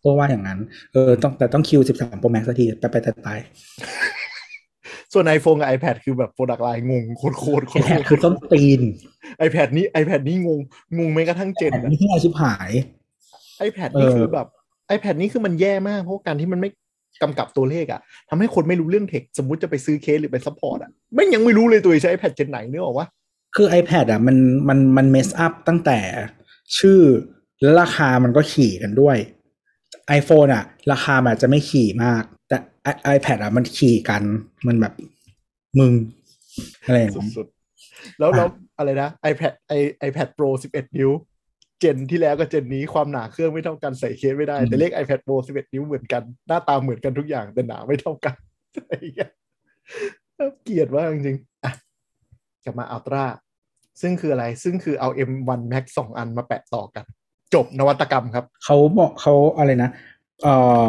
ก็ว่าอย่างนั้น เออ ต้องแต่ต้องคิว 13 Pro Max สักที ไปไปตายตาย
ส่วน iPhone กับ iPad คือแบบโปรดักต์ไลน์งงโคตรโคตรโค
ไอ
ตร
แพดคือต้นตีน
ไอแพดนี้ iPad นี้งง งงแม้กระทั่งเจน
แต่
อะ
ไม่ใช่อาชิบหาย
iPad
เออ
นี่คือแบบ iPad นี่คือมันแย่มาก เพราะการที่มันไม่ กำกับตัวเลขอะทำให้คนไม่รู้เรื่องเทค สมมติจะไปซื้อเคสหรือไปซัพพอร์ตอะแม่งยังไม่รู้เลยตัวเองใช้ iPad เจนไหนเนื้อออกวะ
คือ iPad อ่ะมันมันมันเมสอัพตั้งแต่ชื่อและราคามันก็ขี่กันด้วย iPhone อ่ะ ราคามันอาจจะไม่ขี่มาก แต่ i- iPad อ่ะมันขี่กันมันแบบมึง อะไรอย่างเงี้ย
สุดๆ แล้วแล้วอะไรนะ iPad ไอ iPad Pro 11 นิ้ว เจนที่แล้วกับเจนนี้ความหนาเครื่องไม่เท่ากันใส่เคสไม่ได้ แต่เลข iPad Pro 11 นิ้วเหมือนกัน หน้าตาเหมือนกันทุกอย่างแต่หนาไม่เท่ากัน ไอ้เหี้ยน่าเกลียดว่ากจริงๆอ่ะกลับมาอัลตร้าซึ่งคืออะไรซึ่งคือเอา M1 Max สองอันมาแปะต่อกัน จบนวัตกรรมครับ
เขาบอกเขาอะไรนะเอ่อ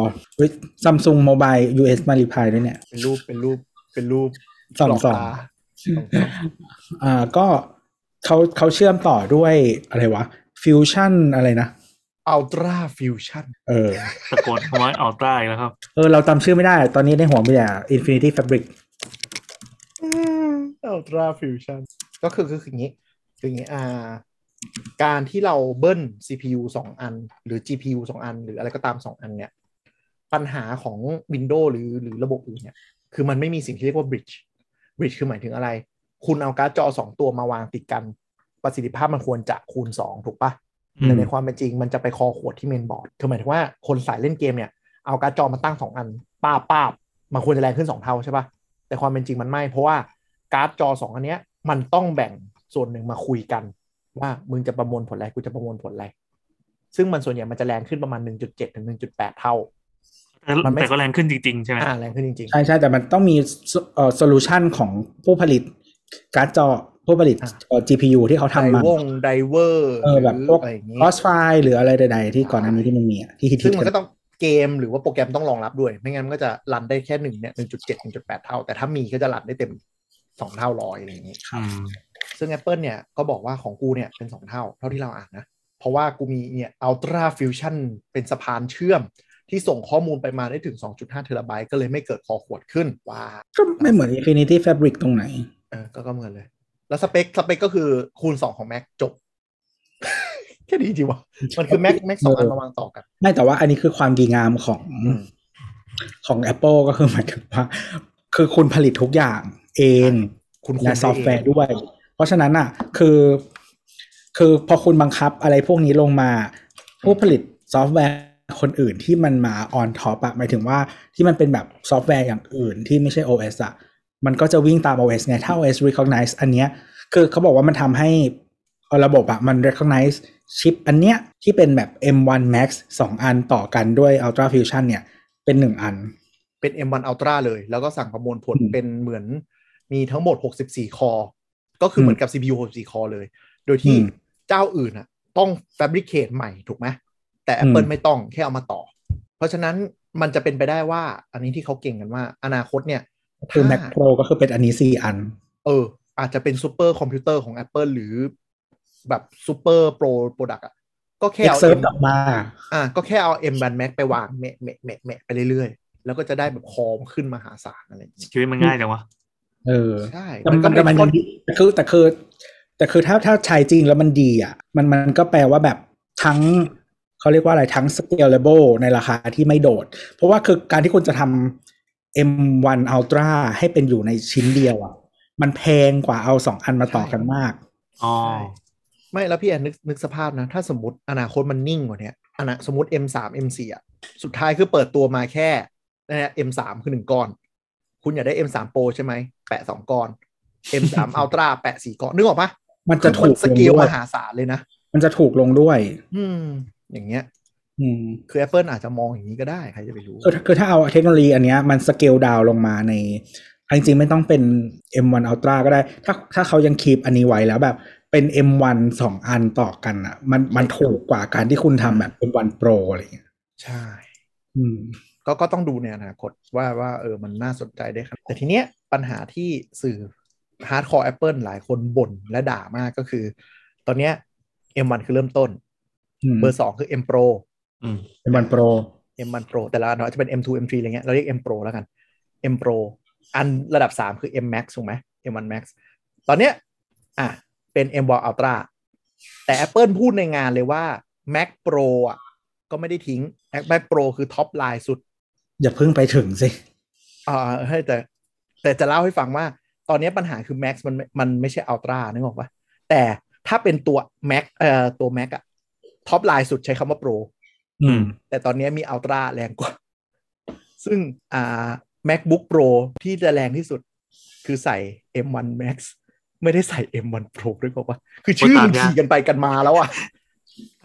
ซัมซุงโมบาย US มารีพายด้วยเนี่ย
เป็นรูปเป็นรูปเป็นรูป
สอง
หลก
สอง
ตา
อ่าก็เขาเขาเชื่อมต่อด้วยอะไรวะฟิวชั่นอะไรนะ
อัลตร้าฟิวชั่น
เออ
ตะโกนคำว่าอัลตร้าอีกแล้วครับ
เออ เราจำชื่อไม่ได้ ตอนนี้ในหัวมีแต่ Infinity Fabric
อัลตร้าฟิวชั่นก็คือคือคืออย่างนี้คืออย่างนี้อ่าการที่เราเบิ้ล CPU สองอัน หรือ GPU สองอัน หรืออะไรก็ตามสองอันเนี่ย ปัญหาของ Windows หรือหรือระบบอื่นเนี่ย คือมันไม่มีสิ่งที่เรียกว่า bridge bridge คือหมายถึงอะไร คุณเอาการ์ดจอสองตัวมาวางติดกัน ประสิทธิภาพมันควรจะคูณสองถูกปะ
อืม
แต่ในความเป็นจริงมันจะไปคอขวดที่เมนบอร์ด คือหมายถึงว่าคนสายเล่นเกมเนี่ย เอาการ์ดจอมาตั้งสองอัน ป้าบป้าบมันควรจะแรงขึ้นสองเท่าใช่ปะแต่ความเป็นจริงมันไม่ เพราะว่าการ์ดจอสองอันเนี้ยมันต้องแบ่งส่วนหนึ่งมาคุยกัน ว่ามึงจะประมวลผลอะไรกูจะประมวลผลอะไร ซึ่งมันส่วนใหญ่มันจะแรงขึ้นประมาณ 1.7ถึง1.8 เท่า
แต่
มันไม่
แต่ก็แรงขึ้นจริง ๆ ใช่ไหม
อ่าแรงขึ้นจริง
ใช่ใช่แต่มันต้องมีเอ่อโซลูชันของผู้ผลิตการ์ดจอผู้ผลิต
อ่ะ
เอ่อ GPU ที่เขา
ๆได
ทำมา
วงไดเวอร์
เออแบบพวก
อะไรอย่างงี้
Crossfire หรืออะไรใดๆ ที่ก่อนหน้านี้ที่มันมีอะที่ฮิต
ซึ่งมันก็
ๆ
ต้องเกมหรือว่าโปรแกรมต้องรองรับด้วย ไม่งั้นมันก็จะรันได้แค่หนึ่งเนี่ยหนึ่งจุดเจ็ดหนึ่งจุดแปดเท่า แต่ถ้ามีก็จะรันได้เต็มสองเท่าร้อยอะไรอย่างนี้
อืม
ซึ่ง Apple เนี่ยก็บอกว่าของกูเนี่ยเป็นสองเท่าเท่าที่เราอ่านนะ เพราะว่ากูมีเนี่ย Ultra Fusion เป็นสะพานเชื่อม ที่ส่งข้อมูลไปมาได้ถึง 2.5 เทราไบต์ก็เลยไม่เกิดคอขวดขึ้นว้า
ก็ไม่เหมือน Infinity Fabric ตรงไหน
เออก็ก็เหมือนเลย แล้วสเปคสเปคก็คือคูณ 2 ของ Mac จบ แค่นี้จริงวะมันคือ Mac Mac สองอันมาวางต่อกัน
ไม่แต่ว่าอันนี้คือความดีงามของ
อืม
ของ Apple ก็คือหมาย ถึงว่า คือคุณผลิตทุกอย่างเอง
คุณ
และ
ได้
ซอฟต์แวร์ด้วย เพราะฉะนั้นอ่ะ คือ คือพอคุณบังคับอะไรพวกนี้ลงมา ผู้ผลิตซอฟต์แวร์คนอื่นที่มันมาออนท็อปอะหมายถึงว่าที่มันเป็นแบบซอฟต์แวร์อย่างอื่นที่ไม่ใช่ OS อะมันก็จะวิ่งตาม OS ไงถ้า OS recognize อันเนี้ยคือเขาบอกว่ามันทำให้ระบบอะมัน recognize ชิปอันเนี้ยที่เป็นแบบ M1 Max สองอันต่อกันด้วย Ultra Fusion เนี่ยเป็นหนึ่งอัน
เป็น M1 Ultra เลย แล้วก็สั่งประมวลผล
อืม
เป็นเหมือนมีทั้งหมด 64 คอ ก็คือเหมือนกับ CPU 64 คอเลย โดยที่
อืม
เจ้าอื่นอ่ะ ต้องแฟบริเค e ใหม่ถูกไหม แต่ Apple
อืม
ไม่ต้องแค่เอามาต่อ เพราะฉะนั้นมันจะเป็นไปได้ว่า อันนี้ที่เขาเก่งกันว่า อนาคตเนี่ย
คือ
ถ้า
Mac Pro ก็คือเป็นอันนี้สี่อัน
เออ อาจจะเป็นซูเปอร์คอมพิวเตอร์ของ Apple หรือแบบซูเปอร์โปรโปรดักต์อ่ะ ก็แค่
e
เอา
x e r v e
M
กลับมา
อ่ะก็แค่เอา M1 Max ไปวางแมะแมะแมะแมะไปเรื่อยๆ แล้วก็จะได้แบบคอมขึ้นมหาศาลอะไรอย่างเงี้ย
ชีวิตมันง่ายจังวะ
เออ
ใช่
แต่
มั
มัน น
ก็
ก็มั
เป็น
น
ข้อ
ดีแต่คือแต่คือแต่คือถ้าถ้าใช้จริงแล้วมันดีอ่ะมันมันก็แปลว่าแบบทั้งเขาเรียกว่าอะไรทั้ง scalable ในราคาที่ไม่โดด เพราะว่าคือการที่คุณจะทำ M1 Ultra ให้เป็นอยู่ในชิ้นเดียวอ่ะ มันแพงกว่าเอาสองอันมาต่อกันมาก
อ๋อ
ใช่ไม่แล้วพี่แอนนึกนึกสภาพนะ ถ้าสมมติอนาคตมันนิ่งกว่าเนี้ยอนาสมมติ M3 M4 อ่ะ สุดท้ายคือเปิดตัวมาแค่นะฮะ M3 คือหนึ่งก้อน คุณอยากได้ M3 Pro ใช่ไหม แปะสองก้อน M3 Ultra แปะสี่ก้อน นึกออกปะ
มันจะถูก
ส
ลง
เกล
ด้ว
ม
ย
หาศาลเลยนะ
มันจะถูกลงด้วย
อืม อย่างเงี้ย
อืม
คือ Apple อาจจะมองอย่างนี้ก็ได้ ใครจะไปรู้
คือคือถ้าเอาเทคโนโลยีอันเนี้ยมันสเกลดาวลงมาในอันจริงๆไม่ต้องเป็น M1 Ultra ก็ได้ ถ้าถ้าเขายังคีปอันนี้ไว้แล้วแบบเป็น M1 สองอันต่อกันอ่ะ มันมันถูกกว่าการที่คุณทำแบบ M1 Pro อะไรอย่างเงี้ย
ใช่
อืม
ก็ก็ต้องดูในอนาคตว่าว่าเออมันน่าสนใจได้ครับ แต่ทีเนี้ยปัญหาที่สื่อฮาร์ดคอร์ Apple หลายคนบ่นและด่ามากก็คือ ตอนเนี้ย M1 คือเริ่มต้น
อืม
เบอร์ 2 คือ M Pro
อืม
M1 Pro
M1 Pro แต่ละอันอาจจะเป็น M2 M3 อะไรเงี้ยเราเรียก M Pro แล้วกัน M Pro อันระดับ 3 คือ M Max ถูกไหม M1 Max ตอนเนี้ยอ่ะเป็น M1 Ultra แต่ Apple พูดในงานเลยว่า Mac Pro อ่ะก็ไม่ได้ทิ้ง Mac Pro คือท็อปไลน์สุด
อย่าเพิ่งไปถึงสิ
อ่าให้แต่ แต่จะเล่าให้ฟังว่า ตอนนี้ปัญหาคือ Max มันมันไม่ใช่อัลตร้านึกออกปะแต่ถ้าเป็นตัว Max เอ่อตัว Max อะท็อปไลน์สุดใช้คำว่าโปร
อืม
แต่ตอนนี้มีอัลตร้าแรงกว่า ซึ่งอ่า MacBook Pro ที่จะแรงที่สุด คือใส่ M1 Max ไม่ได้ใส่ M1 Pro ด้วยบอกว่า คือชื่อมันขี่กันไปกันมาแล้วอ่ะ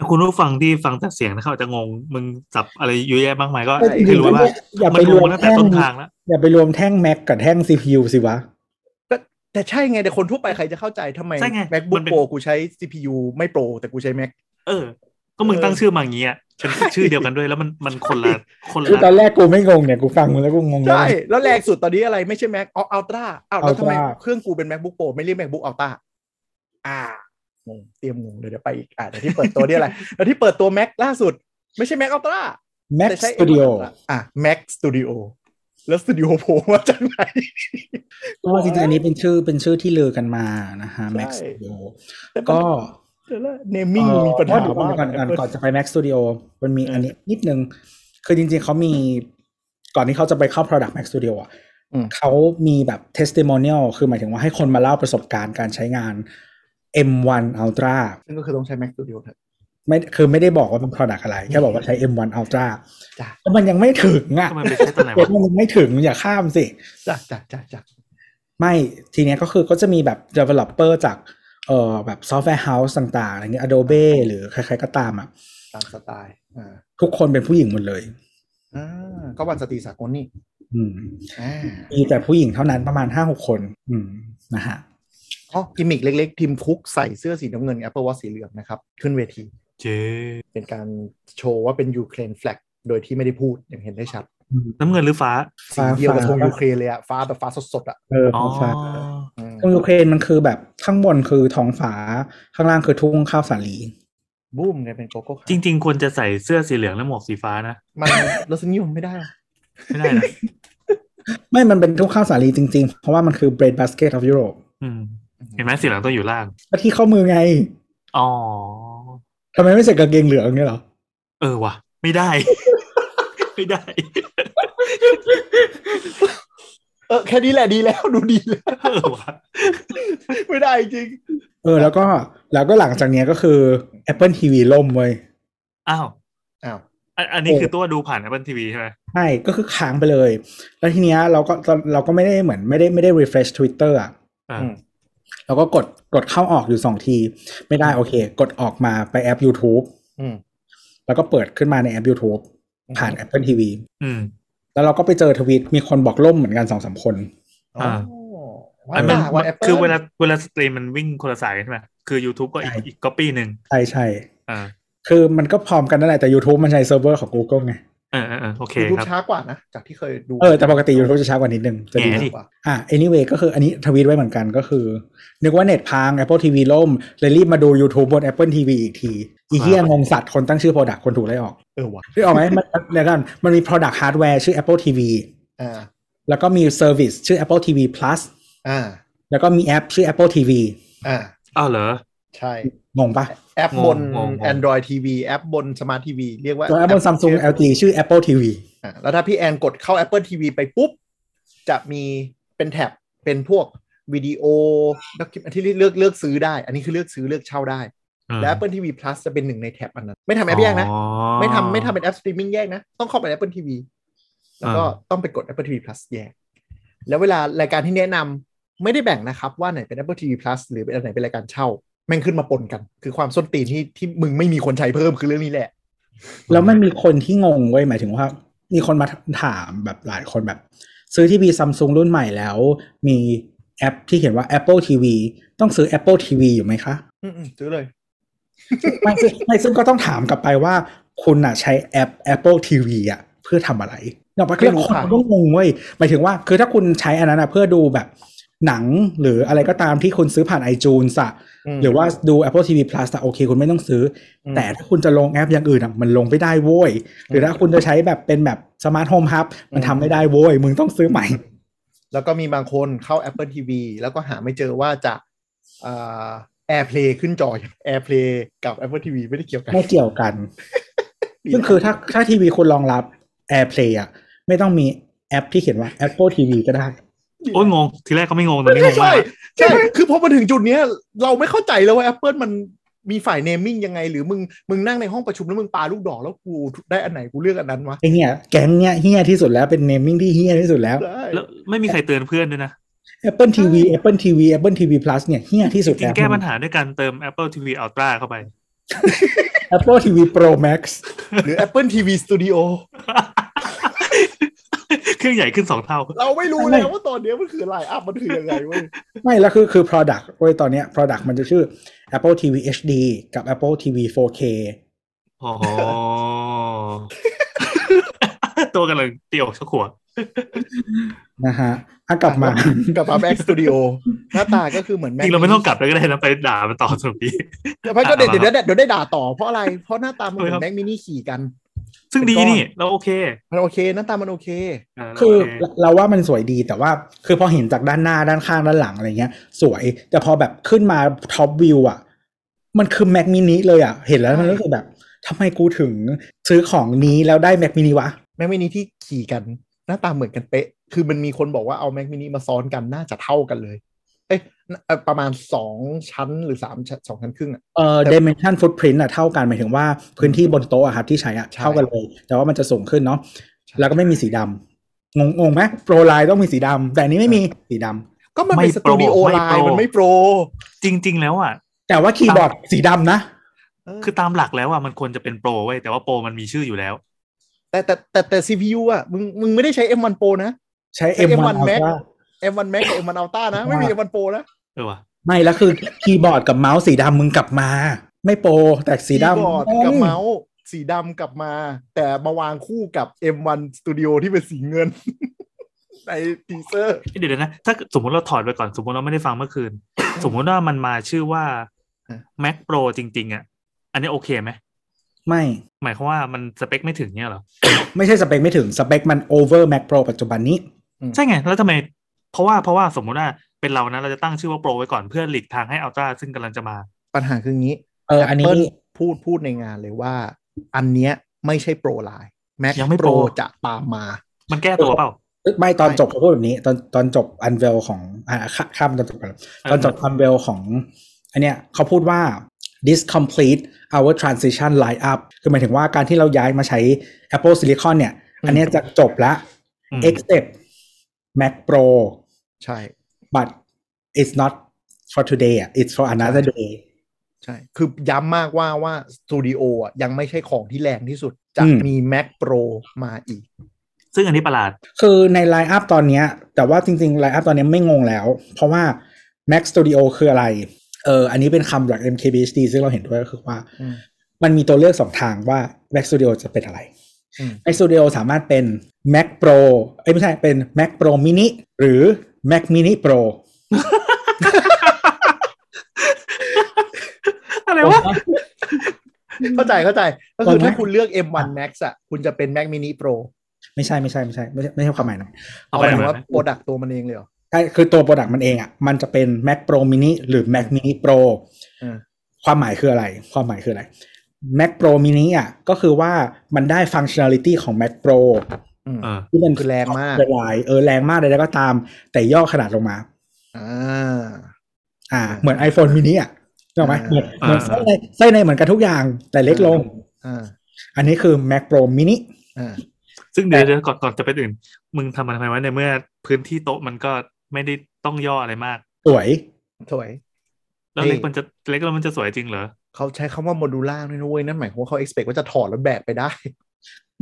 คุณผู้ฟังที่ฟังจากเสียงนะครับอาจจะงง มึงจับอะไรเยอะแยะมากมายก็
ไม่
ให้รู้ว่า
อย่า
มั
ไป
น
ร
รู้
วม
ตั้งแต่
แท่ง
ต้นทางแล้ว
อย่าไปรวมแท่งแม็กกับแท่ง CPU สิวะ
แต่แต่ใช่ไง แต่คนทั่วไปใครจะเข้าใจทำไม
ใช่ไงมั
MacBook
นเป็น
Pro กูใช้ CPU ไม่ Pro แต่กูใช้ Mac
เออ ก็มึงตั้งชื่อมาอย่างเงี้ยเป็นชื่อเดียวกันด้วยแล้วมันมันคนละคน
คือ
ละ
ตอนแรกกูไม่งงเนี่ย กูฟังมึงแล้วกูงงแล้ว
ใช่ แล้วแรงสุดตอนนี้อะไรไม่ใช่ Mac อ๋อ Ultra อ้าวแล้วทำไม
Ultra
เครื่องกูเป็น MacBook Pro ไม่เรียก MacBook Ultra อ่างงเตรียมงงเลยเดี๋ยวไปอีกอ่าแต่ที่เปิดตัวนี่อะไร แล้วที่เปิดตัว Mac ล่าสุด ไม่ใช่ Mac Ultra
Mac
แต่ใช้ M1
Studio
Ultra อ่ะ Mac Studio แล้ว Studio โผล่มาจากไหน
ก็จริงๆอันนี้เป็นชื่อเป็นชื่อที่ลือกันมานะฮะ Mac
ใช่
Studio
แต่
ก็
เนมิ่งมีปัญหา
เอ่อ
มาก
ก่อนก่อนก่อนจะไป Mac Studio มันมีอันนี้นิดนึง คือจริงๆเขามีก่อนที่เขาจะไปเข้า Product Mac Studio อ่ะเขามีแบบ testimonial คือหมายถึงว่าให้คนมาเล่าประสบการณ์การใช้งาน M1 Ultra
ซึ่งก็คือต้องใช้ Mac Studio เถอะ
ไม่คือไม่ได้บอกว่าเป็น product อะไร แค่บอกว่าใช้ M1 Ultra
จ้ะ
แต่มันยังไม่ถึงอ่ะ
ก็มันไปใช้ตอนไหนวะ
เดี๋ยวมันยังไม่ถึงอย่าข้ามสิ
จ้ะจ้ะจ้ะจ้ะ
ไม่ทีเนี้ยก็คือก็จะมีแบบ developer จากเอ่อแบบซอฟต์แวร์เฮาส์ต่างๆอะไรเงี้ย Adobe หรือใครๆก็ตามอ่ะ
ตามสไตล์อ่า
ทุกคนเป็นผู้หญิงหมดเลย
อ่าก็วันสตรีสากลนี่
อืม
อ่า
มีแต่ผู้หญิงเท่านั้นประมาณห้าหกคน อืมนะฮะ
อ๋อกิมมิกเล็ก ๆ ทีมคุกใส่เสื้อสีน้ำเงิน Apple Watch สีเหลืองนะครับ ขึ้นเวที
เจ๊
เป็นการโชว์ว่าเป็นยูเครนแฟลกโดยที่ไม่ได้พูดอย่างเห็นได้ชัด
น้ำเงินหรือฟ้า
สีเดียวกับธงยูเครนเลยอะฟ้าแบบฟ้าสดๆอะ
เออ
อ๋อ
ของฟ้า
อืม
ตรงยูเครนมันคือแบบข้างบนคือท้องฟ้าข้างล่างคือทุ่งข้าวสาลี
บูมเลยเป็นโกโก้
จริง ๆ ควรจะใส่เสื้อสีเหลืองและหมวกสีฟ้านะ
มันรสนิยมไม่ได้
ไม่ได้นะ
ไม่มันเป็นทุ่งข้าวสาลีจริงๆ เพราะว่ามันคือ bread basket of Europe
อืมเห็นไหมสีเหลืองต้องอยู่ล่าง
ก็ที่ข้อมือไง
อ๋อ
ทำไมไม่ใส่กางเกงเหลืองเนี่ยเหรอ
เออว่ะ ไม่ ได้ ไม่ได้
เออแค่นี้แหละดีแล้วดูดีแล้ว
เออว่ะ
ไม่ได้จริง
เออ แล้วก็แล้วก็หลังจากเนี้ยก็คือ Apple TV ล่มเว้ย
อ้าว
อ้าว
อันอันนี้คือตัวดูผ่าน Apple TV ใช่ไหม
ใช่ก็คือค้างไปเลย แล้วทีเนี้ยเราก็เราเราก็ไม่ได้เหมือนไม่ได้ไม่ได้ refresh Twitter อ่ะ
อ่า
อืม
เราก็กดกดเข้าออกอยู่สองที ไม่ได้โอเค กดออกมาไปแอป YouTube
อืม
แล้วก็เปิดขึ้นมาในแอป YouTube ผ่าน Apple TV
อืม
แล้วเราก็ไปเจอทวีตมีคนบอกล่มเหมือนกันสองสามคน
อ๋อว่า
อันมัน
ว่าแอป
คือเวลาเวลาสตรีมมันวิ่งคนละสายใช่ไหมคือ YouTube ก็อีก
ใช่
อีกก๊อปปี้หนึ่ง
ใช่ใช่
อ่า
คือมันก็พร้อมกันนั่นแหละแต่ YouTube มันใช้เซิร์ฟเวอร์ของ Google ไง
เออเออเออโอเค
คือรูป
ครับ
ช้ากว่านะ จากที่เคยดู
เออแต่ปกติ YouTube จะช้ากว่านิดนึงจะดี
แหม
ดีกว่า
อ่ะ anyway ก็คืออันนี้ทวีตไว้เหมือนกันก็คือ นึกว่าเน็ตพัง Apple TV ล่ม เลยรีบมาดู YouTube บน Apple TV อีกที อีเหี้ยงงสัตว์คนตั้งชื่อ Product คนถูกไล่ออก
เออว่ะ
นึกออกไหมมัน เดี๋ยวกันมันมี Product Hardware ชื่อ Apple TV
อ่า
แล้วก็มี Service ชื่อ Apple TV Plus
อ่า
แล้วก็มีแอปชื่อ Apple TV
อ่า
อ้าวเหรอ
ใช่
งงปะ
แอป
งง
บน
งงง
Android TV แอปบน Smart TV เรียกว่า
ตัวแอปบน Samsung
Apple
LG ชื่อ Apple TV
อ่ะแล้วถ้าพี่แอนกดเข้า Apple TV ไปปุ๊บ จะมีเป็นแท็บเป็นพวกวิดีโอด็อกิมที่เลือกเลือกซื้อได้ อันนี้คือเลือกซื้อเลือกเช่าได้
อืม
และ Apple TV Plus จะเป็นหนึ่งในแท็บอันนั้น ไม่ทำแอปแยกนะ
อ๋อ
ไม่ทำไม่ทำเป็นแอปสตรีมมิ่งแยกนะ ต้องเข้าไป Apple TV แล้วก็ต้องไปกด Apple TV Plus แยก แล้วเวลารายการที่แนะนำไม่ได้แบ่งนะครับ ว่าไหนเป็น Apple TV Plus หรือเป็นอันไหนเป็นรายการเช่า แม่งขึ้นมาปนกัน คือความส้นตีนที่ที่มึงไม่มีคนใช้เพิ่มคือเรื่องนี้แหละ
แล้วมันมีคนที่งงเว้ยหมายถึงว่า มีคนมาถามแบบหลายคนแบบ ซื้อทีวีซัมซุงรุ่นใหม่แล้ว มีแอปที่เขียนว่า Apple TV ต้องซื้อ Apple TV อยู่ไหมคะ
อืมๆซื้อเลย
ไม่ซึ่งไม่ซึ่งก็ต้องถามกลับไปว่า คุณน่ะใช้แอป Apple TV อ่ะเพื่อทำอะไรเนาะปะ
ไม่
คือ
รู้
คน
ค่ะ
ก็งงเว้ยหมายถึงว่า คือถ้าคุณใช้อันนั้นอะเพื่อดูแบบหนังหรืออะไรก็ตามที่คุณซื้อผ่าน iTunes อะ
ม
หรือว่าดู Apple TV Plus อะโอเค คุณไม่ต้องซื้ออ
ม
แต่ถ้าคุณจะลงแอปอย่างอื่นอะมันลงไม่ได้โว้ย หรือถ้าคุณจะใช้แบบเป็นแบบสมาร์ทโฮมฮับมัน
อืม
ทำไม่ได้โว้ย มึงต้องซื้อใหม่
แล้วก็มีบางคนเข้า Apple TV แล้วก็หาไม่เจอว่าจะเอ่อ AirPlay ขึ้นจอ AirPlay กับ Apple TV ไม่ได้เกี่ยวกัน
ไม่เกี่ยวกัน ซึ่งคือถ้าถ้าทีวีคุณรองรับ AirPlay อ่ะ ไม่ต้องมีแอปที่เขียนว่า Apple TV ก็ได้
โอ้ยงง ทีแรกก็ไม่งงตอนนี้งง
ใช่
มาก
ใช่คือพอมาถึงจุดเนี้ย เราไม่เข้าใจแล้วว่า Apple มันมีฝ่ายเนมิ่งยังไง หรือมึงมึงนั่งในห้องประชุมแล้วมึงปาลูกดอกแล้วกูได้อันไหนกูเลือกอันนั้นวะ
ไอเนี้ยแก๊งเนี้ยเฮี้ยที่สุดแล้วเป็นเนมมิ่งที่เฮี้ยที่สุดแล้ว
ได้
แล้วไม่มีใครเตือนเพื่อนด้วยนะ
Apple TV Apple TV Apple TV Plus เนี่ยเฮี้ยที่สุด
จริ
แล้
ง
ว
ๆแก้ปัญหาด้วยการเติม Apple TV Ultra เข้าไป
Apple TV Pro Max
หรือ Apple TV Studio
เครื่องใหญ่ขึ้นสองเท่า
เราไม่รู้แล้วว่าตอนเนี้ยมันคืออะไรอัพมันคือยังไงเว้ย
ไม่แล้วคือคือ product เว้ยตอนเนี้ย product มันจะชื่อ Apple TV HD กับ Apple TV 4K
อ๋ อ ตัวกันเลยเตี่ยวชักขวด
นะฮะอ่ะกลับมา
กลับมา Mac Studio หน้าตาก็คือเหมือน
จ
Mac
ริงเราไม่ต้องกลับแล้วก็ได้นะไปด่ามันต่อสปี
เดี๋ยวพักก็เดี๋ยว
อ่ะ
เดี๋ยวเดี๋ยวได้ด่าต่อเพราะอะไร เพราะหน้าตามันเหมือ
ทำไมครั
น
บ
แม็กมินี่ขี่กัน
ซึ่งดีนี่ เราโอเค
มันโอเค หน้าตามันโอเค
าเรา
คือ
โเ
เราว่ามันสวยดีแต่ว่าคือพอเห็นจากด้านหน้าด้านข้างด้านหลังอะไรเงี้ย สวยแต่พอแบบขึ้นมาท็อปวิวอ่ะ มันคือแม็กมินิเลยอ่ะ เห็นแล้วมันรู้สึกแบบทำไมกูถึงซื้อของนี้แล้วได้แม็กมินิวะ
แม็กมินี่ที่ขี่กัน หน้าตาเหมือนกันเป๊ะ คือมันมีคนบอกว่าเอาแม็กมินี่มาซ้อนกันน่าจะเท่ากันเลย เอ๊ะเอ่อประมาณสองชั้นหรือสามชั้นสองชั้นครึ่งอะ
เอ่อ
แต่
dimension footprint อ่ะเท่ากันหมายถึงว่าพื้นที่บนโต๊ะอะครับที่ใช้อ่ะ
ใช่
เท่ากันเลย แต่ว่ามันจะสูงขึ้นเนาะ
ใช่
แล้วก็ไม่มีสีดำงงงงไหมโปรไลน์ต้องมีสีดำแต่อันนี้ไม่มีสีดำ
ก็มันเป็น
ไม่
ส
โปร
ตูดิโอ
ไม่
ไล
โปร
น์มันไม่โปร
จริง ๆ แล้วอ่ะ
แต่ว่าคีย์บอร์ดสีดำนะ
เออ
คือตามหลักแล้วอ่ะมันควรจะเป็นโปรไว้ยแต่ว่าโปรมันมีชื่ออยู่แล้ว
แต่แต่แต่แต่ CPU อ่ะ มึงมึงไม่ได้ใช้ M1 Pro นะ
ใช้
ใช้
M1
M1 Max
Ultra
M1 Max กับ M1 Ultra นะ ไม่มี M1 Pro นะ
เออว่ะ
ไม่แล้วคือคีย์บอร์ดกับเมาส์สีดำมึงกลับมา ไม่โปรแต่สีดำ
คีย์บอร์ดกับเมาส์สีดำกลับมา แต่มาวางคู่กับ M1 Studio ที่เป็นสีเงิน ในทีเซอร์
เดี๋ยวๆนะ ถ้าสมมติเราถอดไปก่อนสมมติเราไม่ได้ฟังเมื่อคืน สมมติว่ามันมาชื่อว่า
อ่ะ
Mac Pro จริง ๆ อ่ะ อันนี้โอเคไหม
ไม่
หมายความว่ามันสเปคไม่ถึงเนี่ยเหรอ
ไม่ใช่สเปคไม่ถึงสเปคมัน over Mac Pro ปัจจุบันนี้
ใช่ไง แล้วทำไม เพราะว่าเพราะว่าสมมุติว่าเป็นเรานะ เราจะตั้งชื่อว่าโปรไว้ก่อนเพื่อหลีกทางให้อัลตร้าซึ่งกำลังจะมา
ปัญหาคืองี้
เอออันนี้
Apple พูดพูดในงานเลยว่า อันเนี้ยไม่ใช่โปรไลน์ Mac
ยังไม่
โป
โป
ร
ร
จะตามมา
มันแก้ตัวเปล่า
ไม่ตอน
ไม่
จบเขาพูดแบบนี้ ตอนตอนจบอันเวลของอ่าข้ามตอนจบกันตอนจบอันเวลของ อันเนี้ยเขาพูดว่า this complete our transition line up คือหมายถึงว่าการที่เราย้ายมาใช้ Apple Silicon เนี่ย อันเนี้ยจะจบละ
อืม
except Mac Pro
ใช่
but it's not for today อ่ะ it's for another day
ใช่ คือย้ำมากว่าว่าสตูดิโอะยังไม่ใช่ของที่แรงที่สุด จะ
อืม
มี Mac Pro มาอีก
ซึ่งอันนี้ประหลาด
คือในไล n ์อัพตอนเนี้ย แต่ว่าจริงๆไล n ์อัพตอนเนี้ยไม่งงแล้ว เพราะว่า Mac Studio คืออะไร เอออันนี้เป็นคำจาก MKBHD ซึ่งเราเห็นด้วยก็คือว่า
อืม
มันมีตัวเลือกสองทางว่า Mac Studio จะเป็นอะไร
อืม
Mac Studio สามารถเป็น Mac Pro เอ้ยไม่ใช่เป็น Mac Pro Mini หรือ Mac Mini Pro
อะไรวะ
เข้าใจเข้าใจ ก็
ตอ
คื
น
อ
นั้น
ถ้าคุณเลือก M1 Max อะคุณจะเป็น Mac Mini Pro
ไม่ใช่ไม่ใช่ไม่ใช่ไม่ใช่ไม่ใช่ความหมายนะ
เอา
เอา
ห
ไป
มายถึ
มาง
ว่า
นะ
โปรดักตัวมันเองเลยเหรอ
ใช่คือตัว Product มันเองอ่ะมันจะเป็น Mac Pro Mini หรือ Mac Mini Pro
อืม
ความหมายคืออะไร ความหมายคืออะไร Mac Pro Mini อ่ะก็คือว่ามันได้ฟังชั่น a ลิตี้ของ Mac Pro
อืม
เออ
ที่มัน
คือแรงมาก
ละลายเออแรงมากใดๆก็ตาม แต่ย่อขนาดลงมา
อ่า
อ่า เหมือน iPhone mini อ่ะถูกไหมเหมือนเหมือนไส้ในไส้ในเหมือนกันทุกอย่างแต่เล็กลง
อ่า
อันนี้คือ Mac Pro mini
อ่า
ซึ่งเดี๋ยวเดี๋ยวก่อนก่อนจะไปอื่น มึงทำมันทำไมวะในเมื่อพื้นที่โต๊ะมันก็ไม่ได้ต้องย่ออะไรมาก
สวย
สวย
แล้ว
นี่
เล็กมันจะเล็กแล้วมันจะสวยจริงเหรอ
เขาใช้คำว่าโมดูล่าด้วยนะเว้ย นั่นหมายความว่าเขา expect ว่าจะถอดแล้วแบกไปได้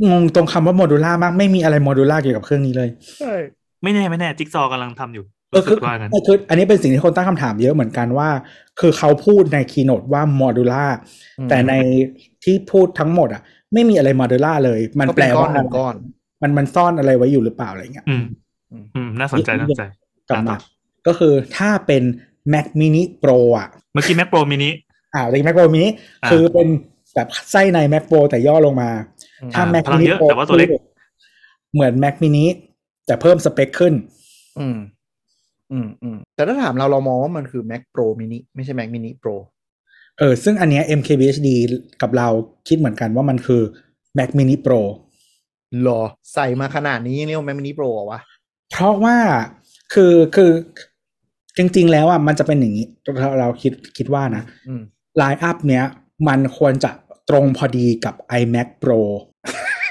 งงตรงคำว่าโมดูล่ามากไม่มีอะไรโมดูล่าเกี่ยวกับเครื่องนี้เลย
ใช่
ไม่แน่ไม่แน่จิ๊กซอว์กำลังทำอยู่
เออ
รู้
คื
สึ
อก
ว่ากัน
คืออันนี้เป็นสิ่งที่คนตั้งคำถามเยอะเหมือนกันว่า คือเขาพูดในคีโนดว่าโมดูล่า
อืม
แต่ในที่พูดทั้งหมดอ่ะ ไม่มีอะไรโมดูล่าเลย มัน
ก็
แปล
เป็นก้อ
ว่าน
หนึ่งก้อน
มันมันซ่อนอะไรไว้อยู่หรือเปล่าอะไรเงี้ย
อืม
อืม
อืม น่าสนใจน่าสนใจ
กลับมา
อ่ะ
ก็คือถ้าเป็น Mac Mini Pro อ่ะ
เมื่อกี้ Mac Pro mini
อ่าใน Mac Pro mini
อ่า
คือเป็นแบบไส้ใน Mac Pro แต่ย่อลงมา ถ้า
อ่า
Mac
พลัง
mini
เยอะ
Pro
แต่ว่าตัวเล็ก
เหมือน Mac mini แต่เพิ่มสเปคขึ้น
อืม อืมอืมแต่ถ้าถามเราเรามองว่ามันคือ Mac Pro Mini ไม่ใช่ Mac Mini Pro
เออ ซึ่งอันเนี้ย MKBHD กับเราคิดเหมือนกันว่ามันคือ Mac mini Pro
หรอใส่มาขนาดนี้เรียกว่าแมมินิโปรวะ
เพราะว่าคือคือจริง ๆ แล้วอ่ะมันจะเป็นอย่างนี้เราเราคิดคิดว่านะ
อืม
ไลน์อัพเนี้ย มันควรจะตรงพอดีกับ iMac Pro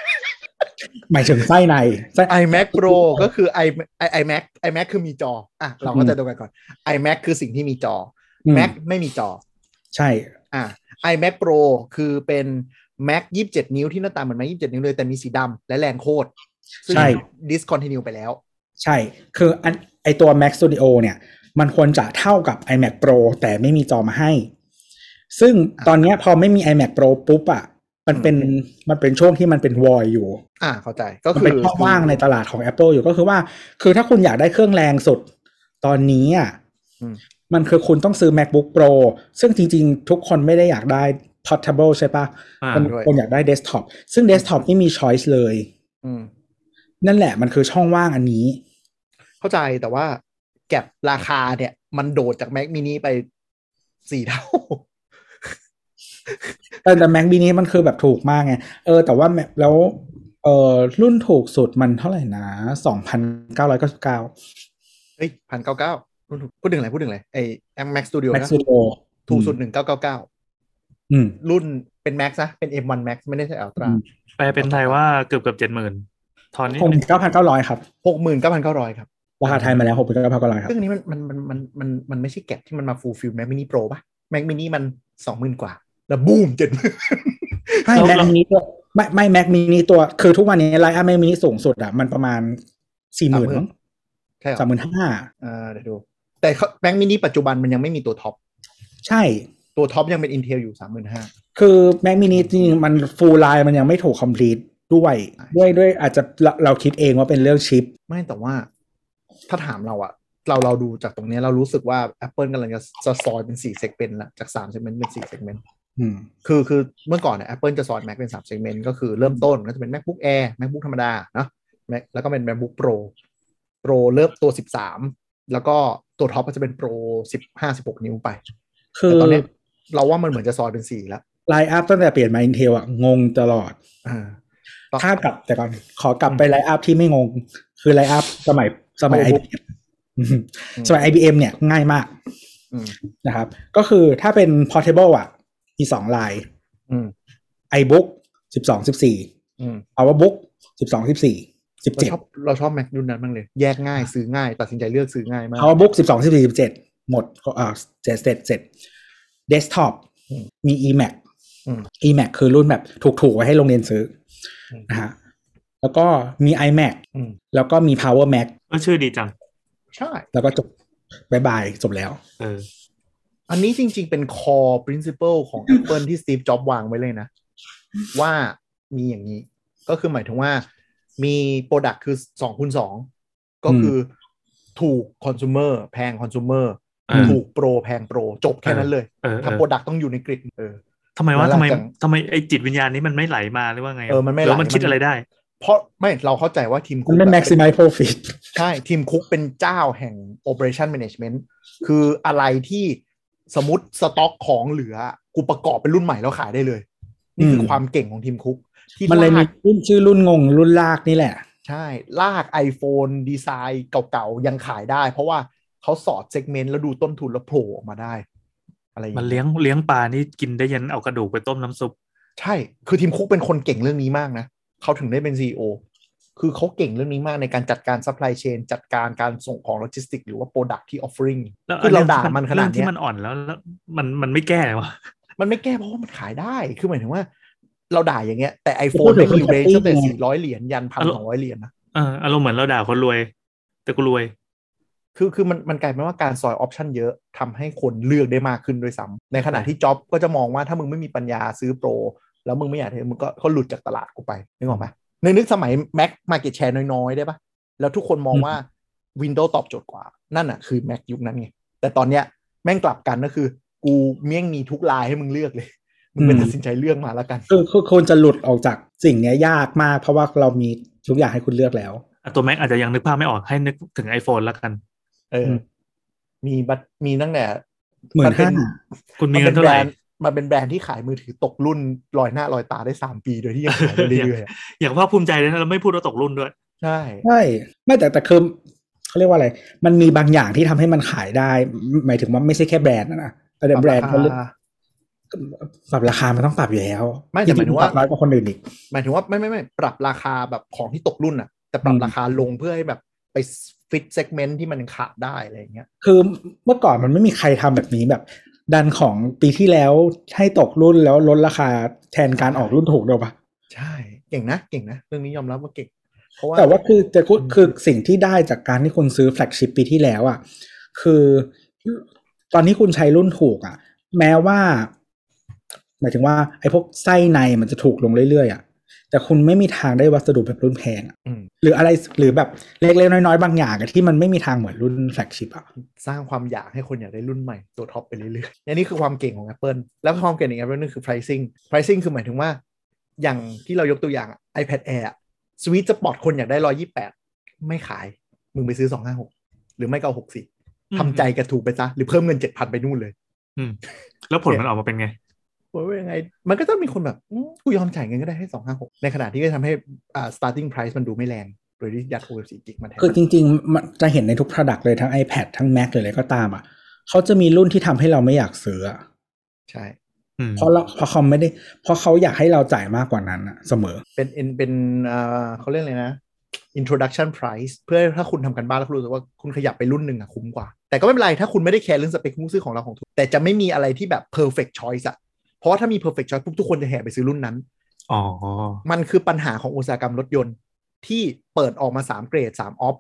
หมายถึงไส้ในไส้
iMac Pro ก็คือ i i- iMac iMac คือมีจออ่ะเราเข้าใจตรงกันก่อน iMac คือสิ่งที่มีจอ
อืม
Mac ไม่มีจอ
ใช่
อ่ะ iMac Pro คือเป็น Mac 27 นิ้วที่หน้าตาเหมือน Mac 27 นิ้วเลยแต่มีสีดำและแรงโคตรซึ่ง
ใช่
discontinue ไปแล้ว
ใช่ คืออันไอตัว Mac Studio เนี่ย มันควรจะเท่ากับ iMac Pro แต่ไม่มีจอมาให้ ซึ่งตอนเนี้ยพอไม่มี iMac Pro ปุ๊บอะ่ะ มันเป็นมันเป็นช่วงที่มันเป็นวอยอยู่
อ่ะเข้าใจก็
มัน
คื
เป็น
อ
ช่องว่างในตลาดของ Apple อยู่ก็คือว่า คือถ้าคุณอยากได้เครื่องแรงสุดตอนนี้อ่ะ
อืม
มันคือคุณต้องซื้อ MacBook Pro ซึ่งจริงๆ ทุกคนไม่ได้อยากได้ Portable ใช่ปะ
อ่า
มัน
ด้วย
คนอยากได้ Desktop ซึ่ง Desktop ไม่มี Choice เลย
อืม
นั่นแหละมันคือช่องว่างอันนี้
เข้าใจแต่ว่าแก็บราคาเนี่ย มันโดดจาก Mac Mini ไปสี่เท่า
แต่แต่ Mac mini มันคือแบบถูกมากไง เออ แต่ว่า Mac แล้วเออรุ่นถูกสุดมันเท่าไหร่นะสองพันเก้าร้อยเก้าสิบเก้า
เฮ้ยพันเก้าเก้าพูดถึงอะไรพูดถึงอะไรไอ้ Mac Studio
Mac
นะ
Studio
ถูกสุดหนึ่งเก้าเก้าเก้า
อืม
รุ่นเป็น Max นะ เป็น M1 Max ไม่ได้ใช่ Ultra
อืม
แปลเป็นไทยว่าเกือบเกือบเจ็ดหมื่นทอนนี้
หกเก้าพันเก้าร้อยครับ
หกหมื่นเก้าพันเก้าร้อยครับ
ราคาไทยมาแล้วหกพันเก้าพันเก้าร้อยครับ
ซึ่งอันนี้มันมันมันมันมันมันไม่ใช่แก็บที่มันมาฟูลฟิลแม็กมินิโปรป่ะแม็กมินิมันสองหมื่นกว่า แล้วบูมเจ็ดหมื่น
ไม่แม็กมินิตัวไม่ไม่แม็กมินิตัว คือทุกวันนี้ไลน์อัพแม็กมินิสูงสุดอ่ะ มันประมาณสี่หมื่น
ใช่เหรอ
สามหมื่นห้า
เออเดี๋ยวดู แต่แม็กมินิปัจจุบันมันยังไม่มีตัวท็อป
ใช่
ตัวท็อปยังเป็น Intel อยู่สามหมื่นห้า
คือแม็กมินิจริงๆมันฟูลไลน์มันยังไม่ถูกคอมพลีทด้วยด้วยด้วยอาจจะเราเราคิดเองว่าเป็นเรื่องชิป
ไม่แต่ว่าถ้าถามเราอะเราเราดูจากตรงเนี้ยเรารู้สึกว่า Apple กำลังจะจะซอยเป็นสี่เซกเมนต์ละจากสามเซกเมนต์เป็นสี่เซกเมนต์
อืม
คือคือเมื่อก่อนเนี่ย Apple จะซอย Mac เป็นสามเซกเมนต์ก็คือเริ่มต้นก็จะเป็น MacBook Air MacBook ธรรมดาเนาะ Mac แล้วก็เป็น MacBook Pro Pro เริ่มตัว 13 แล้วก็ตัวท็อปก็จะเป็น Pro 15 16 นิ้วไป
คื
แต่
อ
ตอนเนี้ยเราว่ามันเหมือนจะซอยเป็นสี่แล้ว
ไลน์อัพตั้งแต่เปลี่ยนมา Intel อ่ะ งงตลอด
อ่า ต่อ
ข้ามกลับแต่ก่อน ขอกลับไปไลน์อัพที่ไม่งง คือไลน์อัพสมัยสมัย IBM อืม สมัย IBM เนี่ยง่ายมาก
อืม
นะครับ ก็คือถ้าเป็น Portable อ่ะ มีสองไลน์
อืม
iBook สิบสองสิบสี่
อืม
PowerBook สิบสองสิบสี่สิบ
เรา
เจ็ด
ชอบเราชอบ Mac รุ่นนั้นมากเลย แยกง่ายซื้อง่าย ตัดสินใจเลือกซื้อง่ายมาก
PowerBook สิบสองสิบสี่สิบเจ็ดหมดก็อ่าเสร็จเสร็จเสร็จ Desktop
อืม
มี eMac
อืม
eMac คือรุ่นแบบถูกๆไว้ให้โรงเรียนซื้ออ
ม
นะฮะแล้วก็มี iMac
อืม
แล้วก็มี power mac
ก็ชื่อดีจัง
ใช่
แล้วก็จบบายบายจบแล้ว
เออ
อันนี้จริงๆ เป็น core principle ของ Apple ที่ Steve Jobs วางไว้เลยนะ ว่ามีอย่างนี้ ก็คือหมายถึงว่ามี Product คือ2คูณ2ก็คือถูก consumer แพง consumer
อ่า
ถูก pro แพง pro จบแค่นั้นเลย
เออเอ
ถ้า
อ
Product ต้องอยู่ในกริดเออ
ทำไมว่า
แล้วห
ทำ
ลัง
ไม
จาก
ทำไมไอจิตวิญญาณนี้มันไม่ไหลมาหรือว่าไงะ
เออมันไม่ไหล
หรือมันคิด
มัน
อะไรได้
เพราะไม่เราเข้าใจว่าทีมคุ
มั
ก
นไม่
อะ
maximize profit
ใช่ ทีมคุกเป็นเจ้าแห่ง operation management คืออะไรที่สมมติสต็อกของเหลือ กูประกอบเป็นรุ่นใหม่แล้วขายได้เลย นี่คือ
ม
ความเก่งของทีมคุก ที่
มันเลยมี
ลาก
รุ่นชื่อรุ่นงง รุ่นลากนี่แหละ
ใช่ ลาก iPhone ดีไซน์เก่าๆ ยังขายได้ เพราะว่าเขาสอดเซกเมนต์แล้วดูต้นทุนแล้วโผล่ออกมาได้ อะไรอย่าง
มัน
เงี้ย
เลี้ยงเลี้ยงปลานี่กินได้ยันเอากระดูกไปต้มน้ำซุป
ใช่ คือทีมคุกเป็นคนเก่งเรื่องนี้มากนะเขาถึงได้เป็น CEO คือเขาเก่งเรื่องนี้มากในการจัดการ supply chain จัดการการส่งของ logistics หรือว่า product ที่ offering
แล้ว
คือเราด่ามันขนาด
เรื่อง
เนี้
ที่
ย
มันอ่อนแล้วแล้วมันมันไม่แก้วะ
มันไม่แก้เพราะว่ามันขายได้ คือหมายถึงว่า เราด่ายอย่างเงี้ย แต่
พูด
iPhone
ถึ
ไม่
ง
มีเรนจ์ตั้งแต่
ไง
สี่ร้อยเหรียญยันพันสองร้อยเหรียญนะ
เอออารมณ์เหมือนเราด่าคนรวย แต่กูรวย
คือคือมันมันกลายเป็นว่าการซอยออปชันเยอะทำให้คนเลือกได้มากขึ้นด้วยซ้ำในขณะที่จ็อบก็จะมองว่าถ้ามึงไม่มีปัญญาซื้อโปร แล้วมึงไม่อยากเทมึงก็ก็หลุดจากตลาดกูไป นึกออกปะนึกนึกสมัย Mac Market Share น้อย ๆ ได้ปะแล้วทุกคนมองว่า Windows ตอบโจทย์กว่า นั่นอ่ะคือ Mac ยุคนั้นไง แต่ตอนเนี้ยแม่งกลับกันก็คือ กูเมี่ยงมีทุกลายให้มึงเลือกเลย มึงไปตัดสินใจเลือกมาแล้วกัน
คือคือคุณจะหลุดออกจากสิ่งเนี้ยยากมาก เพราะว่าเรามีทุกอย่างให้คุณเลือกแล้ว
อ่ะตัวแม็กอาจจะยังนึกภาพไม่ออกให้นึกถึง iPhone แล้วกัน
เอออ
ม
มีบัตรมีตั้งแต่
หมื่น
มัเป็
ห้า
คุณมี
น
เงิ
เป็น น
เท่า
แบ
ไห
ร
ร่
นด์ มันเป็นแบรนด์ที่ขายมือถือตกรุ่นลอยหน้าลอยตาได้สามปีโดยที่ยังขายไปเรื่อยๆอะ
อย่างภาคภูมิใจเลยนะเราไม่พูดว่าตกรุ่นด้วย
ใช่
ใช่ไม่แต่แต่คือเขาเรียกว่าอะไร มันมีบางอย่างที่ทำให้มันขายได้ หมายถึงว่าไม่ใช่แค่แบรนด์นะนะแต่แบรนด์เขาเลือก
ราคา
ปรับราคามันต้องปรับอยู่แล้ว
ไม่แต่หมายถึง
ป
ว่า
รับน้อยกว่าคนอื่นอีก
หมายถึงว่าไม่ไม่ไม่ปรับราคาแบบของที่ตกรุ่นอะแต่ปรับ
อืม
ราคาลงเพื่อให้แบบไปฟิตเซกเมนต์ที่มันขาดได้อะไรอย่างเงี้ย
คือเมื่อก่อนมันไม่มีใครทำแบบนี้แบบ ดันของปีที่แล้วให้ตกรุ่นแล้วลดราคาแทนการออกรุ่นถูกเดียวปะ
ใช่เก่งนะเก่งนะ เรื่องนี้ยอมรับว่าเก่ง เพราะว่า
แต่ว่าคือจะพูด
อืม
คือสิ่งที่ได้จากการที่คุณซื้อแฟลกชิพปีที่แล้วอะ่ะคือตอนนี้คุณใช้รุ่นถูกอะ่ะ แม้ว่า หมายถึงว่าไอ้พวกไส้ในมันจะถูกลงเรื่อยๆอะ่ะ แต่คุณไม่มีทางได้วัสดุแบบรุ่นแพงอะ
อืม
หรืออะไรหรือแบบเล็กๆน้อยๆบางอย่างอะที่มันไม่มีทางเหมือนรุ่นแฟลกชิพอ่ะ
สร้างความอยากให้คนอยากได้รุ่นใหม่ตัวท็อปไปเรื่อยๆอันนี้คือความเก่งของ Apple แล้วความเก่งของ Apple นั่นคือ pricing pricing คือหมายถึงว่า อย่างที่เรายกตัวอย่างอะ iPad Air สวิตสปอร์ตคนอยากได้ 128 ไม่ขาย มึงไปซื้อ 256 หรือไม่ก็6สิ
อืม
ทำใจกระถูกไปซะ หรือเพิ่มเงิน 7,000 ไปนู่นเลย
แล้วผลมันออกมาเป็นไง
ว่ายังไง มันก็ต้องมีคนแบบอืมกูยอมจ่ายเงินก็ได้ให้ 256 ในขณะที่ก็ทำให้อ่า starting price มันดูไม่แรงโดยที่ยัด OFC กิกมาแทน
คือจริงๆมันจะเห็นในทุก Product เลยทั้ง iPad ทั้ง Mac หรืออะไรก็ตามอ่ะเขาจะมีรุ่นที่ทำให้เราไม่อยากซื้ออะ
ใช่
อืม
เพราะเราเพราะเขาไม่ได้ เพราะเขาอยากให้เราจ่ายมากกว่านั้นอะเสมอ
เป็น in- เป็นอ่าเขาเรียกอะไรนะ introduction price เพื่อถ้าคุณทำกันบ้านแล้วคุณรู้สึกว่าคุณขยับไปรุ่นหนึ่งอะคุ้มกว่า แต่ก็ไม่เป็นไร ถ้าคุณไม่ได้แคร์เรื่องสเปคคุณซื้อของเราของถูกแต่จะไม่มีอะไรที่แบบ perfect choice อะเพราะว่าถ้ามี perfect choice ปุ๊บทุกคนจะแห่ไปซื้อรุ่นนั้น
อ๋อ
มันคือปัญหาของอุตสาหกรรมรถยนต์ ที่เปิดออกมา 3 เกรด 3 ออฟ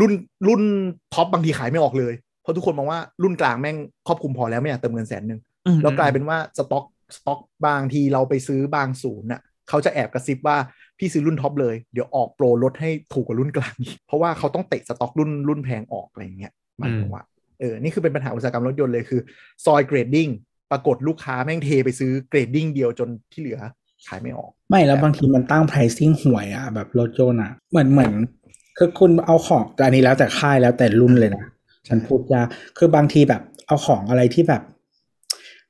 รุ่นรุ่นท็อปบางทีขายไม่ออกเลย เพราะทุกคนมองว่ารุ่นกลางแม่งครอบคลุมพอแล้วไม่อยากเติมเงินแสนหนึ่ง แล้วกลายเป็นว่าสต็อกสต็อกบางทีเราไปซื้อบางศูนย์น่ะเขาจะแอบกระซิบว่าพี่ซื้อรุ่นท็อปเลย เดี๋ยวออกโปรลดให้ถูกกว่ารุ่นกลางอีกเพราะว่าเขาต้องเตะสต็อกรุ่นรุ่นแพงออกอะไรอย่างเงี้ยหมายถึงว่าเออนี่คือเป็นปัญหาอุตสาหกรรมรถยนต์เลยคือ ซอยเกรดดิ้งปรากฏลูกค้าแม่งเทไปซื้อเกรดดิ้งเดียวจนที่เหลือขายไม่ออก
ไม่แล้ว
ครับ
บางทีมันตั้ง pricing ห่วยอ่ะแบบรถยนต์อ่ะเหมือนเหมือนคือคุณเอาของแต่อันนี้แล้วแต่ค่ายแล้วแต่รุ่นเลยนะฉันพูดยากคือบางทีแบบเอาของอะไรที่แบบ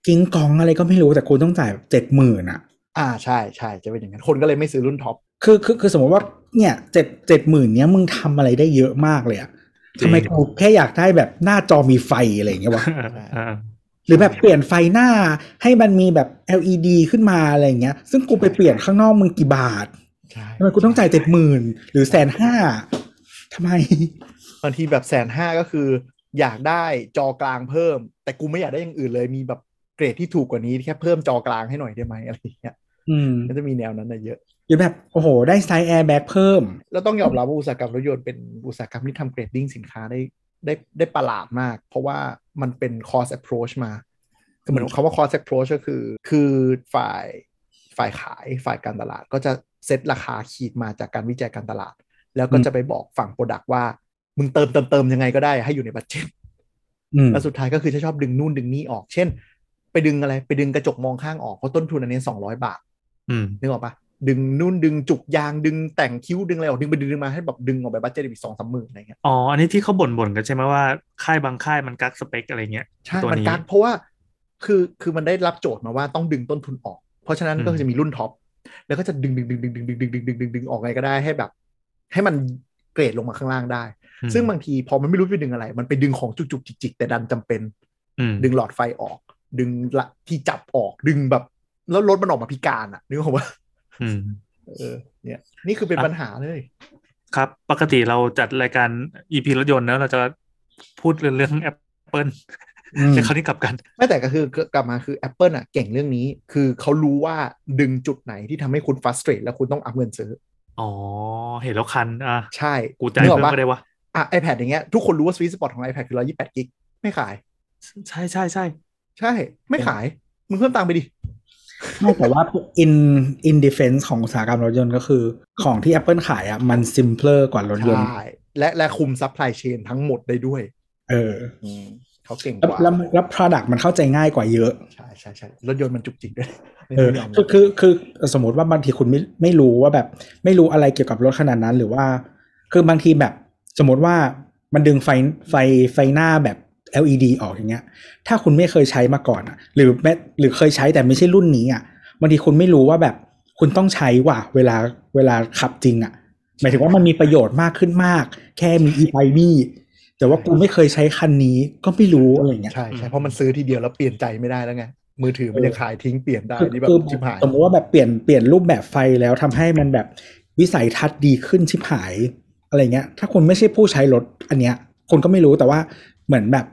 กิ้งกองอะไรก็ไม่รู้แต่คุณต้องจ่ายเจ็ดหมื่นอ่ะ
อ่าใช่ใช่จะเป็นอย่างนั้นคนก็เลยไม่ซื้อรุ่นท็อป
คือคือคือสมมติว่าเนี่ยเจ็ดเจ็ดหมื่นเนี้ยมึงทำอะไรได้เยอะมากเลยอะ
จริง
ทำไมกูแค่อยากได้แบบหน้าจอมีไฟอะไรอย่างเงี้ยวะ
อ่า
หรือแบบเปลี่ยนไฟหน้าให้มันมีแบบ LED ขึ้นมาอะไรอย่างเงี้ย ซึ่งกูไปเปลี่ยนข้างนอกมึงกี่บาท
ใช่
ทำไมกูต้องจ่ายเจ็ดหมื่นหรือแสนห้าทำไม
บางทีแบบแสนห้าก็คือ อยากได้จอกลางเพิ่ม แต่กูไม่อยากได้อย่างอื่นเลยมีแบบเกรดที่ถูกกว่านี้แค่เพิ่มจอกลางให้หน่อยได้ไหมอะไรอย่างเงี้ย
อืม
ก็จะมีแนวนั้นนะเยอะ
หรือแบบโอ้โห ได้ไซส์แอร์แบ็กเพิ่ม
แล้วต้องยอมรับว่าอุตสาหกรรมรถยนต์เป็นอุตสาหกรรมที่ทำเกรดดิ้งสินค้าได้ได้ได้ประหลาดมาก เพราะว่ามันเป็น cost approach มา คือเหมือนคำว่า cost approach ก็คือ คือฝ่ายฝ่ายขายฝ่ายการตลาด ก็จะเซตราคาขีดมาจากการวิจัยการตลาด แล้วก็
อืม
จะไปบอกฝั่ง product ว่า มึงเติมเติมเติมยังไงก็ได้ให้อยู่ในบัตเจ็
อืม
แล้วสุดท้ายก็คือจะชอบดึงนู่นดึงนี่ออก เช่น ไปดึงอะไร ไปดึงกระจกมองข้างออก เพราะต้นทุนอันนี้สองร้อยบาท
อืม
นึกออกปะดึงนู่นดึงจุกยางดึงแต่งคิ้วดึงอะไรออก ดึงไปดึงมาให้แบบดึงออกไปบัตเจ็ตอีกสองสามหมื่นอะไรเงี้ย
อ๋อ อันนี้ที่เขาบ่นบ่นๆกันใช่ไหมว่า ค่ายบางค่ายมันกักสเปคอะไรเงี้ย
ใช่
ตัว
มัน
นี้
กักเพราะว่า คือคือมันได้รับโจทย์มาว่าต้องดึงต้นทุนออก เพราะฉะนั้น
อืม
ก็จะมีรุ่นท็อป แล้วก็จะดึงดึงดึงดึงดึงดึงดึงดึงดึงดึงดึงออกไงก็ได้ให้แบบ ให้มันเกรดลงมาข้างล่างได้
อืม
ซึ่งบางทีพอมันไม่รู้ไปดึงอะไร มันไปดึงของจุกๆจิกๆแต่ดันจำเป็น
อืม
ดึงหลอดไฟออก ดึงละที่จับออกดึงแบบ แล้วรถมันออกมาพิการอะนึกออกว่า
อืม
เออเนี่ย นี่คือเป็น
อ่ะ
ปัญหาเลย
ครับ ปกติเราจัดรายการ EP รถยนต์นะเราจะพูดเรื่องเรื่อง Apple
อืม
แต่คราวนี้กลับกัน
ไม่แต่ก็คือกลับมาคือ Apple อ่ะเก่งเรื่องนี้ คือเขารู้ว่าดึงจุดไหนที่ทำให้คุณ frustrate แล้วคุณต้องอัพเงินซื้อ
อ๋อ เห็นแล้วคัน อ่ะ
ใช่
กูจ่าย
นึอ
เพิ่
อ
ม
ปะ
ก็ได้วะ
อ่ะ iPad อย่างเงี้ยทุกคนรู้ว่า sweet spot ของ iPad คือ128กิกไม่ขาย
ใช่ใช่ใช่
ใช่ ไม่ขาย มึงเพิ่มตังค์ไปดิ
ไม่แต่ว่า in in defense ของอุตสาหกรรมรถยนต์ก็คือ ของที่ Apple ขายอ่ะมัน simpler กว่ารถยนต์
ใช่ และและคุม supply chain ทั้งหมดได้ด้วย
เออ
อืมเขาเก่งก
แล้ว
ว่า
แล้วแล้ว product มันเข้าใจง่ายกว่าเยอะ
ใช่ใช่ใช่รถยนต์มันจุกจิกด้วยไม่
เออ
ไม่ยม
คือคือคือสมมติว่าบางทีคุณไม่ไม่รู้ว่าแบบ ไม่รู้อะไรเกี่ยวกับรถขนาดนั้น หรือว่า คือบางทีแบบ สมมติว่ามันดึงไฟไฟไฟหน้าแบบ LED ออกอย่างเงี้ย ถ้าคุณไม่เคยใช้มาก่อนอะหรือแม้หรือเคยใช้แต่ไม่ใช่รุ่นนี้อะบางทีคุณไม่รู้ว่าแบบคุณต้องใช้ว่ะเวลาเวลาขับจริงอะหมายถึงว่ามันมีประโยชน์มากขึ้นมาก แค่มีอีไบนี่แต่ว่ากูไม่เคยใช้คันนี้ก็ไม่รู้อะไรอย่างเงี้ย
ใช่ใช่เพราะมันซื้อทีเดียวแล้วเปลี่ยนใจไม่ได้แล้วไง มือถือมันยังขายทิ้งเปลี่ยนได้นี่แบบ
คือ
ชิบหาย
สมมติว่าแบบเปลี่ยนเปลี่ยนรูปแบบไฟแล้วทำให้มันแบบวิสัยทัศน์ดีขึ้นชิบหายอะไรเงี้ย ถ้าคุณไม่ใช่ผู้ใช้รถอันเนี้ยคนก็ไม่รู้แต่ว่าเหมือนแบบ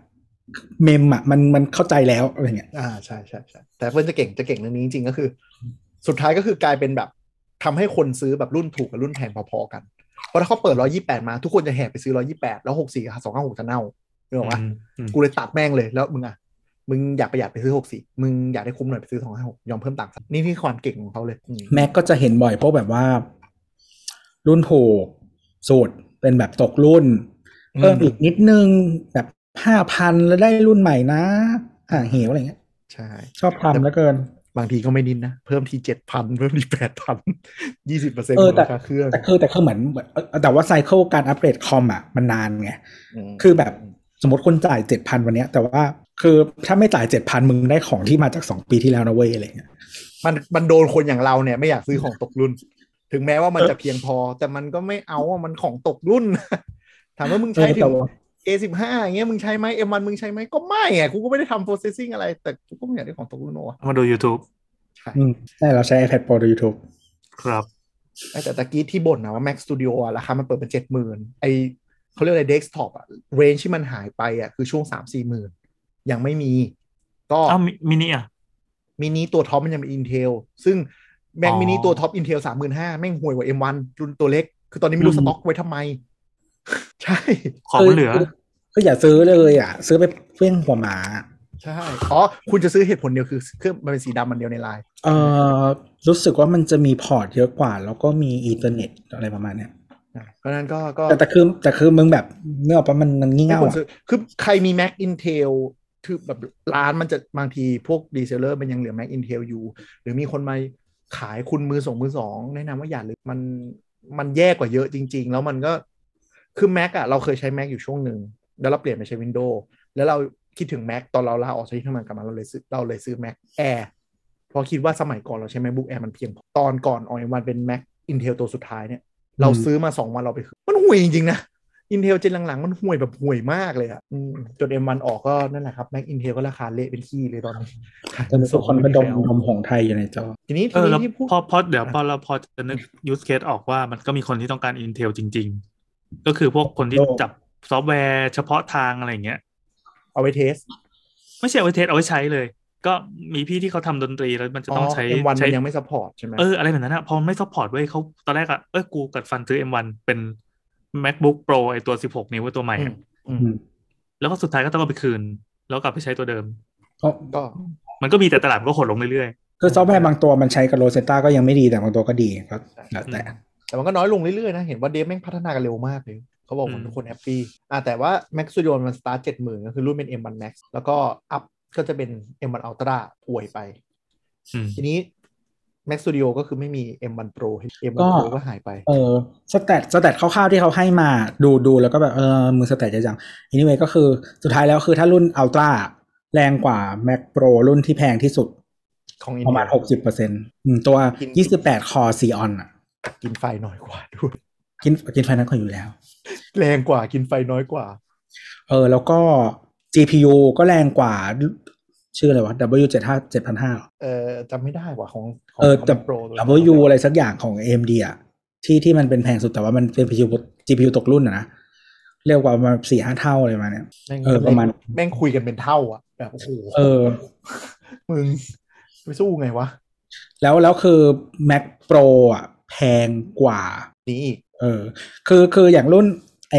เมมอ่ะมันมันเข้าใจแล้วอะไรเงี้ย
อ่าใช่ใช่ใช่แต่เพื่อนจะเก่งจะเก่งเรื่องนี้จริงๆก็คือ สุดท้ายก็คือกลายเป็นแบบทำให้คนซื้อแบบรุ่นถูกกับรุ่นแพงพอๆกัน เพราะถ้าเขาเปิดร้อยี่แปดมาทุกคนจะแห่ไปซื้อร้อยี่แปดแล้วหกสี่สองห้าหกจะเน่าเนกออกปะ
อืมอืม
กูเลยตัดแม่งเลยแล้วมึงอ่ะ มึงอยากประหยัดไปซื้อหกสี่มึงอยากได้คุ้มหน่อยไปซื้อสองห้าหกยอมเพิ่มตังค์ซะนี่นี่ความเก่งของเขาเลยอืม
แม็กก็จะเห็นบ่อยพวกแบบว่า รุ่นถูกสูตรเป็นแบบตกรุ่นเพิ่มอีกนิดนึงแบบห้าพันแล้วได้รุ่นใหม่นะห่างเหวอะไรเงี้ย
ใช่
ชอบทำเหลือเกิน
บางทีก็ไม่นินนะ เพิ่มทีเจ็ดพันเพิ่มทีแปดพันยี่สิบเปอร์เซ็นต์
เออแต่
ราคาเครื่อง
แต่คือแต่คือเหมือนเอ่อแต่ว่าไซเคิลการอัปเกรดคอมอ่ะมันนานไง
ม
คือแบบสมมติคนจ่ายเจ็ดพันวันเนี้ย แต่ว่าคือถ้าไม่จ่ายเจ็ดพันมึงได้ของที่มาจากสองปีที่แล้วนะเว้ยอะไรเงี้ย
มันมันโดนคนอย่างเราเนี่ยไม่อยากซื้อของตกรุ่น ถึงแม้ว่ามันจะเพียงพอ แต่มันก็ไม่เอาอะมันของตกรุ่น ถามว่ามึง
เอ
ใช้
อ
ถึ
แต่
ง
ว่า
A15 อย่างเงี้ยมึงใช้ไหม M1 มึงใช้ไหมก็ไม่อะกูก็ไม่ได้ทำ processing อะไร แต่กูก็ไม่อยากได้ของตกรุ่นโนอะ
มาดู YouTube
ใช่
อืมใช่เราใช้ iPad Pro ดู YouTube
ครับ
ไม่แต่ตะกี้ที่บ่นนะว่า Mac Studio อะราคามันเปิดเป็นเจ็ดหมื่นไอเขาเรียกอะไรเดสก์ท็อปอะเรนจ์ที่มันหายไปอะคือช่วงสามสี่หมื่นยังไม่มี ก็
อ้าวมินิอ่ะ
มินิตัวท็อปมันยังเป็น Intel ซึ่ง Mac
อ๋อ
มินิตัวท็อป Intel สามหมื่นห้าแม่งห่วยกว่า M1 รุ่นตัวเล็ก คือตอนนี้ไม่รู้
อื
ส
ม
ต็อกไว้ทำไม ใช่
ของเหลือ
คืคืออย่าซื้อเลยอ่ะ ซื้อไปเฟี้ยงหัวหมา
ใช่ อ๋อ คุณจะซื้อเหตุผลเดียวคือเครื่องมันเป็นสีดำมันเดียวในไลน์
เอ่อรู้สึกว่ามันจะมีพอร์ตเยอะกว่า แล้วก็มีอินเทอร์เน็ตอะไรประมาณเนี้ย
อ่ะเพราะฉะนั้นก็ก็
แต่แต่คือแต่คือมึงแบบเนื้อปะมันมันงี่
ไม่
เง่า
ควร
อ่ะ
ซื้อ คือใครมี Mac Intel คือแบบร้านมันจะบางทีพวกดีเซลเลอร์มันยังเหลือ Mac Intel อยู่ หรือมีคนมาขายคุณมือสองมือสองแนะนำว่าอย่าเลยมันมันแย่กว่าเยอะจริง ๆ แล้วมันก็ คือ Mac อะเราเคยใช้ Mac อยู่ช่วงหนึ่ง แล้วเราเปลี่ยนไปใช้ Windows แล้วเราคิดถึง Mac ตอนเราลาออกจากที่ทำงานกลับมาเราเลยซื้อเราเลยซื้อ Mac Air เพราะคิดว่าสมัยก่อนเราใช้ MacBook Air มันเพียงพอตอนก่อนออยมันเป็น Mac Intel ตัวสุดท้ายเนี่ย เราซื้อมาสองวันเราไปคืนมันห่วยจริงๆนะ อินเทลเจนหลังๆ มันห่วยแบบห่วยมากเลยอะอืมจน M1 ออกก็นั่นแหละครับแม็กอินเทลก็ราคาเละเป็นขี้เลยตอนนี้
จะมีคนไปดมดมหงส์ไทยอยู่ในจอ
ทีนี้
เอ
ที
อแล้ว
นี้ที่พูด
พอพอเดี๋ยวพอเราพอจะนึกยูสเคสออกว่ามันก็มีคนที่ต้องการ Intel จริง ๆ ก็คือพวกคนที่
โลก
จับซอฟต์แวร์เฉพาะทางอะไรอย่างเงี้ย
เอาไว้เทส
ไม่ใช่เอาไว้เทสเอาไว้ใช้เลย ก็มีพี่ที่เขาทำดนตรีแล้วมันจะต้องใช้
M1
ใช้
มันยังไม่ซัพพอร์ตใช่ไหม
เอออะไรแบบนั้นอะพอไม่ซัพพอร์ตไว้ยเขาตอนแรกอะเออกูกัดฟันซื้อ M1 เป็น MacBook Pro ไอตัว 16 นิ้วไว้ตัวใหม่อะ
อืม
แล้วก็สุดท้ายก็ต้องเอาไปคืน แล้วกลับไปใช้ตัวเดิม
เพราะ
ก็
มันก็มีแต่ตลาดมันก็หดลงเรื่อย
คือซอฟต์แวร์บางตัวมันใช้กับโรเซต้าก็ยังไม่ดีแต่บางตัวก็ดีก็แล้วแต่
แต่มันก็น้อยลงเรื่อยๆนะ เห็นว่าเดฟแม่งพัฒนากันเร็วมากเลย เขาบอกว่าทุกคนแฮปปี้อ่ะแต่ว่า Mac Studio มันสตาร์ทเจ็ดหมื่นก็คือรุ่นเป็น M1 Max แล้วก็อัพก็จะเป็น M1 Ultra ป่วยไป
ๆอืม
ทีนี้ Mac Studio ก็คือไม่มี M1 Pro ให้ M1
ก็
Pro ก็หายไป
เออสแตทสแตทคร่าวๆที่เขาให้มาดูดูแล้วก็แบบเออมือสแตทจะจังอันนี้เก็คือสุดท้ายแล้วคือถ้ารุ่นอัลตร้าแรงกว่า Mac Pro รุ่นที่แพงที่สุด
ของ
ประมาณ
Intel
หกสิบเปอร์เซ็นต์ตัว 28 คอซีออนอ่ะ
กินไฟน้อยกว่าด้วย
กินกินไฟนั้นก็อยู่แล้ว
แรงกว่ากินไฟน้อยกว่า
เออ แล้วก็ GPU ก็แรงกว่า ชื่ออะไรวะ W 7 5 7 5 0 0
เออจำไม่ได้ว่าของของ
เออแต่
โปร
W อะไรสักอย่างของ AMD อะที่ที่มันเป็นแพงสุดแต่ว่ามันเป็น GPU GPU ตกรุ่นอะนะเรียกว่ามาสี่ห้าเท่าอะไรมาเนี่ย เออประมาณ
แม่งคุยกันเป็นเท่าอ่ะ แบบโอ้โห
เออ
มึงไปสู้ไงวะ
แล้วแล้วคือ Mac Pro อะแพงกว่า
นี่อีก
เออ คือคืออย่างรุ่นไอ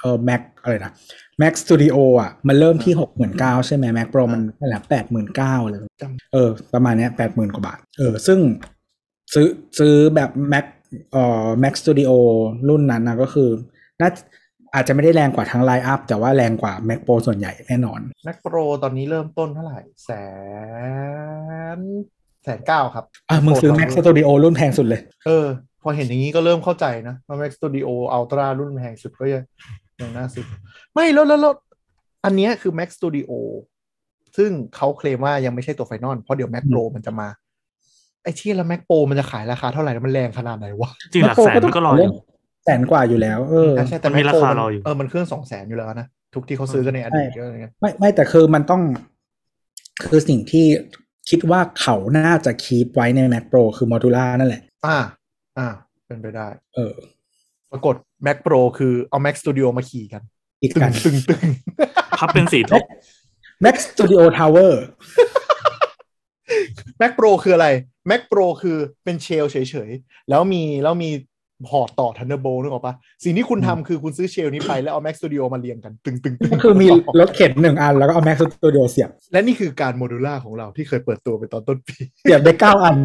เออ Mac อะไรนะ Mac Studio อ่ะ มันเริ่มที่หกหมื่นเก้าใช่ไหม Mac Pro มันเท่าไหร่แปดหมื่นเก้าเลย
จำ
เออ ประมาณเนี้ยแปดหมื่นกว่าบาท เออ ซึ่งซื้อซื้อแบบ Mac เอ่อ Mac Studio รุ่นนั้นนะก็คือน่าอาจจะไม่ได้แรงกว่าทั้งไล n ์อัพแต่ว่าแรงกว่า Mac Pro ส่วนใหญ่แน่นอน
แม็กโปรตอนนี้เริ่มต้นเท่าไหร่ แสนแสนเก้าครับ
อ่ะมึงซื้อ Mac Studio รุ่นแพงสุดเลย
เออ พอเห็นอย่างนี้ก็เริ่มเข้าใจนะว่า Mac Studio Ultra รุ่นแพงสุดก็ยังยังน่าซื้อไม่แล้วแล้วแล้ว อันเนี้ยคือ Mac Studio ซึ่งเขาเคลมว่ายังไม่ใช่ตัวไฟนอลเพราะเดี๋ยว Mac Pro มันจะมา ไอ้ที่แล้ว Mac Pro มันจะขายราคาเท่าไหร่แล้วมันแรงขนาดไหนวะ
จริงหลักแสนมันก็รออยู่
แสนกว่าอยู่แล้ว เออ
ใช่ใช่แต่
มันมี
Mac
รา
Pro
คา
มัน
รออยู่
เออมันเครื่องสองแสนอยู่แล้วนะ ทุกที่เขาซื้อกันในอดีตอะไรเงี้ย
ไม่ไม่แต่คือมันต้อง คือสิ่งที่คิดว่าเขาน่าจะคีปไว้ใน Mac Pro คือ Modular นั่นแหละ
อ่า อ่า เป็นไปได้
เออ
ปรากฏ Mac Pro คือเอา Mac Studio มาขี่กัน
อีก
ตึ
กัน
งตึงตึง
พับเป็นสีทบ
Mac Studio Tower
Mac Pro คืออะไร Mac Pro คือเป็นเชลเฉยๆ แล้วมีแล้วมีพอร์ตต่อ Thunderbolt นึกออกปะสิ่งที่คุณทำคือคุณซื้อเชลนี้ไปแล้วเอา Mac Studio มาเรียงกัน ตึงตึงตึง
ก็คือมีรถเข็นหนึ่งอัน แล้วก็เอา Mac Studio เสียบ
และนี่คือการโมดูล่าของเราที่เคยเปิดตัวไปตอนต้นปี
เสียบได้เก้าอัน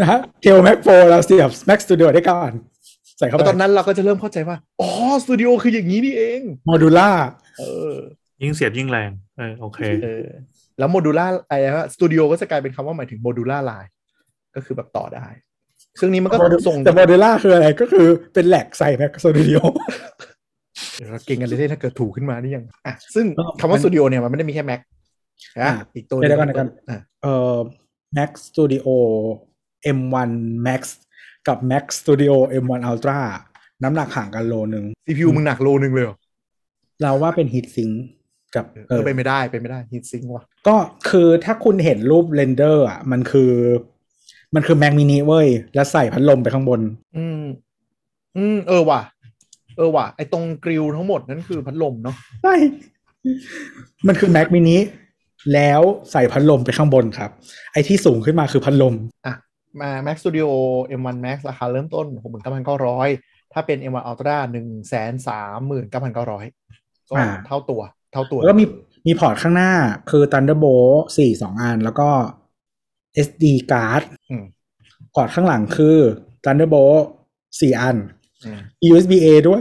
นะฮะเทล Mac Pro แล้วเสียบ Mac Studio ได้เก้าอัน ใส่เข้า
แล้ว
ไป
ตอนนั้นเราก็จะเริ่มเข้าใจว่า อ๋อ สตูดิโอคืออย่างนี้นี่เอง
Modular
เออ
ยิ่งเสียบยิ่งแรงเออโอเค
เออ แล้วโมดูล่าไอ้ว่าสตูดิโอก็จะกลายเป็นคำว่าหมายถึงโมดูล่าไลน์ก็คือแบบต่อได้ ซึ่งนี้มันก็ส่ง
แต่ Modular คืออะไรก็คือเป็นแหลกใส่ Mac Studio
เดี๋ยวเราเก่งกันเลยๆถ้าเกิดถูกขึ้นมานี่ยังอ่ะซึ่งคำว่าสตูดิโอเนี่ยมันไม่ได้มีแค่ Mac นะอีกตัวหง
เดี๋ยวก่อนเดี๋ยวก่อน
อ่ะ
เอ่อ Mac Studio M1 Max กับ Mac Studio M1 Ultra น้ำหนักห่างกันโลนึง
CPU มึงหนักโลนึงเลยเหรอ
เราว่าเป็น Heat Sink กับ
เออไปนไม่ได้ไปนไม่ได้ฮีทซิงว่ะ
ก็คือถ้าคุณเห็นรูปเรนเดอร์อ่ะ มันคือ มันคือ Mac Mini เว้ย แล้วใส่พัดลมไปข้างบน
อืม อืม เออว่ะ เออว่ะ ไอตรงกริลทั้งหมดนั่นคือพัดลมเนาะ
ใช่ มันคือ Mac Mini แล้วใส่พัดลมไปข้างบนครับ ไอ้ที่สูงขึ้นมาคือพัดลม
มา Mac Studio M1 Max ราคาเริ่มต้น 69,900 ถ้าเป็น M1 Ultra 139,900 ก็
อ่า
เท่าตัว เท่าตัว
แล้วก็มีมีพอร์ตข้างหน้าคือ Thunderbolt 4 2 อัน แล้วก็ SD card
อืม
พอร์ตข้างหลังคือ Thunderbolt 4 อัน
อืม
USB A ด้วย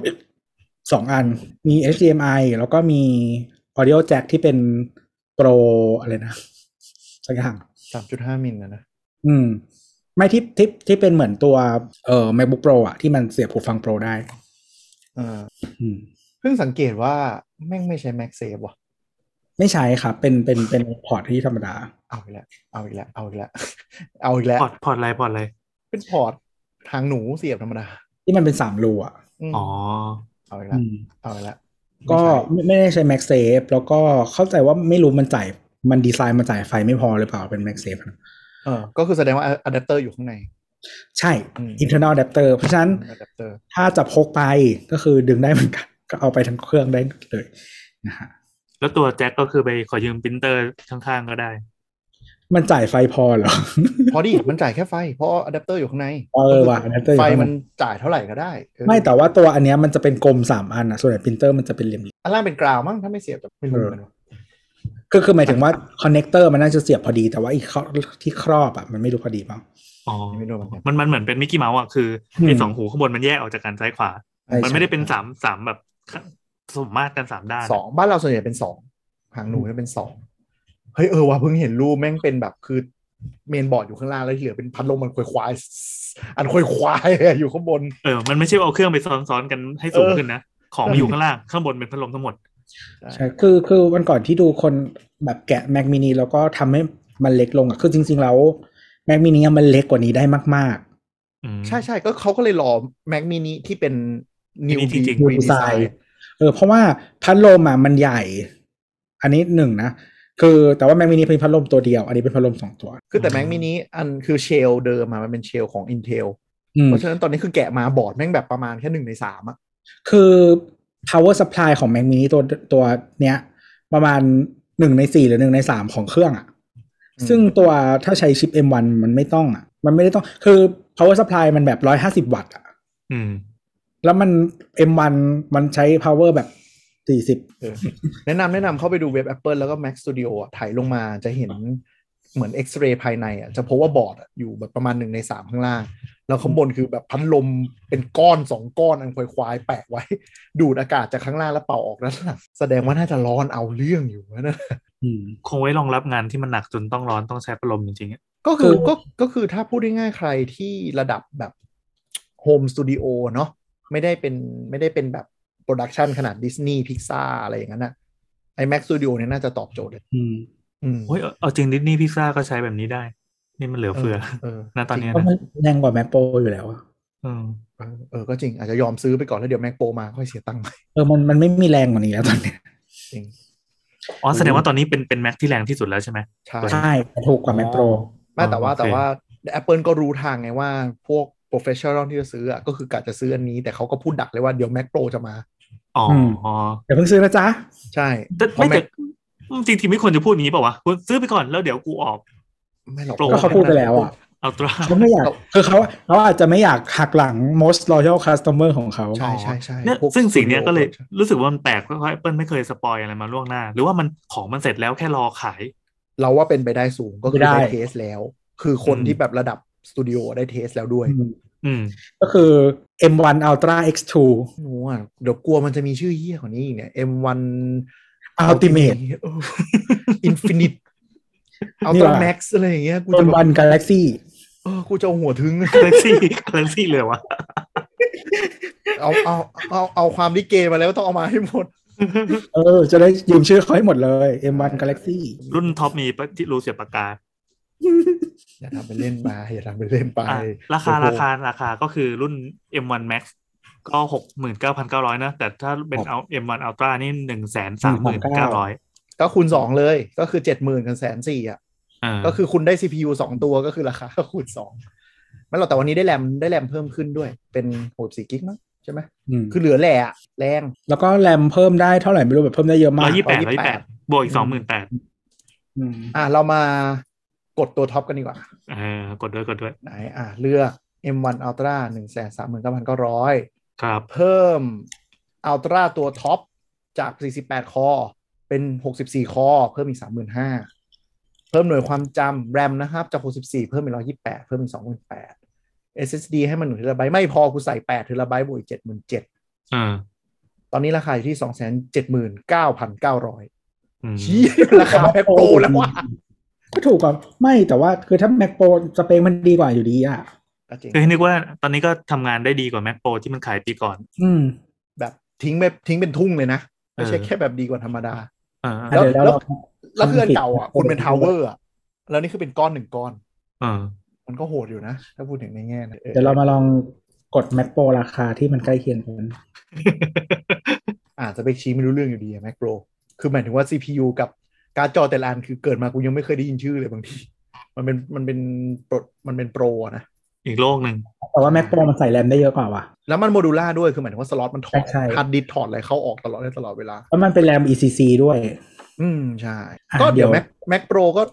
2 อัน มี HDMI แล้วก็มี Audio Jack ที่เป็น Pro อะไรนะ สักอย่าง
3.5 มิลนะนะ
อืม ไม่ที่ที่ที่เป็นเหมือนตัวเอ่อ MacBook Pro อะที่มันเสียบหูฟัง Pro ได้
อ่า
อืม
เพิ่งสังเกตว่าแม่งไม่ใช้ Max Save ว่ะ
ไม่ใช้ครับ เป็นเป็นเป็นพอร์ตที่ธรรมดา
เอาอีกแล้ว เอาอีกแล้ว เอาอีกแล้ว เอาอีกแล้ว
พอร์ตพอร์ตอะไรพอร์ตอะไร
เป็นพอร์ตทางหนูเสียบธรรมดา
ที่มันเป็นสามรูอะ
อืม
อ๋อ
เอาอีกแล้ว
อืม
เอาอีกแล้ว
ก็
ไม่
ไม่ไม่
ใช่
ได้ใช้ Max Safe แล้วก็เข้าใจว่าไม่รู้มันจ่ายมันดีไซน์มาจ่ายไฟไม่พอหรือเปล่าเป็น Max Safe นะ
เออก็คือแสดงว่าอะแดปเตอร์อยู่ข้างใน
ใช่
อืม
internal adapter เพราะฉะนั้น
อะแดปเตอร์
ถ้าจะพกไปก็คือดึงได้เหมือน กัน ก็เอาไปทั้งเครื่องได้เลยนะฮะ
แล้วตัวแจ็คก็คือไปขอยืมปรินเตอร์ข้างๆก็ได้
มันจ่ายไฟพอเหรอ
พอดี มันจ่ายแค่ไฟ เพราะอะแดปเตอร์อยู่ข้างใน
เออว่ะ adapter อยู่
ไฟ
ข้างใน
มันจ่ายเท่าไหร่ก็ได้เออ
ไม่แต่ว่าตัวอันเนี้ยมันจะเป็นกลมสามอันนะส่วนใหญ่ปรินเตอร์มันจะเป็นเหลี่ยม
อันล่างเป็นกราวมั้งถ้าไม่เสียบแต่ไม่รู้เหมือนกันว่า
ๆก็คือหมายถึงว่าคอนเน c เตอร์มันน่าจะเสียบพอดี แต่ว่าอีกข้อที่ครอบอ่ะมันไม่รู้พอดีเปล่า
อ๋อ
ไม่รู้เหมือนกัน
มันมันเหมือนเป็นมิกกี้เมาส์อ่ะ คืออ
ม
ไอ้สองหูข้างบนมันแยกออกจากกันซ้ายขวา มันไม่ได้เป็นสามสามแบบสมมาตรกันสามด้าน
สองบ้านเราส่วนใหญ่เป็นสองหางหนูจะเป็นสองเฮ้ยเออว่ะเพิ่งเห็นรูปแม่งเป็นแบบคือเมนบอร์ดอยู่ข้างล่างแล้วที่เหลือเป็นพัดลมมันควยควาย อันควยควาย อยู่ข้างบน
เออ มันไม่ใช่ว่าเอาเครื่องไปซ้อนๆกันให้สูง
เออ
ขึ้นนะ ของมันอยู่ข้างล่าง ข้างบนเป็นพัดลมทั้งหมด
ใช่คือคือวันก่อนที่ดูคนแบบแกะ Mac mini แล้วก็ทำให้มันเล็กลงอ่ะ คือจริง ๆ แล้ว Mac mini อะมันเล็กกว่านี้ได้มาก
อืม
ใช่ใช่ก็เขาก็เลยหล่อแม็กมินิที่เป็น new
Mini จริง
ๆ
green design
ๆ เออ เพราะว่าพัดลมอ่ะมันใหญ่ อันนี้หนึ่งนะ คือแต่ว่า Mac mini เป็นพัดลมตัวเดียว อันนี้เป็นพัดลมสองตัว
คือแต่
อืม
แม็กมินิอันคือเชลเดิมอะมันเป็นเชลของ Intel
อืม
เพราะฉะนั้นตอนนี้คือแกะมาบอร์ดแม่งแบบประมาณแค่หนึ่งในสามอะ
คือ power supply ของ Mac mini ตัวตัวเนี้ย ประมาณหนึ่งในสี่หรือหนึ่งในสามของเครื่องอ่ะ ซึ่งตัวถ้าใช้ชิป M1 มันไม่ต้องอ่ะ มันไม่ได้ต้อง คือ power supply มันแบบร้อยห้าสิบวัตต์อ่ะ
อืม
แล้วมัน M1 มันใช้ power แบบสี่สิบ
เออแนะนำแนะนำเข้าไปดูเว็บ Apple แล้วก็ Mac Studio อะถ่ายลงมาจะเห็นเหมือนเอ็กซเรย์ภายในอะจะพบว่าบอร์ดอะอยู่แบบประมาณหนึ่งในสามข้างล่าง แล้วข้างบนคือแบบพัดลมเป็นก้อนสองก้อนอันควายควายๆแปะไว้ ดูดอากาศจากข้างล่างแล้วเป่าออกด้านหลังแสดงว่าน่าจะร้อนเอาเรื่องอยู่ นะ
อืม
คงไว้รองรับงานที่มันหนักจนต้องร้อนต้องใช้พัดลมจริงๆอะ
ก็คือ
คือ
ก็ก็คือถ้าพูดง่ายๆใครที่ระดับแบบโฮมสตูดิโอเนาะไม่ได้เป็นไม่ได้เป็นแบบโปรดักชันขนาดดิสนีย์พิกซาอะไรอย่างนั้นนะ ไอ Mac Studio เนี่ยน่าจะตอบโจทย์เลย
อืม
อืม
โอ้ยเอาเอาจริงดิสนีย์พิซซ่าก็ใช้แบบนี้ได้ นี่มันเหลือเฟือ
เอ อ
นะตอนเนี้ย
เพราะ
นะ
มันแรงกว่า Mac Pro อยู่แล้วอะ
อืม
เออเออก็จริงอาจจะยอมซื้อไปก่อนแล้วเดี๋ยว Mac Pro มาค่อยเสียตังค์ใหม่
เออมันมันไม่มีแรงกว่านี้แล้วตอนเนี้ย
จริง
อ๋อแสดงว่าตอนนี้เป็นเป็นแม็กที่แรงที่สุดแล้วใช่ไหม
ใช่
ใช่ถูกกว่า Mac Pro
ไม่แต่ว่า
อ๋อโอเค
แต่ว่า Apple ก็รู้ทางไงว่าพวก professional ที่จะซื้ออะก็คือกะจะซื้ออันนี้ แต่เขาก็พูดดักเลยว่าเดี๋ยว Mac Pro จะมา
อ๋อ
ม
อ๋อ
อย่าเพิ่งซื้อนะจ๊ะ
ใช่
แต่
เพ
ไม่
ราะ
แต่
Mac
จริงๆไม่ควรจะพูดอย่างนี้เปล่าวะคุณซื้อไปก่อนแล้วเดี๋ยวกูออก
ไม่หรอก
Pro
ก็เขาพูดไปแล้วอะ
อัลตร้า
เขาไม่อยากคือเขาเขาอาจจะไม่อยากหักหลัง most loyal customer ของเขา
ใช่ใช่ใช่
เนี่ย
พวก
ซึ่งสิ่งเนี้ยก็เลย
Studio
รู้สึกว่ามันแปลกเพราะแอปเปิลไม่เคยสปอยอะไรมาล่วงหน้า หรือว่ามันของมันเสร็จแล้วแค่รอขาย
เราว่าเป็นไปได้สูงก็คือ
ได้
ได้เทสแล้ว คือคน
อืม
ที่แบบระดับสตูดิโอได้เทสแล้วด้วย
อืม
อื ม
ก็คือ M1 Ultra X2
หนูอ่ะเดี๋ยวกลัวมันจะมีชื่อเยี่ยกว่านี้อีกเนี่ย M1
Ultimate
เออ Infinite
นี่ว่ะ
Ultra Max อะไรอย่างเงี้ยกูจะแบบ
M1 Galaxy
เออกูจะเอาหัวถึง
กาแล็กซี่กาแล็กซี่เลยวะ
เอาเอาเอาเอาความลิเกมาแล้วต้องเอามาให้หมด
เออ จะได้ยืมชื่อเขาให้หมดเลย M1 Galaxy
รุ่นท็อปมีปะที่รูเสียบปากกา
อย่าทำเป็นเล่นไปอย่าทำเป็นเล่นไป
อ่ะราคา
โอ้โห
ราคาราคาก็คือรุ่น M1 Max ก็หกหมื่นเก้าพันเก้าร้อยนะ แต่ถ้าเป็นเอา M1 Ultra นี่หนึ่งแสนสามหมื่นเก้าร้อย
ก็คูณสองเลยก็คือเจ็ดหมื่นกับแสนสี่อ่ะ ก็คือคุณได้ CPU สองตัวก็คือราคาก็คูณสองไม่หรอกแต่วันนี้ได้แรมได้แรมเพิ่มขึ้นด้วย เป็นหกสี่กิกมั้งใช่ไหม
อืม
คือเหลือแหล่อะแรง
แล้วก็แรมเพิ่มได้เท่าไหร่ไม่รู้แบบเพิ่มได้เยอะ
ร้
มา
อก ยยี่แปดร้อยแปด
128
บวกอีกสองหมื่นแปด
อืม
อ่ะเรามากดตัวท็อปกันดีกว่า
เออกดด้วยกดด้วย
ไหนอ่ะเลือก M1 Ultra 1 3 9 9 0
ครับ
0 เพิ่ม Ultra ตัวท็อปจาก 48 คอ เป็น 64 คอ เพิ่มอีก 35,000 เพิ่มหน่วยความจำแรมนะครับ จาก 64 เพิ่มเป็น 128 เพิ่มเป็น28,000 SSD ให้มันหนึ่งเทราไบต์ไม่พอกูใส่8เทราไบต์บวกอีก77,000
เออ
ตอนนี้ราคาอยู่ที่ 279,900
อืม
ชี้ราคาแพ็คโปรแล้วว่ะ
ก็ถูกกว่าไม่แต่ว่าคือถ้า Mac Pro สเปคมันดีกว่าอยู่ดีอ่ะ
ก็จริง
คือให้นึกว่าตอนนี้ก็ทำงานได้ดีกว่า Mac Pro ที่มันขายปีก่อน
อืม
แบบทิ้งแบบทิ้งเป็นทุ่งเลยนะ ไม่ใช่
เออ
แค่แบบดีกว่าธรรมดา
เออ
แล้ว
เดี๋ยว
แล้
เรา
ว แล้วคืออันเก่าอ่ะคุณเป็นทาวเวอร์อ่ะ แล้วนี่คือเป็นก้อนหนึ่งก้อน
เออ
มันก็โหดอยู่นะ ถ้าพูดถึงในแง่นะออ
เดี๋ยวเรามาลองกด Mac Pro ราคาที่มันใกล้เคียงกัน
อาจจะไปชี้ไม่รู้เรื่องอยู่ดีอะแมกโรคือหมายถึงว่า CPU กับการ์ดจอแต่ละอันคือเกิดมากูยังไม่เคยได้ยินชื่อเลยบางที มันเป็นมันเป็นโปรมันเป็นโปรอะนะ
อีกโลกหนึ่ง
แต่ว่า Mac Pro มันใส่แรมได้เยอะกว่าว่ะ
แล้วมันโมดูล่าด้วยคือหมายถึงว่าสล็อตมันถอด
ใช่ใช่
ฮาร์ดดิสก์ถอดอะไรเข้าออกตลอดได้ตลอดเวลา
แล้วมันเป็นแรม ECC ด้วย
อืม ใช่
อ่ะ
ก็เดี๋ยว
เดี๋
แม็
ย
ก
ว
แม็กโปรก็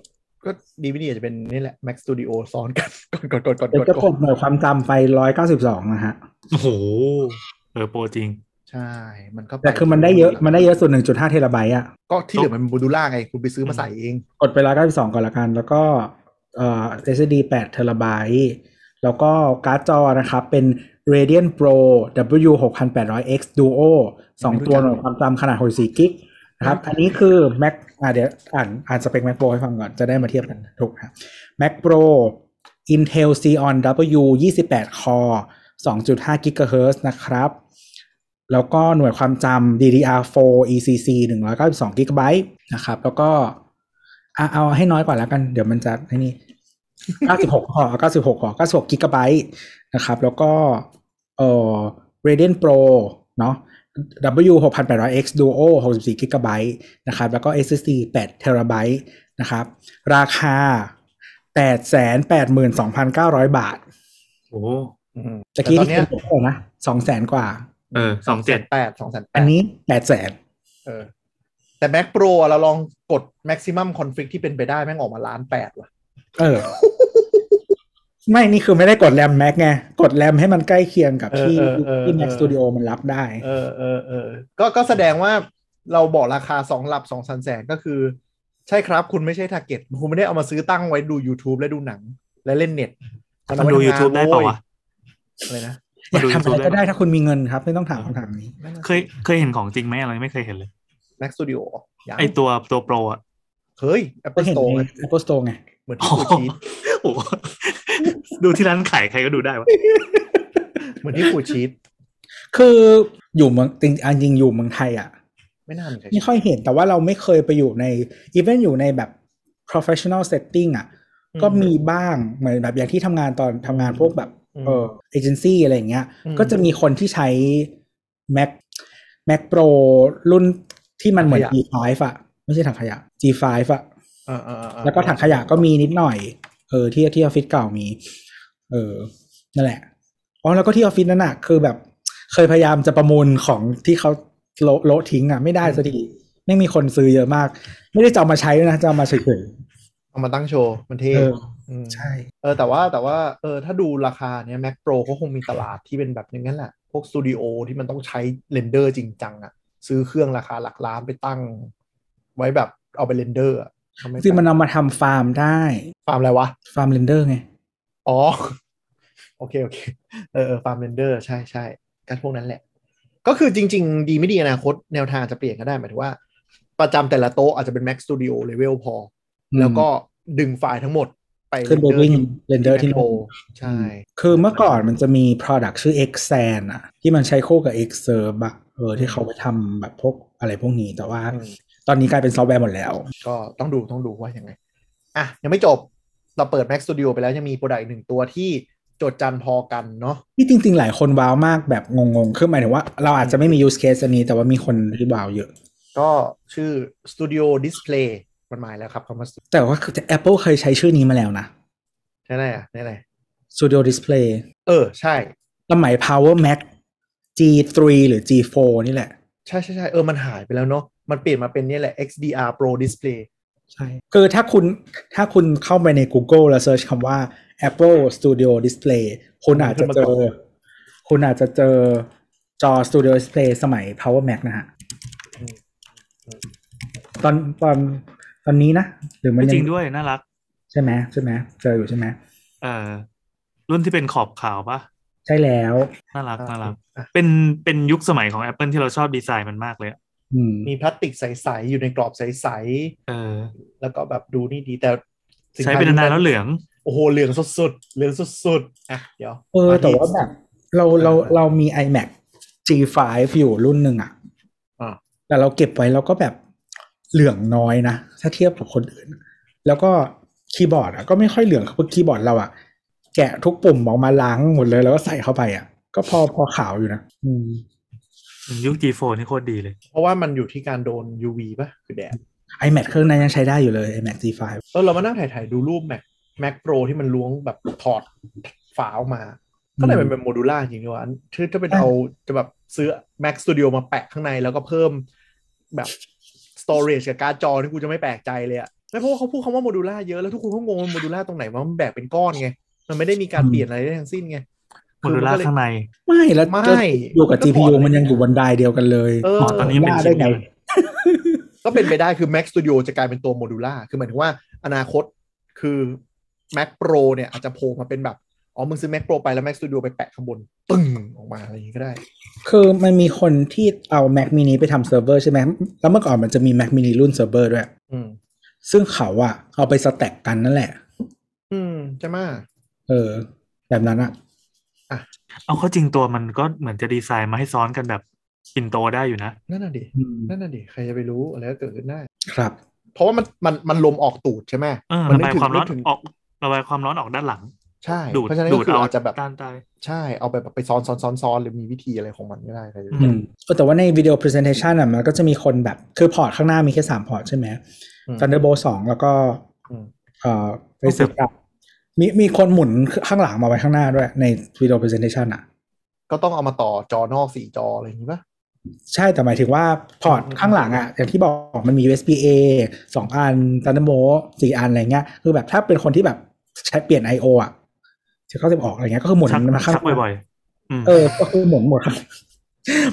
ก็ดีไม่ดีอาจจะเป็นนี่แหละแม็กสตูดิโอซ้อนกันกดกดกด
เดี๋ยว
ก
จะ
ด
ก
ก
ด
ด
หน่วยความจำไป 192 นะฮะ
โอ้โหเออโปรจริง
ใช่ มันก็ป
แต่คือมันได้เยอะมันได้เยอะสุด 1.5 เทราไบต์อ่ะ
ก็ที่เหลือมันโมดูล่าไง คุณไปซื้อมาใส่เอง
กดไป 192 ก่อนละกัน แล้วก็เอ่อ SSD 8 เทราไบต์แล้วก็การ์ดจอนะครับ เป็น Radeon Pro W 6800X Duo 2 ตัวหน่วยความจำขนาด 64กิกนะครับ อันนี้คือ Mac อ่ะเดี๋ยวอ่านอ่านสเปค Mac Pro ให้ฟังก่อน จะได้มาเทียบกันถูกครับ Mac Pro Intel Xeon W 28 Core 2.5 GHz นะครับ แล้วก็หน่วยความจำ DDR4 ECC 192 GB นะครับ แล้วก็อ่ะเอาให้น้อยกว่าแล้วกัน เดี๋ยวมันจะไอ้นี่ 96 ขอ96 ขอ96 GB นะครับ แล้วก็เอ่อ Radeon Pro เนาะ W 6800X Duo 64 GB นะครับ แล้วก็ SSD 8 TB นะครับ ราคา 882,900 บาท
โอ้
อืม
ตะกี้
แต่ตอน
ที่
เนี้ย
คุณบอกนะ200,000 กว่า
เออสองเจ็ด
แปดสองแสนแป
อั
ด
นนี้ 800,000
เออ แต่ Mac Pro อะเราลองกด maximum conflict ที่เป็นไปได้ แม่งออกมาล้านแปดว่ะ
เออ ไม่นี่คือไม่ได้กดแรมแม็กไง กดแรมให้มันใกล้เคียงกับที่
เออเออเออ
ที่ Mac
เออ
Studio มันรับได้
เออเออเออก็ก็แสดงว่าเราบอกราคาสองหลับสองสันแสนก็คือ ใช่ครับคุณไม่ใช่ target คุณไม่ได้เอามาซื้อตั้งไว้ดู YouTube และดูหนัง และเล่นเน็ต
มันดู YouTube ได้เปล่าวะ
อะไรนะ
อยากทำอะไร
มาดู YouTube
ก็ได้ถ้าคุณมีเงินครับ ไม่ต้องถามคำถามนี้
นั่นน่ะ
เคยเคยเห็นของจริงไหมอะไรไม่เคยเห็นเลย
Mac Studio เหรอยัง
ไอตัวตัวโปรอ่ะ
เฮ้ย
ก็
Apple
เห็น
Store
ใน
ไง
Apple Store ไง
เหมือนที่กูชี้
โอ้โห ดูที่ร้านขายใครก็ดูได้วะ
เหมือนที่กูชี้
คืออยู่เมืองจริงอันจริงอยู่เมืองไทยอ่ะ
ไม่น่ามีใคร
ไม่ค่อยเห็นแต่ว่าเราไม่เคยไปอยู่ในอีเวนอยู่ในแบบ professional setting อ่ะ ก็มีบ้างเหมือนแบบอย่างที่ทำงานตอนทำงานพวกแบบ
ม
เออเอเจนซี่อะไรอย่างเงี้ย
อืม
ก็จะมีคนที่ใช้ Mac Mac Pro รุ่นที่มันเหมือน G5 อะไม่ใช่ถังขยะ G5 อะ
อ่าอ่าอ่า
แล้วก็ถังขยะก็มีนิดหน่อย เออที่ที่ออฟฟิศเก่ามี เออนั่นแหละอ๋อแล้วก็ที่ออฟฟิศนั่นน่ะคือแบบ เคยพยายามจะประมูลของที่เขาโละโละทิ้งอะไม่ได้สักทีไม่มีคนซื้อเยอะมาก ไม่ได้จะเอามาใช้ด้วยนะจะเอามาเฉย
เอามาตั้งโชว์ มัน
ๆ
เท่
เออ
ม
ใช่
เออแต่ว่าแต่ว่าเออถ้าดูราคาเนี้ย Mac Pro ก็คงมีตลาดที่เป็นแบบอย่างนั้นแหละ พวกสตูดิโอที่มันต้องใช้เรนเดอร์จริงจังอะซื้อเครื่องราคาหลักล้านไปตั้ง ไว้แบบเอาไปเรนเดอร์อะทำไม
จริงๆมันเอามาทำฟาร์มได้
ฟาร์มอะไรวะ
ฟาร์มเรนเดอร์ไง
อ๋อ โอเค โอเค เออฟาร์มเรนเดอร์ใช่ใช่กันพวกนั้นแหละ ก็คือจริง ๆ ดีไม่ดีอนาคตแนวทางจะเปลี่ยนก็ได้หมายถึงว่า ประจำแต่ละโต๊ะอาจจะเป็น Mac Studio Level พอ
อืม
แล้วก็ดึงไฟล์ทั้งหมดไป
ขึ้นไปวิ่งเรนเดอร์ที่
โล
โลก
ใช่
คือเมื่อก่อนมันจะมี product ชื่อ Xsan อะที่มันใช้คู่กับ Xserve อะเออที่เขาไปทำแบบพวกอะไรพวกนี้ แต่ว่า
อืม
ตอนนี้กลายเป็นซอฟต์แวร์หมดแล้ว
ก็ต้องดูต้องดูว่ายังไง อ่ะ ยังไม่จบ เราเปิด Mac Studio ไปแล้วยังมีโปรดักต์อีกหนึ่งตัวที่โจทย์จันทร์พอกันเนาะ
ที่จริงๆ หลายคนว้าวมากแบบงงๆ คือหมายถึงว่าเราอาจจะไม่มี use case อันนี้ แต่ว่ามีคนที่ว้าวเยอะ
ก็ชื่อ Studio Display มันหมายแล้วครับคำว่า
แต่ว่าคือ Apple เคยใช้ชื่อนี้มาแล้วนะ
ใช่ไหมอ่ะใช่ไหม
Studio Display
เออ ใช่
สมัย Power Mac G3 หรือ G4 นี่แหละ
ใช่ใช่ใช่เออ มันหายไปแล้วเนาะมันเปลี่ยนมาเป็นเนี่ยแหละ XDR Pro Display
ใช่ คือถ้าคุณถ้าคุณเข้าไปใน Google แล้ว search คำว่า Apple Studio Display คุณอาจจะเจอ คุณอาจจะเจอจอ Studio Display สมัย Power Mac นะฮะ
อืม
ตอนตอนตอนนี้นะ หรือมันยั
จริ
ง
งด้วยน่ารัก
ใช่ไหมใช่ไหมเจออยู่ใช่ไหม
เออรุ่นที่เป็นขอบขาวปะ
ใช่แล้ว
น่ารักน่ารัก
อ่ะ
เป็นเป็นยุคสมัยของ Apple ที่เราชอบดีไซน์มันมากเลยอะ
อืม
มีพลาสติกใส ๆ อยู่ในกรอบใส
เออ
ๆ แล้วก็แบบดูนี่ดีแต่สิ
ใช้เป็นนานๆแล้วเหลือง
โอ้โหเหลืองสุดๆเหลืองสุดๆอ่ะเดี๋ยว
เออ
มที่
แต่ว่าแบบ เราเรา
อ่า
เรามี iMac G5 อยู่รุ่นหนึ่งอ่ะ
อ่า
แต่เราเก็บไว้เราก็แบบเหลืองน้อยนะ ถ้าเทียบกับคนอื่น แล้วก็คีย์บอร์ดอ่ะก็ไม่ค่อยเหลืองเพราะคีย์บอร์ดเราอ่ะ แกะทุกปุ่มออกมาล้างหมดเลยแล้วก็ใส่เข้าไปอ่ะ ก็พอพอขาวอยู่นะอืม
ยุค G4 นี่โคตรดีเลย
เพราะว่ามันอยู่ที่การโดน UV ป่ะคือแดด
ไอแมเครื่องนั้นยังใช้ได้อยู่เลย iMac G5
เออเรามานั่งถ่ายถ่ายๆดูรูป Mac Mac Pro ที่มันล้วงแบบถอดฝาออกมา ก็เลยมันเป็นโมดูล่าจริงๆว่าถ้าถ้าเป็นเอาจะแบบซื้อ Mac Studio มาแปะข้างในแล้วก็เพิ่มแบบ storage กับการ์ดจอนี่กูจะไม่แปลกใจเลยอะไม่เพราะว่าเขาพูดคำว่าโมดูล่าเยอะแล้วทุกคนก็งงว่าโมดูล่าตรงไหนว่ามันแบกเป็นก้อนไง มันไม่ได้มีการเปลี่ยนอะไรได้ทั้งสิ้นไง
โมดูล่า
คือมันก็เย
ข้างใน
ไม่แล้ว
ไม่
อยู่กับ
มันก็
GPU
พอเลย
มันยังอยู่บนไดเดียวกันเลย
เออ
อ๋อตอนนี้
ย่าได้ไง
ก็เป็นไปได้คือ Mac Studio จะกลายเป็นตัวโมดูล่า คือหมายถึงว่าอนาคตคือ Mac Pro เนี่ยอาจจะโผล่มาเป็นแบบ อ๋อ มึงซื้อ Mac Pro ไปแล้ว Mac Studio ไปแปะข้างบน ตึ้งออกมาอะไรอย่างนี้ก็ได้
คือมันมีคนที่เอา Mac mini ไปทำเซิร์ฟเวอร์ใช่ไหม แล้วเมื่อก่อนมันจะมี Mac mini รุ่นเซิร์ฟเวอร์ด้วย
อืม
ซึ่งเขาอะเอาไปสแต็กกันนั่นแหละ
อืมจะมา
เออ แบบนั้นอะ
เอาเข้าจริงตัวมันก็เหมือนจะดีไซน์มาให้ซ้อนกันแบบปินโตได้อยู่นะ
นั่นน่ะดิ
อืม
นั่นน่ะดิ ใครจะไปรู้ อะไรก็เกิดขึ้นได้
ครับ
เพราะว่ามันมันมันลมออกตูดใช่ไหม
เออ
มั
ระ
ไม่
บาย
ถึง
ความร้อน
ไม่ถึง
ออกระบายความร้อนออกด้านหลัง
ใช่
ดูด
เพราะฉะนั้น
ดู
ก็
ด
คือ
เอา
อาจจะแบบ
ด้านใต้
ใช่เอาไปแบบไปซ้อนซ้อนซ้อนซ้อนหรือมีวิธีอะไรของมันก็ได้ใครจะ
อื
อื
รู้
มเออแต่ว่าในวิดีโอ presentation อะมันก็จะมีคนแบบ คือพอร์ตข้างหน้ามีแค่สามพอร์ตใช่ไหม
อืม
Thunderbolt สองแล้วก็
อืม
เอ่อไปเสียบกับมีมีคนหมุนข้างหลังมาไว้ข้างหน้าด้วย ในวิดีโอ presentation อะ
ก็ต้องเอามาต่อจอนอกสี่จออะไรอย่างนี้ปะ
ใช่แต่หมายถึงว่าพอร์ตข้างหลังอะอย่างที่บอกมันมี USB A สองอัน Thunderbolt สี่อันอะไรเงี้ยคือแบบถ้าเป็นคนที่แบบใช้เปลี่ยน I/O อะจะเข้าจะออกอะไรเงี้ยก็คือหมุน
ชัก
มาข้าง
ชักบ่อยๆอืม
เออก็คือหมุนหมด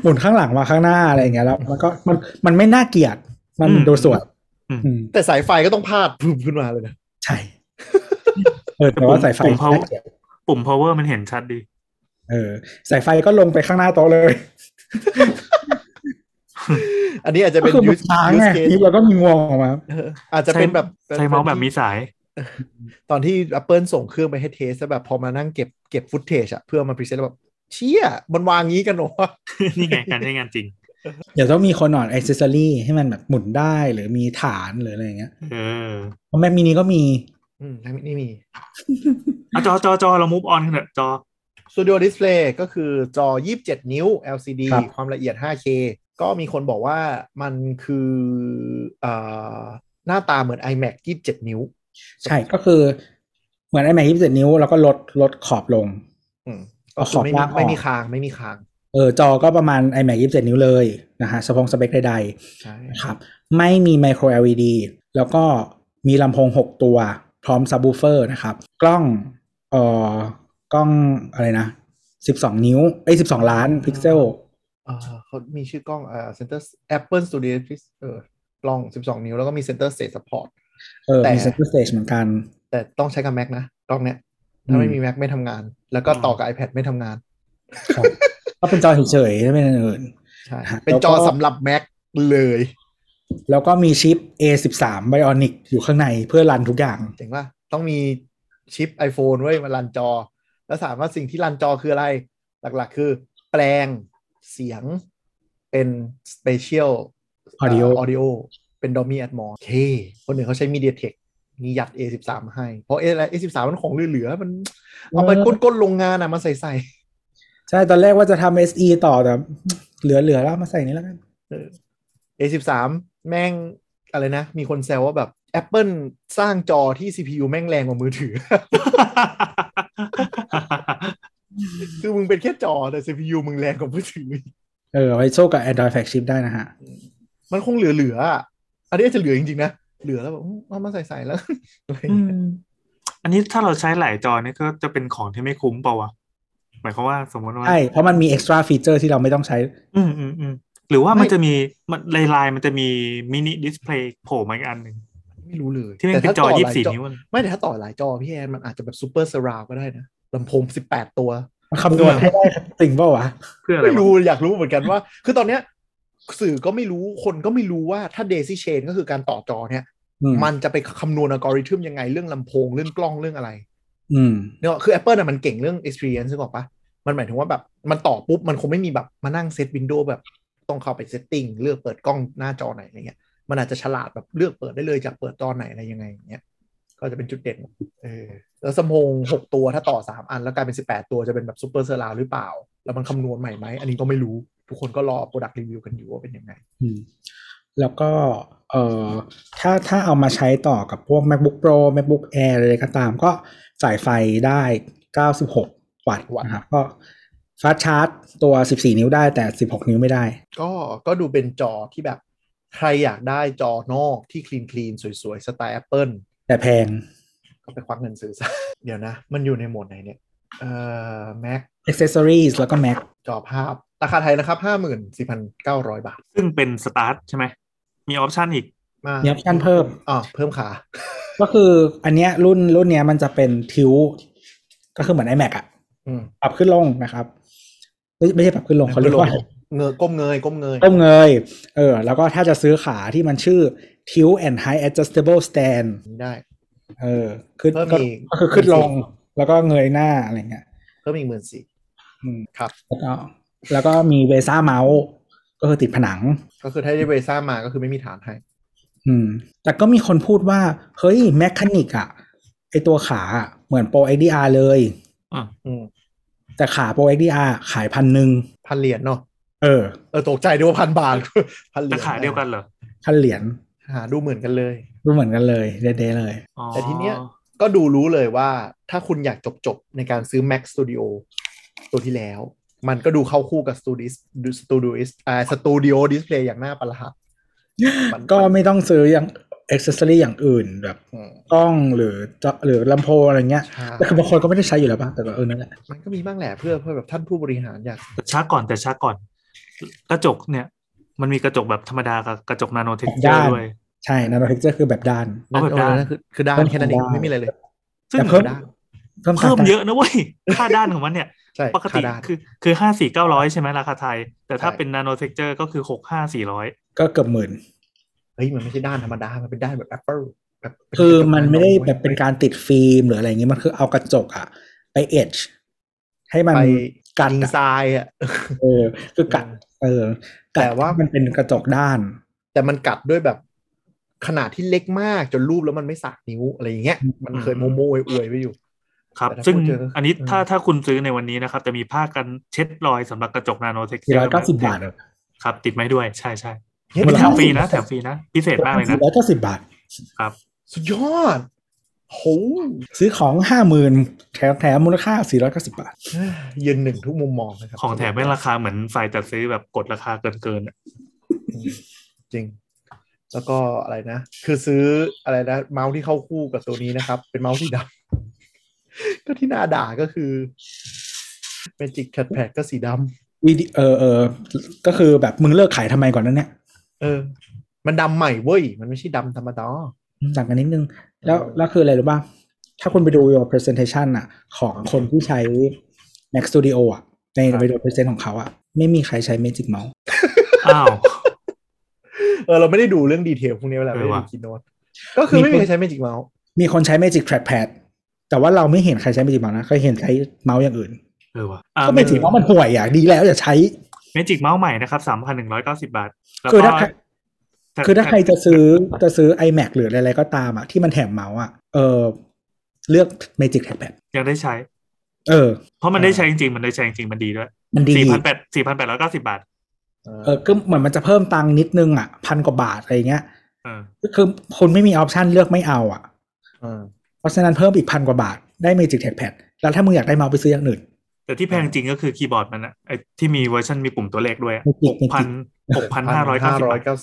หมุนข้างหลังมาข้างหน้าอะไรเงี้ยแล้วมันก็มันมันไม่น่าเกลียด มันดูสวยอืม
แต่สายไฟก็ต้องพาด พุ่มขึ้นมาเลยนะ
ใช่ เออแต่ว่าสายไฟ
ปุ่ม power
น่าเกลียด
ปุ่ม power มันเห็นชัดดี
เออสายไฟก็ลงไปข้างหน้าโต๊ะเลย
อันนี้อาจจะ
ก็
เป็น
คือ
ยู
มัน
ส
ช้าง
ยู
ไง
สเคส
แล้วก็มีงวงออกมา
อาจจะเป็นแบบ
ใช้เมาส์แบบมีสาย
ตอนที่ Apple ส่งเครื่องไปให้เทสแล้วแบบพอมานั่งเก็บเก็บฟุตเทจอะเพื่อมาพรีเซนต์แบบ เชี่ยมันวางงี้กันเหรอวะ
นี่ไงการใช้งานจริง
เ
เดี๋ยวต้องมีคนอ่อนอิสเซอรี่ให้มันแบบหมุนได้หรือมีฐานหรืออะไรอย่างเงี้ย
เออ
เพราะแม่มินิก็มี
อืมทั้งนี่มี
อ่ะจอจอจอเรามูฟออนกันเถอะจอ
Studio Display ก็คือจอ 27 นิ้ว LCD
ครับ
ความละเอียด 5K ก็มีคนบอกว่ามันคือเอ่อหน้าตาเหมือน iMac 27 นิ้ว
ใช่ก็คือเหมือนไอแม็กยี่สิบนิ้วแล้วก็ลดลดขอบลง
อืม
เอาขอบ
ไม่มี
ล่างออก
ไม่มีคางไม่มีคาง
เออจอก็ประมาณ iMac 27 นิ้วเลยนะฮะสปงสเปคใด
ใช่
ๆนะครับ ไม่มี Micro LED แล้วก็มีลำโพง 6 ตัว พร้อมซับ w ูเฟอร์นะครับ กล้องเอ่อกล้องอะไรนะ 12 นิ้วเอ้ย12 ล้านพิกเซล
เอ่อเขามีชื่อกล้องเอ่อ Center Apple Studio Display เออกล้อง 12 นิ้ว แล้วก็มี Center Stage Support
เออ
แต่
มี Center Stage เหมือนกัน
แต่ต้องใช้กับ Mac นะ กล้องเนี้ย
อื
ถ้าม ไม่มี Mac ไม่ทำงาน แล้วก็ต่อกับ iPad ไม่ทำงาน
ครับ ก็เป็นจอเฉยๆไม่เป็นอย่างอื่น
ใช่
ฮะ
เป็น
แล้วก็
จอสำหรับ Mac เลย
แล้วก็มีชิป A13 Bionic อยู่ข้างในเพื่อรันทุกอย่าง
เจ๋งว่าต้องมีชิป iPhone ไว้ยมารันจอ แล้วถามว่าสิ่งที่รันจอคืออะไร หลักๆ คือแปลงเสียงเป็น Spatial
Audio
อ audio เป็น d o m i a t m o r เค คนหนึ่งเขาใช้ MediaTek มียัด A13 มาให้ เพราะ A- A13 มันของเหลือๆ มันเอาไปก้นๆโรงงานอ่ะมาใส่
ใช่ตอนแรกว่าจะทำ SE ต่อแต่เหลือๆแล้วเอามาใส่นี้แล้วกัน
ๆเออ A13 แม่งอะไรนะ มีคนแซวว่าแบบ Apple สร้างจอที่ CPU แม่งแรงกว่ามือ ถือ คือมึงเป็นแค่จอแต่ CPU มึงแรงกว่ามือถือ
เออไว้สู้กับ Android Flagship ได้นะฮะ
มันคงเหลือๆอะอันนี้อาจจะเหลือจริงๆนะ เหลือแล้วแบบอืมเอามาใส่ๆแล้ว อะไรอย่างเงี้ย
อันนี้ถ้าเราใช้หลายจอนี่ก็จะเป็นของที่ไม่คุ้มเปล่าวะหมายความว่าสมมติว่า
ใช่ เพราะมันมี extra feature ที่เราไม่ต้องใช้
อืมอืมอืมหรือว่ามันจะมีมันลายลายๆมันจะมีมินิดิสเพลย์โผล่มาอีกอันหนึ่ง
ไม่รู้เลย
ที่มันเป็นจอ
ต่หลา
ยี่สิบสี่
จอ
นิ้วอะ
ไม่แต่ถ้าต่อหลายจอพี่แอนมันอาจจะแบบซูเปอร์เซราวก็ได้นะลำโพง 18 ตัว
มันคำนวณให้ได้จริงเปล่าวะ
เพื่ออะไร
ไม่
วะ
รู้อยากรู้เหมือนกันว่า คือตอนเนี้ยสื่อก็ไม่รู้คนก็ไม่รู้ว่าถ้าเดซี่เชนก็คือการต่อจอเนี่ย
อืม
มันจะไปคำนวณอัลกอริทึมยังไงเรื่องลำโพงเรื่องกล้องเรื่องอะไร
อืม
เนอะคือ Apple น่ะมันเก่งเรื่อง experience ใช่ปะมันหมายถึงว่าแบบมันต่อปุ๊บ มันคงไม่มีแบบมานั่งเซตวินโดว์แบบต้องเข้าไปเซตติ้งเลือกเปิดกล้องหน้าจอไหนอะไรเงี้ยมันอาจจะฉลาดแบบเลือกเปิดได้เลยจากเปิดจอไหนอะไรยังไงอย่างเงี้ยก็จะเป็นจุดเด่น เออแล้วสมงหกตัวถ้าต่อสามอัน แล้วกลายเป็นสิบแปดตัวจะเป็นแบบซูเปอร์เซอร์ราวหรือเปล่า แล้วมันคำนวณใหม่ไหม อันนี้ก็ไม่รู้ ทุกคนก็รอโปรดักต์รีวิวกันอยู่ว่าเป็นยังไง
อืม แล้วก็เอ่อถ้าถ้าเอามาใช้ต่อกับพวก macbook pro macbook air อะไรก็ตามก็สายไฟได้ 96 วัตต์
วัตต์
นะครับก็ฟาสต์ชาร์จตัว 14 นิ้วได้แต่ 16 นิ้วไม่ได้
ก็ก็ดูเป็นจอที่แบบใครอยากได้จอนอกที่คลีนคลีนสวยๆ สไตล์ Apple
แต่แพง
ก็ไปควักเงินซื้อซะ เดี๋ยวนะ มันอยู่ในโหมดไหนเนี่ย เอ่อ Mac
accessories แล้วก็ mac
จอภาพ ราคาไทยนะครับ54,900 บาท
ซึ่งเป็นสตาร์ทใช่ไหมมีออปชันอีก
มา
มีออปชันเพิ่ม
อ๋อเพิ่มขา
ก็คืออันเนี้ยรุ่นรุ่นเนี้ยมันจะเป็นทิวก็คือเหมือน iMac อะ
อืม
ปรับขึ้นลงนะครับ ไม่ไม่ใช่ปรับขึ้นลงเขาเรียกว่า
เงยก้มเงยก้มเงย
ก้มเงย เออ แล้วก็ถ้าจะซื้อขาที่มันชื่อ tilt and high adjustable stand
นี่ได้
เออขึ้น
เพิ่ม
ก็
อีก
ก็คือขึ้นลง แล้วก็เงยหน้าอะไรเงี้ย
เพิ่มอีกหมื่นสี่
อืม
ครับ
แล้วก็แล้วก็มีเวซ่าเมาส์ก็คือติดผนัง
ก็คือถ้าได้เวซ่ามาก็คือไม่มีฐานให้
อืม แต่ก็มีคนพูดว่า เฮ้ยแมคคานิกอะไอตัวขาอะเหมือนโปร XDR เลย
อืม
แต่ขาโปร XDR ขายพันหนึ่ง
พันเหรียญเนาะ
เออ
เออตกใจด้วยว่าพันบาท พันเหรี
แต่
ยญ
ขาเดียวกันเหรอ
พันเหรียญ
หาดูเหมือนกันเลย
รู้เหมือนกันเลยเด้ๆเลย
อ๋อ
แต่ทีเนี้ย ก็ดูรู้เลยว่าถ้าคุณอยากจบจบๆในการซื้อ Mac Studio ตัวที่แล้ว มันก็ดูเข้าคู่กับ Studio Studio อ่า Studio Display อย่างน่าประหลาดมัน
ก็ไม่ต้องซื้ออย่างอ็อกซ์ซอรี่อย่างอื่นแบบ
อืม
กล้องหรือจอหรือลำโพงอะไรเงี้ย
ใช่
แต่คือบางคนก็ไม่ได้ใช้อยู่แล้วป่ะแต่ก็เออนั่นแหละ
มันก็มีบ้างแหละเพื่อเพื่อแบบท่านผู้บริหารอยาก
แต่ช้าก่อนแต่ช้าก่อน กระจกเนี่ย มันมีกระจกแบบธรรมดากับกระจกนาโนเทคเจอร์ด้วย
ใช่นาโนเทคเจอร์คือแบบด้าน
นั่น
เอาแบบ
เอาเล
ด้าน
ยนะคือคือด้า
ต้
น
อง
แค่นั้นเอง
ด้าน
ไม่มีอะไรเลย
ซึ่ง
แต่เพิ่ม
ด้าน
เพิ่ม
เพิ่ม
ค่า
เยอะนะเว้ยค่าด้านของมันเนี่ย
ใช่
ปกติ
ขาด้าน
คือคือห้าสี่เก้าร้อยใช่ไหมราคาไทย แต่ถ้า
ใช่
เป็นนาโนเทคเจอร์ก็คือหกห้าสี่ร้อย
ก็เกือบหมื่น
เฮ้ยมันไม่ใช่ด้านธรรมดา มันเป็นด้านแบบ Apple แบบเป็
คือมันไม่ได้
กระจก
แบบเป็น
ว้ย
การติดฟิล์มหรืออะไรเงงี้ยมันคือเอากระจกอะไปเอ e ให้มัน
ไป
กัด
ยิง
อะ
ทรายอ่ะ
เออคือกัด เออ
แต่ว่า
นเป็นกระจกด้าน
แต่มันกัดด้วยแบบขนาดที่เล็กมากจนรูปแล้วมันไม่สักนิ้วอะไรอย่างเงี้ย มันเคยโมโมอวยๆไว้อยู่
ครับ
แต่ถ้า
ซึ่ง
พูดเจอ
อันนี้
เออ
ถ้าถ้าคุณซื้อในวันนี้นะครับ จะมีผ้ากันเช็ดรอยสำหรับกระจกนาโนเท็กซ์
สี่ร้อยเก้าสิบบาทอะ
ครับ ติดไม้ด้วยใช่ใช่
เนี่ย
มัน
แถ
เท่า
มฟรีนะแถมฟรีนะ พิเศษมากเลยนะ
สี่ร้อยเก้าสิบบาท
สุดยอดโห
ซื้อของห้าหมื่นแถมแถมมูลค่าสี่ร้อยเก้าสิบบาท
ยืนหนึ่งทุกมุมมองนะครับ
ของแถมไม่ราคาเหมือนฝ่ายจัดซื้อแบบกดราคาเกินเกินๆอะ
จริง แล้วก็อะไรนะ คือซื้ออะไรนะ เมาส์ที่เข้าคู่กับตัวนี้นะครับ เป็นเมาส์สีดำ ก็ที่น่าด่าก็คือเมจิกแคทแพดก็สีดำ
วิดีเออเออก็คือแบบมึงเลิกขายทำไมก่อนนั้นเนี่ย
เออ มันดำใหม่เว้ย มันไม่ใช่ดำธรรมดา
ต่างกันนิดนึง แล้ว
เออ
แล้วคืออะไรรู้ป่ะถ้าคุณไปดู your presentation อะของคนที่ใช้ Mac Studio อะในวิดีโอ present ของเขาอะไม่มีใครใช้ Magic Mouse
อ้าว
เออ เราไม่ได้ดูเรื่องดีเทลพวกนี้เวลา
เอ
ไม่
อ
ได้ดู
ว่ะ
คีโนตก็คือไม่มีใครใช้ Magic Mouse
มีคนใช้ Magic Trackpad แต่ว่าเราไม่เห็นใครใช้ Magic Mouse นะเคยเห็นใช้เมาส์อย่างอื่น
เออว่ะอ่า
ก็ Magic Mouse มันห่วยอย่างดีแล้วอย่าใช้
เมจิกเมาส์ใหม่นะครับสามพันหนึ่งร้อยเก้าสิบาทแล้ว
คือ
ก็
ถ้าใคร คือถ้าใครจะซื้อจะซื้อ iMac หรืออะไรๆก็ตามอะที่มันแถมเมาส์อะเออเลือก Magic Trackpad
ยังได้ใช้
เออ
เพราะมันได้ใช้จริงๆมันได้ใช้จริงๆมันดีด้วย
มันดี
สี่พันแปดสี่พันแปดร้อยเก้าสิบาท
เออก็เหมือนมันจะเพิ่มตังค์นิดนึงอ่ะพันกว่าบาทอะไรเงี้ย
เออ
ก็คือคนไม่มีออปชันเลือกไม่เอาอ่ะ
เออ
เพราะฉะนั้นเพิ่มอีกพันกว่าบาทได้ Magic Trackpad แล้วถ้ามึงอยากได้เมาส์ไปซื้ออย่างอื่น
แต่ที่แพงจริงก็คือคีย์บอร์ดมันอะไอที่มีเวอร์ชันมีปุ่มตัวเลขด้วย
ไม่จริ
ห
ง
ก
ไม่
พั
จริ
น
ง
หกพันห้าร้อยเก้า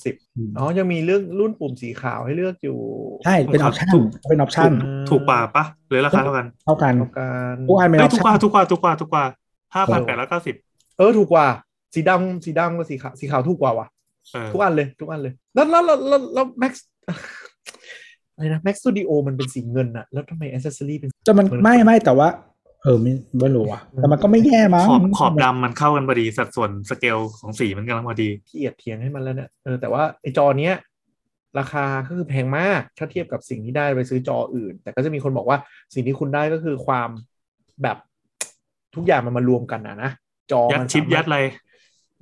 สิบาท
อืม
อ๋อ ยังมีเรื่องรุ่นปุ่มสีขาวให้เลือกอยู่
ใช่เป็นออปชันเป็นออปชัน
ถูกกว่าปะหรือราคาเท่ากัน
เท่ากัน
ต้องการ
ผู้อันเป็นอ
เอ้
อย ป
ถูกก
ชั่
ว่าน ถูกกว่าถูกกว่าถูกกว่าห้าพันแปด
เอ
ร้อยเก้าสิบ
เออ ถูกกว่า สีดำสีดำกับสีขาว สีขาวถูกกว่าว่ะ
เออ
ทุกอันเลย ทุกอันเลย แล้วแล้วแล้วแล้วแล้วแม็กซ์ อะไรนะ Max Studio มันเป็นสีเงินอะแล้วทำไม accessory เป็น
จะมัน
เหมือน
ไม่ไม่แต่ว่า เออไม่ไม่รู้อ่ะแต่มันก็ไม่แย่มั้ง
ขอบขอบดำมันเข้ากันพอดีสัดส่วนสเกลของสีมันกำลังพอดี
ที่เอียดเถียงให้มันแล้วเนี่ยเออแต่ว่าไอ้จอเนี้ยราคาก็คือแพงมากถ้าเทียบกับสิ่งที่ได้ไปซื้อจออื่น แต่ก็จะมีคนบอกว่าสิ่งที่คุณได้ก็คือความแบบทุกอย่างมันมารวมกันนะนะจอ
ยัด
มัน
ชิป
สามารถ
ยัดอะไร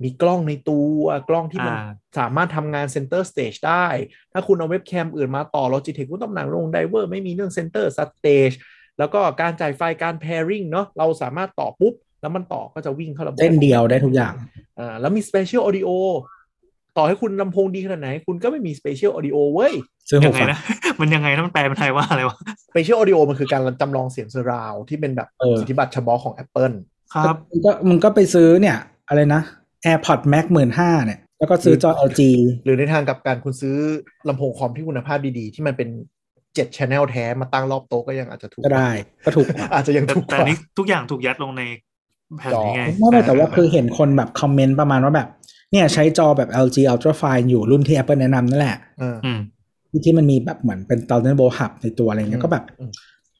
มีกล้องในตัวกล้องที่มัน
อ่า
สามารถทำงานเซนเตอร์สเตจได้ ถ้าคุณเอาเว็บแคมอื่นมาต่อ Logitech คุณต้องหนังลงไดเวอร์ไม่มีเรื่องเซนเตอร์สเตจแล้วก็การจ่ายไฟการแพริ n งเนาะเราสามารถต่อปุ๊บ แล้วมันต่อก็จะวิ่งเข้าระบบ
เส้นเดียวได้ทุกอย่าง
อ่าแล้วมี Special Audio ต่อให้คุณลำโพงดีขนาดไหน คุณก็ไม่มี Special Audio เว้ย
ซื้อห
ยั
ก
งไง
ฟัง
นะ มันยังไงนะมันแปลเป็นไทยว่าอะไรวะ
Special Audio มันคือการจำลองเสียง surround ที่เป็นแบบ
เออ
สิทธิบัตรเฉพาะของ Apple
ครับ
มึงก็มึงก็ไปซื้อเนี่ย อะไรนะ AirPod Max หมื่นห้าเนี่ย แล้วก็ซื้อจอ LG
หรือในทางกลับการคุณซื้อลำโพงคอมที่คุณภาพดีๆ ที่มันเป็น 7 Channel แท้มาตั้งรอบโต๊ะก็ยังอาจจะถูก
ก็ได้ก็ถูกกว่า
อาจ จะยัง
แต่
ถูกก
แต่
ว่า
นี้ทุกอย่างถูกยัดลงในแผ่นนี้ไง
ไม่ไม่แต่ว่า
เออ
คือเห็นคนแบบคอมเมนต์ประมาณว่าแบบ เนี่ยใช้จอแบบ LG Ultrafine อยู่รุ่นที่ Apple แนะนำนั่นแหละ
เออ
อืม
ที่ที่มันมีแบบเหมือนเป็น Thunderbolt Hub ในตัวอะไรเงี้ยก็แบบ
อืม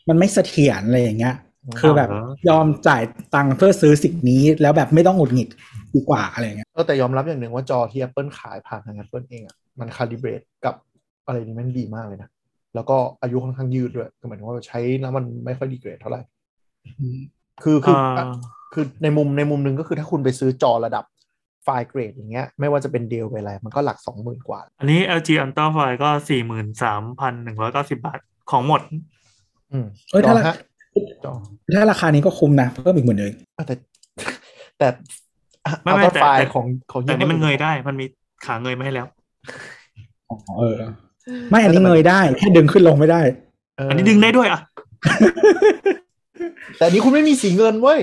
มันไม่เสถียรอะไรอย่างเงี้ย คือแบบ
อ๋อ
ยอมจ่ายตังค์เพื่อซื้อสิ่งนี้แล้วแบบไม่ต้องหงุดหงิดดีกว่าอะไรเงี้ย
เออแต่ยอมรับอย่างหนึ่งว่าจอที่ Apple ขายผ่านทาง Apple เองอ่ะมันคาลิเบรตกับอะไรนี้มันดีมากเลยนะ แล้วก็อายุค่อนข้างยืดด้วยคือหมายถึงว่าใช้แล้วมันไม่ค่อยดีเกรดเท่าไหร่คือคืออ่ะ
า
คือในมุมในมุมหนึ่งก็คือถ้าคุณไปซื้อจอระดับไฟล์เกรดอย่างเงี้ยไม่ว่าจะเป็นเดลไปอะไร มันก็หลักสองหมื่นกว่า
อันนี้ LG Ultra Wide ก็ 43,190 บาท ของหมด
อืม
เอ้ย
จ
ถ้า
อ
รา
ฮะจอ
ถ้าราคานี้ก็คุ้มนะเพิ่มอีกหมื่นเลย
อ่ะแต่ แต่
ไม่
เอา
ไม่
แต่
แต่
ไฟล์
แต่
ของของ
แต่อันนี้มันเง
ห้อ
ยได้มันมีขาเงยมาให้แล้ว
อ๋อเออ ไม่อันนี้
แต่มัน
เงยได้แค่ดึงขึ้นลงไม่ได้
เ
อันนี้ดึงได้ด้วยอ่ะ
แต่อันนี้คุณไม่มีสีเงินเว้ย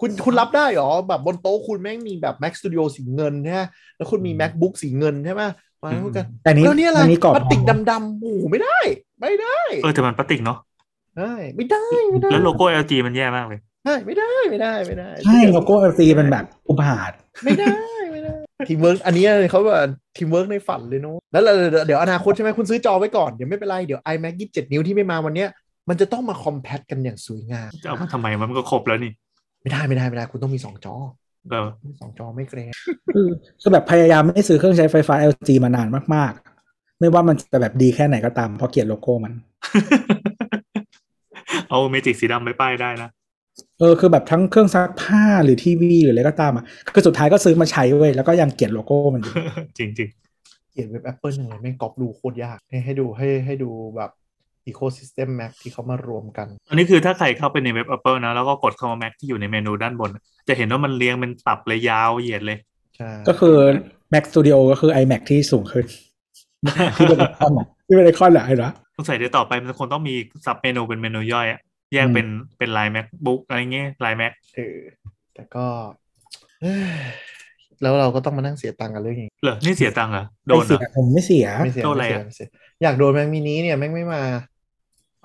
คุณคุณรับได้เหรอ แบบบนโต๊ะคุณแม่งมีแบบ Mac Studio สีเงินใช่ไหมแล้วคุณมี MacBook สีเงินใช่ไหมมาแล้วกัน
แต่นี้
แล้วเนี่ยอะไร
อันนี้กรอบ
พลาสติกดำๆโอ้โหไม่ได้ ไม่ได้
เออแต่มันพลาสติกเนาะ
ได้ไม่ได้ไม่ได้
แล้วโลโก้ LG มันแย่มากเลย
ได้ไม่ได้ไม่ได้ไม่ได้
ใช่โลโก้ LG เป็นแบบอุบาท
ไม่ได้ไม่ได้ ทีมเวิร์กอันนี้เขาแบบทีมเวิร์กในฝันเลยเนาะแล้วเราเดี๋ยวอนาคตใช่ไหมคุณซื้อจอไว้ก่อน เดี๋ยวไม่เป็นไร เดี๋ยว iMac 27 นิ้วที่ไม่มาวันเนี้ยมันจะต้องมาคอมแพตกันอย่างสวยงาม
จะเอามาทำไมมันก็ครบแล้วนี่
ไม่ได้ไม่ได้ไม่ได้ คุณต้องมี 2 จอ
เอ อ
มีสองจอไม่เกรง
คือคือแบบพยายามไม่ซื้อเครื่องใช้ไฟฟ้า LG มานานมากๆ ไม่ว่ามันจะแบบดีแค่ไหนก็ตามเพราะเกลียดโลโก้มัน
เอาเมจิกสีดำไปป้ายได้นะ
เออคือแบบทั้งเครื่องซักผ้าหรือทีวีหรืออะไรก็ตามอ่ะคือสุดท้ายก็ซื้อมาใช้เว้ยแล้วก็ยังเกลียดโลโก้มันอยู่
จริงจริง
เขียนเว็บ Apple อะไรแม่งกรอบดูโคตรยากให้ให้ดูให้ให้ดูแบบ Ecosystem Mac ที่เขามารวมกัน
ๆอันนี้คือถ้าใครเข้าไปในเว็บ Apple นะ แล้วก็กดคำว่า Mac ที่อยู่ในเมนูด้านบน จะเห็นว่ามันเรียงเป็นตับเลยยาวเหยียดเลย
ใช่
ก็คือ Mac Studio ก็คือ iMac ที่สูงขึ้น ที่เป็นไอคอนอะที่เป็นไอคอนแหละเห็นปะ
สงสัยเดี๋ยวต่อไปมันคงต้องมีซับเมนูเป็นเมนูย่อยอะแยก
อืม
เป็นเป็นลาย MacBook อะไรเงี้ยลาย Mac
เออแต่ก็ เอ้ยแล้วเราก็ต้องมานั่งเสียตังค์กันเรื่องอย่างนี้
เหรอนี่เสียตังค์เหรอโดน
ไม่
เหร
เสี
อ
ยผมไม่เสีย
ไม่เสีย
โดนอะไร
ไม่เสีย
อะ
ไม่เสียอยากโดนแม็กมินิเนี่ยแม่งไม่มา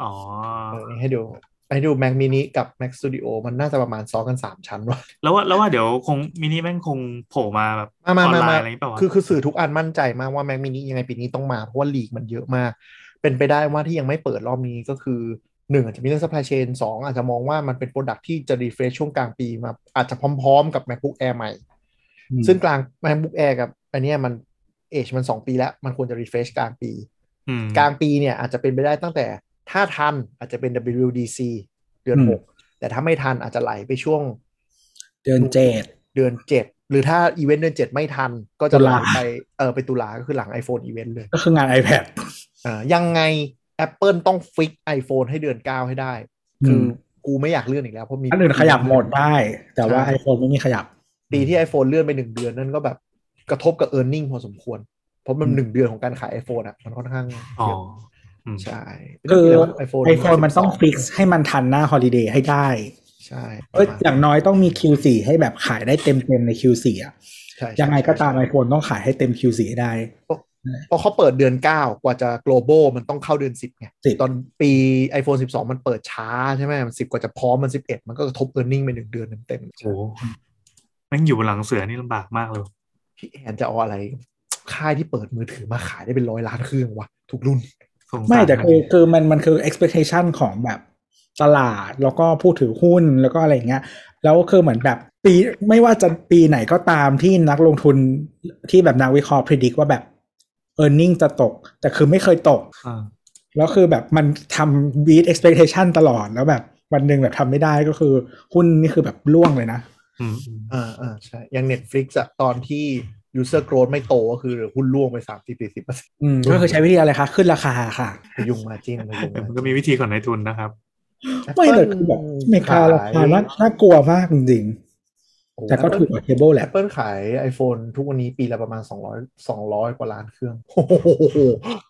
อ๋อ
เออนี่ให้ดูให้ดูแม็กมินิกับ Mac Studio มันน่าจะประมาณซ้อนกัน 3 ชั้นวะ
แล้วว่าแล้วว่าเดี๋ยวคงมินิแม่งคงโผล่มาแบบอ
มามา
อนไล
มามา
น์อะไรอย่างเงี้ยเปล่าวะ
คือคือสื่อทุกอันมั่นใจมากว่า Mac Mini ยังไงปีนี้ต้องมา เพราะว่าลีกมันเยอะมาก เป็นไปได้ว่าที่ยังไม่เปิดรอบนี้ก็คือหนึ่งอาจจะมีเรื่อง supply chain สองอาจจะมองว่ามันเป็นโปรดักที่จะ refresh ช่วงกลางปีมาอาจจะพร้อมๆ กับ MacBook Air ใหม่
อืม
ซึ่งกลาง MacBook Air กับอันเนี้ยมันเอจมัน 2 ปีแล้ว มันควรจะ refresh กลางปี
อืม
กลางปีเนี่ยอาจจะเป็นไปได้ตั้งแต่ถ้าทันอาจจะเป็น WDC เดือน
อืม
6 แต่ถ้าไม่ทันอาจจะไหลไปช่วง
เดือนเจ็ด
เดือน 7 หรือถ้าอีเวนต์เดือน 7 ไม่ทันก็จะ
ตุ
ไหล
ลา
ไปเออไปตุลาก็คือหลัง iPhone อีเวนต์เลย
ก็คืองาน iPad
อ่ายังไง Apple ต้องฟิก iPhone ให้เดือน 9 ให้ได้ คืออ
ม
กูไม่อยากเลื่อนอีกแล้วเพราะมี
อันอื่นขยับหมดได้ แต่ว่า
ใช่
iPhone ไม่มีขยับ
ปีที่ iPhone เลื่อนไปหนึ่งเดือนนั่นก็แบบกระทบกับ e a r n i n g พอสมควร เพราะมัน
อืม
หนึ่งเดือนของการขาย iPhone อ่ะ มันค่อนข้าง
อ๋อ
เยอะ
อืม
ใช่
คือ
ไอโฟน
iPhone มันต้องฟิกให้มันทันหน้าฮอลิเดย์ให้ได้
ใช่
เอ้ยอย่างน้อยต้องมี Q4 ให้แบบขายได้เต็มเต็มๆใน Q4 อะ
ใช่ใช่
ยังไงก็ตาม
ใช่
iPhone ต้องขายให้เต็ม Q4 ให้ได้
เพราะเขาเปิดเดือน 9 กว่าจะ global มันต้องเข้าเดือน 10ไง
10
ตอนปี iPhone 12 มันเปิดช้าใช่ไหมมัน 10 กว่าจะพร้อมมัน 11 มันก็กระทบ e a r n i n g ไปหนึ่งเดือนเต็ม
โอ้แม่งอยู่บนหลังเสือนี่ลำบากมากเลย
ๆพี่แอนจะเอาอะไร ค่ายที่เปิดมือถือมาขายได้เป็นร้อยล้านเครื่องวะทุกรุ่น
สงสาร
ไม่แต่คือคือมันมันคือ expectation ของแบบตลาดแล้วก็ผู้ถือหุ้นแล้วก็อะไรอย่างเงี้ยแล้วคือเหมือนแบบปีไม่ว่าจะปีไหนก็ตามที่นักลงทุนที่แบบนักวิเคราะห์ predict ว่าแบบ e a r n i n g จะตก แต่คือไม่เคยตก
อ่า
แล้วคือแบบมันทำ beat expectation ตลอดแล้วแบบวันหนึ่งแบบทำไม่ได้ก็คือหุ้นนี่คือแบบร่วงเลยนะ
อืมอืม
อ่าอ่าใช่ อย่าง Netflix อะตอนที่ user growth ไม่โตก็คือหุ้นร่วงไป 3 0 4 0เปอร์เซ็นต์
อืมก็คือใช้วิธีอะไรคะ ขึ้นราคาค่ะ
พยุงมาจิ้นพยุง
แต่มัน
มา
ก็มีวิธีของนายทุนนะครับ
ไม่แต่คือแบบไม่คาราคาน่าน่ากลัวมากจริงๆแต่ก็ถูกกว่าเคเบิลแหละ
แอปเปิลขาย iPhone ทุกวันนี้ปีละประมาณ 200 200 กว่าล้านเครื่อง โอ้โห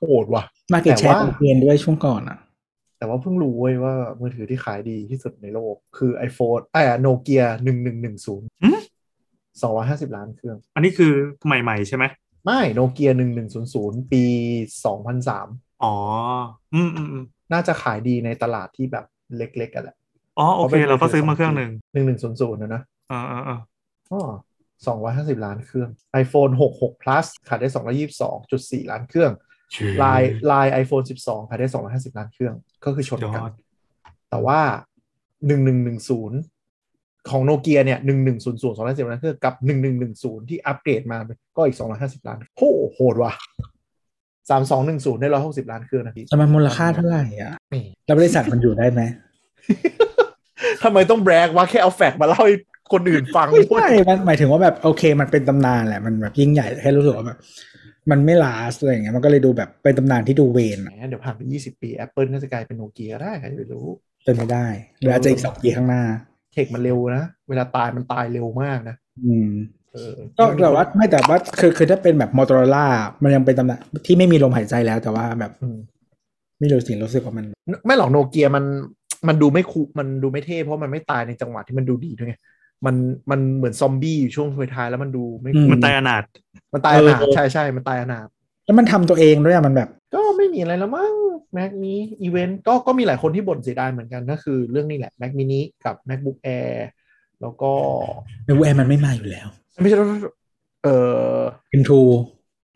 โหดว่ะ
มาเก็ตแช
แต่
ร์
ว่า
ของเพียนด้วยช่วงก่อนอ่ะ
แต่ว่าเพิ่งรู้เว้ยว่ามือถือที่ขายดีที่สุดในโลก คือ iPhone อ่าโนเกียหนึ่งหนึ่งหนึ่งศูนย์
หืม
สองร้อยห้าสิบล้านเครื่อง
อันนี้คือใหม่ ๆ ใช่ไหม
ไม่โนเกียหนึ่งหนึ่งศูนย์ศูนย์ปีสองพันสาม
อ๋อ อืมอืมอืม
น่าจะขายดีในตลาดที่แบบเล็กๆกันแหละ
อ๋อโอเค เราก็ซื้อมาเครื่องหนึ่ง
หนึ่งหนึ่งศูนย์ศูนย์นะนะ
อ่าอ่าอ่า
อ๋อสองร้อยห้าสิบล้านเครื่อง iPhone 6 6 plus ขายได้สองร้อยี่สิบสองจุดสี่ล้านเครื่องลายลาย iPhone สิบสองขายได้สองร้อยห้าสิบล้านเครื่อง ก็คือชน
ยอ
กัน
ด
แต่ว่าหนึ่งหนึ่งหนึ่งศูนย์ของโนเกียเนี่ยหนึ่งหนึ่งศูนย์ศูนย์สองร้อยสิบล้านเครื่องกับหนึ่งหนึ่งหนึ่งศูนย์ที่อัปเกรดมาก็อีกสองร้อยห้าสิบล้านโหโหดว่ะสามสองหนึ่งศูนย์ได้ร้อยหกสิบล้านเครื่องนะพี่
แต่มันมูลค่าเท่าไหร่อ่ะ
นี่
แล้วบริษัทมันอยู่ได้ไหม
ทำไมต้องแบรกว่าแค่เอาแฟกต์มาเล่าให้คนอื่นฟัง
ไม่ ใช่มันหมายถึงว่าแบบโอเคมันเป็นตำนานแหละ มันแบบยิ่งใหญ่แค่รู้สึกว่าแบบ มันไม่ลาสอะไรอย่างเงี้ยมันก็เลยดูแบบเป็นตำนานที่ดูเวน
แห
อะ
มเดี๋ยวผ่านไปยี่สิบปี Apple ก็จะกลายเป็นโนเกียได้ใครจะไปรู้
เป็นไม่ได้หรืออาจจะอีกสองปีข้างหน้า
เทคมันเร็วนะ เวลาตายมันตายเร็วมากนะ
อืม
เออ
ก็แต่ว่าไม่แต่ว่าคือคือถ้าเป็นแบบมอเตอร์ล่ามันยังเป็นตำแหน่งที่ไม่มีลมหายใจแล้ว แต่ว่าแบบ
อืม
ไม่รู้สิรู้สึกว่ามัน
ไม่หรอกโนเกียมันมันดูไม่คูมันดูไม่เท่เพราะมันไม่ตายในจังหวะที่มันดูดีด้วยไงมันมันเหมือนซอมบี้อยู่ช่วงท้ายๆแล้วมันดูไม่
อื
คู
มันตายอนาถ
มันตายอนาถ
เออ
ใช่ใช่มันตายอนาถ
แล้วมันทำตัวเองด้วยอะมันแบบ
ก็ไม่มีอะไรแล้วมั้งแม็กนี้อีเวนต์ก็ก็มีหลายคนที่บ่นเสียดายเหมือนกันก็คือเรื่องนี้แหละแม็กมินิกับ MacBook Air แล้วก็
MacBook Air มันไม่มาอยู่แล้ว
ไม่ใช่เอ่อ
M2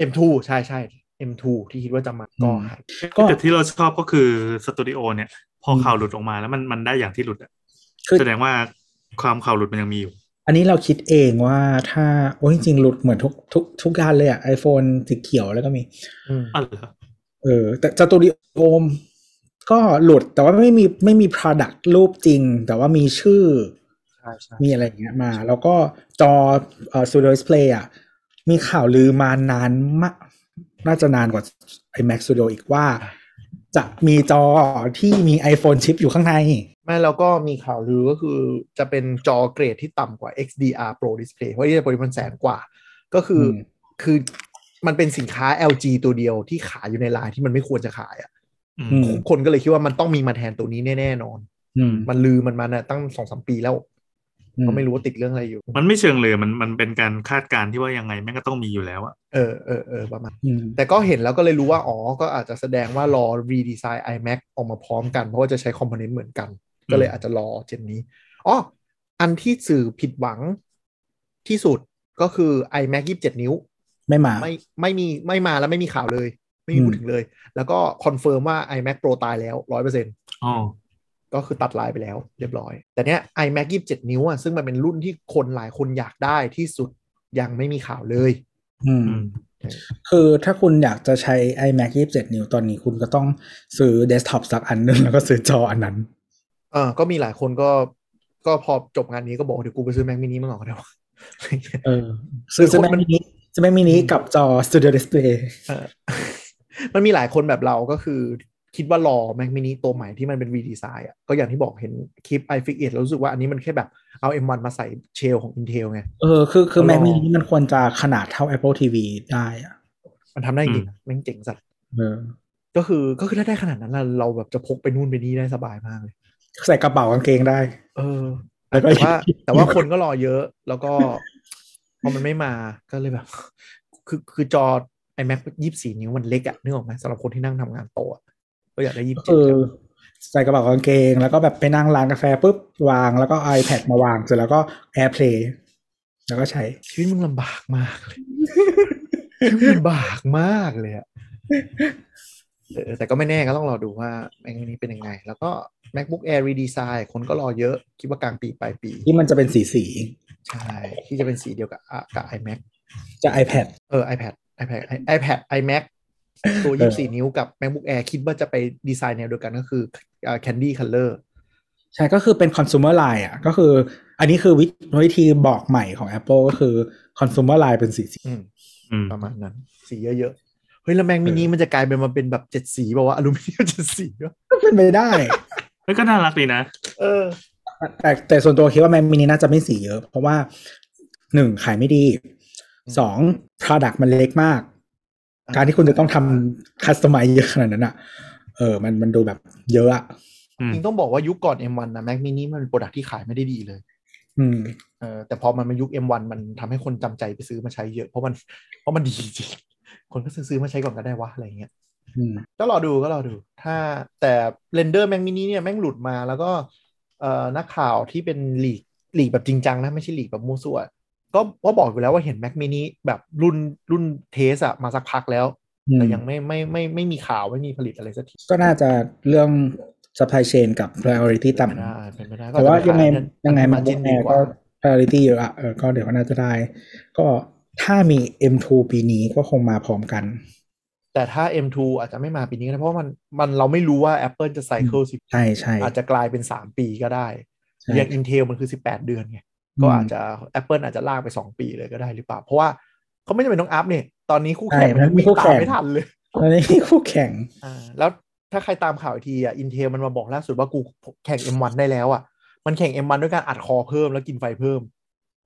M2 ใช่ใช่ M2 ที่คิดว่าจะมาก็หายไป
ก็
แต่ที่เราชอบก็คือสตูดิโอเนี่ย พอข่าวหลุดออกมาแล้วมันมันได้อย่างที่หลุดอะ
คือ
แสดงว่าความข่าวหลุดมันยังมีอยู่
อันนี้เราคิดเองว่าถ้าโอ้ยจริงๆหลุดเหมือนทุกทุกทุกด้านเลยอะไอโฟนสีเขียวแล้วก็มี
อืม
อ๋อเหรอ
เออ แต่สตูดิโอ ก็หลุดแต่ว่าไม่มีไม่มี product รูปจริง แต่ว่ามีชื่อ
ใช่ใช่
มีอะไรอย่างเงี้ยมา แล้วก็จอเอ่อ Studio Display อ่ะ มีข่าวลือมานานมากน่าจะนานกว่า iMac Studio อีกว่า จะมีจอที่มี iPhone ชิปอยู่ข้างใน
แม่แล้วก็มีข่าวลือก็คือจะเป็นจอเกรดที่ต่ำกว่า XDR Pro Display เพราะที่ปริมาณแสนกว่า ก็คืออ
ม
คือมันเป็นสินค้า LG ตัวเดียวที่ขายอยู่ในไลน์ที่มันไม่ควรจะขายอ่ะ
อืม
อืม
คนก็เลยคิดว่ามันต้องมีมาแทนตัวนี้แน่ๆนอน
อืม
มันลือมันมานะตั้งสองสามปีแล้วก็ไม่รู้ว่าติดเรื่องอะไรอยู่
มันไม่เชิงเลยมันมันเป็นการคาดการณ์ที่ว่ายังไงแม่งก็ต้องมีอยู่แล้วอะ
เออเออเออประมาณ
อืม
แต่ก็เห็นแล้วก็เลยรู้ว่า อ๋อ ก็อาจจะแสดงว่ารอ redesign iMac ออกมาพร้อมกัน เพราะว่าจะใช้คอมโพเนนต์เหมือนกัน ก็เลยอาจจะรอเจนนี้อ๋ออันที่สื่อผิดหวังที่สุดก็คือ iMac 27 นิ้ว
ไม่มา
ไม่ไม่มีไม่มาแล้วไม่มีข่าวเลย ไม่มีพูดถึงเลย แล้วก็คอนเฟิร์มว่า iMac Pro ตายแล้ว 100%
อ๋อ
ก็คือตัดลายไปแล้วเรียบร้อย แต่เนี้ย iMac 27 นิ้วอ่ะซึ่งมันเป็นรุ่นที่คนหลายคนอยากได้ที่สุดยังไม่มีข่าวเลย
อืม
อืม
คือถ้าคุณอยากจะใช้ iMac 27 นิ้วตอนนี้คุณก็ต้องซื้อเดสก์ท็อปสักอันหนึง แล้วก็ซื้อจออันนั้น
เออก็มีหลายคนก็ก็พอจบงานนี้ก็บอกว่าเดี๋ยวกูไปซื้อแม็กมินิมาก่อนก็ได้วะ
เออ ซื้อ
คือ
ซื้อ
คน
แม็ก
มัน
มินิซื้อแม็กมินิกับจอ Studio Display
เออ มันมีหลายคนแบบเราก็คือคิดว่ารอแม็กมินิตัวใหม่ที่มันเป็นวีดีไซน์อ่ะก็อย่างที่บอกเห็นคลิป i f i x แล้วรู้สึกว่าอันนี้มันแค่แบบเอา M1 มาใส่เชลของ Intel ไง
เออ คือคือ
ก็ลอง
แม็กมินิมันควรจะขนาดเท่า Apple TV ได้อะ
มันทำได้จริงๆนะแม่งเจ๋งสัส
เออ
ก็คือก็คือถ้าได้ขนาดนั้นน่ะเราแบบจะพกไปนู่นไปนี่ได้สบายมากเลย
ใส่กระเป๋ากางเกงได้
เออ
แล้วก็
แต่ ว่าแต่ว่าคนก็รอเยอะแล้วก็ พอมันไม่มาก็เลยแบบ คือคือจอ iMac ยี่สี่นิ้วมันเล็กอะนึกออกไหมสำหรับคนที่นั่งทำงานโตะอะก็อยากได้ยี่
ก็
สิบ
คือ ใส่กระเป๋ากางเกง แล้วก็แบบไปนั่งร้านกาแฟปุ๊บวางแล้วก็ iPad มาวางเสร็จแล้วก็ AirPlay แล้วก็ใช้
ชีวิตมึงลำบากมากเลย ชีวิตลำบากมากเลยอะเออแต่ก็ไม่แน่ก็ต้องรอดูว่าแม็กนี้เป็นยังไง แล้วก็ MacBook Air redesign คนก็รอเยอะ คิดว่ากลางปีปลายปี
ที่มันจะเป็นสีสี
ใช่ที่จะเป็นสีเดียวกับอ่ะกับ iMac
ๆจะ iPad
เออ iPad iPad iPad iMac ตัว
เออ
24 นิ้วกับ MacBook Air คิดว่าจะไปดีไซน์แนวเดียวกันก็คืออ่า Candy Color
ใช่ก็คือเป็น consumer line อ่ะก็คือ อันนี้คือวิวิธีบอกใหม่ของ Apple ก็คือ consumer line เป็นสีสี
อืม
อืม
ประมาณนั้น สีเยอะๆ เฮ้ย แล้วแมงมินิมันจะกลายเป็นมาเป็นแบบเจ็ดสีแบบว่าวะอลูมิเนียมเจ็ดสีวะ
ก็เป็นไปได้
เอ้ยก็น่ารักดีนะ
เออ
แต่แต่ส่วนตัวคิดว่าแมนมินิน่าจะไม่สีเยอะ เพราะว่าหนึ่งขายไม่ดีสอง product มันเล็กมาก
อ่า
การที่คุณจะต้องทำ customize เยอะขนาดนั้นอ่ะ เออ มันมันดูแบบเยอะอ่ะ
อืม
จริงต้องบอกว่ายุคก่อน M1 นะแมงมินิมันเป็นโปรดักที่ขายไม่ได้ดีเลย
อืม
เออแต่พอมันมายุค M1 มันทำให้คนจำใจไปซื้อมาใช้เยอะเพราะมันเพราะมันดีจริงคนก็ซื้อๆมาใช้ก่อนก็ได้วะอะไรอย่างเงี้ย
อืม
ก็รอดูก็รอดู ถ้าแต่เรนเดอร์แมงมินีเนี่ยแม่งหลุดมาแล้วก็เอ่อนักข่าวที่เป็นหลีกหลีกแบบจริงจังนะ ไม่ใช่หลีกแบบมูสัวก็ก็บอกอยู่แล้วว่าเห็นแม c มินิแบบรุ่นรุ่นเทสอะมาสักพักแล้ว
อืม
แต่ยังไม่ไม่ไม่ไม่มีข่าว ไม่มีผลิตอะไรสักที
ก็น่าจะเรื่อง supply chain กับ priority
ไม่ได้
ต่ำ
เป็นไม่ได้
แต่ว่า
ก็จะ
ยังไง
ข
ยังไงมัน
จิน
แอ
ดี
ร์
ก
ก็
ว่า
priority เยอะอ่ะเออก็เดี๋ยวก็น่าจะได้ ก็ถ้ามี M2 ปีนี้ก็คงมาพร้อมกัน
แต่ถ้า M2 อาจจะไม่มาปีนี้ก็ได้เพราะว่ามันมันเราไม่รู้ว่า Apple จะไซเคิลสิบ
ใช่ใช่
อาจจะกลายเป็น 3 ปีก็ได้
ใช่
อย่าง Intel มันคือ 18 เดือนไง ก็อาจจะ Apple อาจจะลากไป 2 ปีเลยก็ได้หรือเปล่า เพราะว่าเขาไม่จำเป็นต้องอัพเนี่ย ตอนนี้คู่แข่งมันวิ่งตามไม่ทันเลย
ตอนนี้คู่แข่ง
อ่าแล้วถ้าใครตามข่าวอีกทีอ่ะ Intel มันมาบอกล่าสุดว่ากูแข่ง M1 ได้แล้วอ่ะ มันแข่ง M1 ด้วยการอัดคอเพิ่มแล้วกินไฟเพิ่ม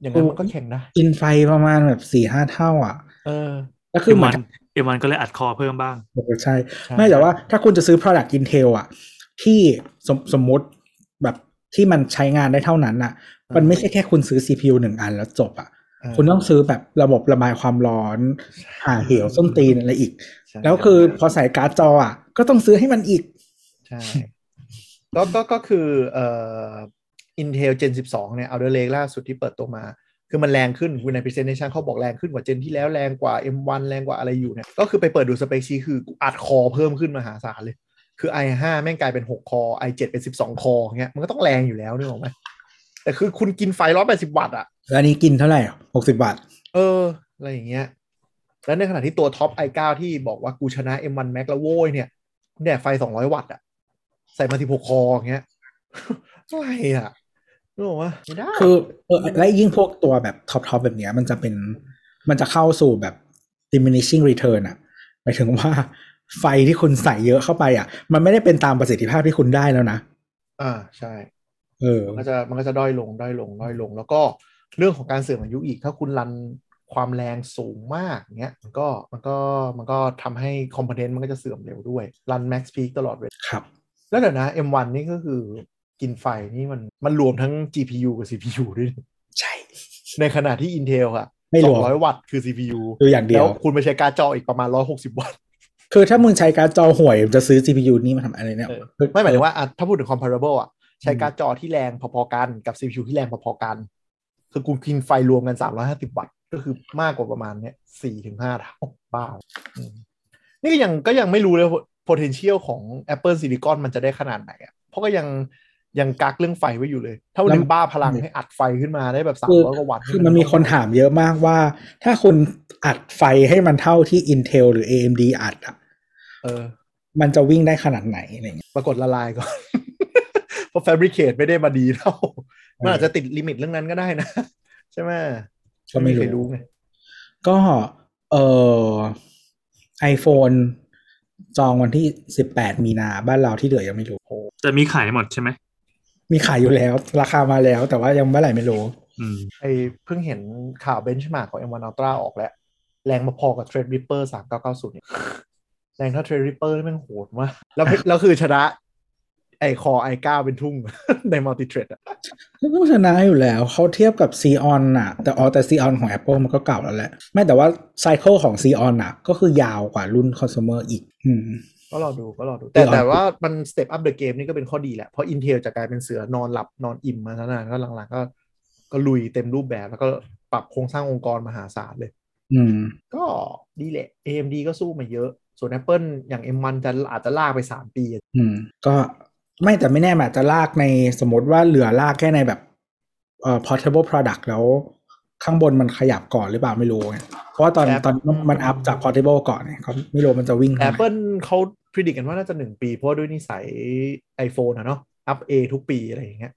อย่างนั้นมันก็แข่งนะ
อินไฟประมาณแบบสี่ห้าเท่าอ่ะ
เออ
ก็คื
เอ็
อ
ม
เหมื
วั
อน
นเอ็มวันก็เลยอัดคอเพิ่มบ้าง
ใช่
ใช่
ไม่แต่ว่าถ้าคุณจะซื้อ product Intel อ่ะ ที่สมสมมุติแบบที่มันใช้งานได้เท่านั้นอ่ะ มันไม่ใช่แค่คุณซื้อ CPU หนึ่งอันแล้วจบอ่ะ
เออ
คุณต้องซื้อแบบระบบระบายความร้อนหาเหวส้นตีนอะไรอีก
ใช่
แล้วคือพอใส่การ์ดจออ่ะ ก็ต้องซื้อให้มันอีก
ใช่ ก็ก็ก็คือเอ่อ Intel Gen 12 เนี่ย Alder Lake ล่าสุดที่เปิดตัวมา คือมันแรงขึ้นคือใน presentation เขาบอกแรงขึ้นกว่าเจนที่แล้วแรงกว่า M1 แรงกว่าอะไรอยู่เนี่ย ก็คือไปเปิดดูสเปคชีคืออัดคอเพิ่มขึ้นมหาศาลเลย คือ i5 แม่งกลายเป็น 6 คอ i7 เป็น 12 คออย่างเงี้ยมันก็ต้องแรงอยู่แล้วนึกออกไหมแต่คือคุณกินไฟ 180 วัตต์อะ
แล้วอันนี้กินเท่าไหร่หกสิบาท
เออ อะไรอย่างเงี้ย แล้วในขณะที่ตัวท็อป i9 ที่บอกว่ากูชนะ M1 Max แล้วโว้ยเนี่ยเนี่ยไฟ 200 วัตต์อะ ใส่มาที่หกคออย่างเงี้ย อะไรอ่ะรู้บอกว่าไม่ได้
คือเออและยิ่งพวกตัวแบบท็อปทอปแบบเนี้ย มันจะเป็นมันจะเข้าสู่แบบ diminishing return อะหมายถึงว่าไฟที่คุณใส่เยอะเข้าไปอะมันไม่ได้เป็นตามประสิทธิภาพที่คุณได้แล้วนะ
อ่าใช่
เออ
มันก็จะมันก็จะด้อยลงด้อยลงด้อยลง แล้วก็เรื่องของการเสื่อมอายุอีก ถ้าคุณรันความแรงสูงมากเงี้ยมันก็มันก็มันก็ทำให้คอมโพเนนต์มันก็จะเสื่อมเร็วด้วย รันแม็กซ์พีตลอดเวลา
ครับ
แล้วเดี๋ยวนะ M1 นี่ก็คือกินไฟนี่มันมันรวมทั้ง GPU กับ CPU ด้วย
ใช่
ในขณะที่ Intel ค่ะ
ไม่รวม
200 วัตต์คือ CPU
ดูอย่างเดีย
แล้ว วคุณไปใช้การ์ดจออีกประมาณ 160 วัตต์
คือถ้ามึงใช้การ์ดจอห่วยจะซื้อ GPU นี้มาทำอะไรเนี่ย
เออ ไม่หมายถึงว่าอ่ะถ้าพูดถึง comparable อ่ะ ใช้การ์ดจอที่แรงพอๆกันกับ CPU ที่แรงพอๆกัน คือคุณกินไฟรวมกัน 350 วัตต์ ก็คือมากกว่าประมาณเนี้ย4ถึง5เท่าบ้าอืมนี่ก็ยังก็ยังไม่รู้เลย potential ของ Apple Silicon มันจะได้ขนาดไหนอ่ะ เพราะก็ยังยังกักเรื่องไฟไว้อยู่เลย ถ้าวันหนึงบ้าพลังให้อัดไฟขึ้นมาได้แบบ
คือ
300กว่าวัตต์
คือมันมีคนถามเยอะมากว่า ถ้าคุณอัดไฟให้มันเท่าที่ Intel หรือ AMD อัดอะ
เออ
มันจะวิ่งได้ขนาดไหนอะไรเงี้ย
ปรากฏละลายก่อน เพราะ fabricate ไม่ได้มาดีเท่า มันอาจจะติดลิมิตเรื่องนั้นก็ได้นะ ใช่ไหม
ก็ไม่รู้
ใคไง
ก็เอ่อ iPhone จองวันที่ 18 มีนาบ้านเราที่เหลือยังไม่รู้
จะมีขายหมดใช่ไหม
มีขายอยู่แล้ว ราคามาแล้ว แต่ว่ายังเมื่อไหร่ไม่รู้
อืม
ไอ้เพิ่งเห็นข่าวเบนช์มาร์กของ M1 Ultra ออกแล้ว แรงมาพอกับ Threadripper 3990เนี่ยแรงเท่า Threadripper นี่แมันโหดมากแล้ว แล้วคือชนะไอ้คอ i9 เป็นทุ่ง ใน multi thread อะ
มันก็ชนะอยู่แล้วเขาเทียบกับซีออนน่ะ แต่อ๋อแต่ซีออนของ Apple มันก็เก่าแล้วแหละ ไม่แต่ว่าไซเคิลของซีออนน่ะ ก็คือยาวกว่ารุ่นคอน sumer อีก อืม
ก็รอดูก็รอดู แต่
รอดู
แต่ว่ามัน step up the game นี่ก็เป็นข้อดีแหละ เพราะ Intel จะกลายเป็นเสือนอนหลับนอนอิ่มมาตั้งนานก็หลังๆก็ก็ลุยเต็มรูปแบบแล้วก็ปรับโครงสร้างองค์กรมหาศาลเลย
อืม
ก็ดีแหละ AMD ก็สู้มาเยอะ ส่วน Apple อย่าง M1 จะอาจจะลากไปสามปี
อืม ก็ไม่แต่ไม่แน่มันอาจจะลากในสมมติว่าเหลือลากแค่ในแบบเอ่อ portable product แล้วข้างบนมันขยับก่อนหรือเปล่าไม่รู้ไงเพราะว่าตอน
แอป
ตอนมันอัพจาก portable ก่อนเนี่ยเขาไม่รู้มันจะวิ่งทำไม
Apple เขาพิจิตกันว่าน่าจะหนึ่งปี เพราะว่าด้วยนิสัย iPhone อะเนาะอัปเอทุกปีอะไรอย่างเงี้ย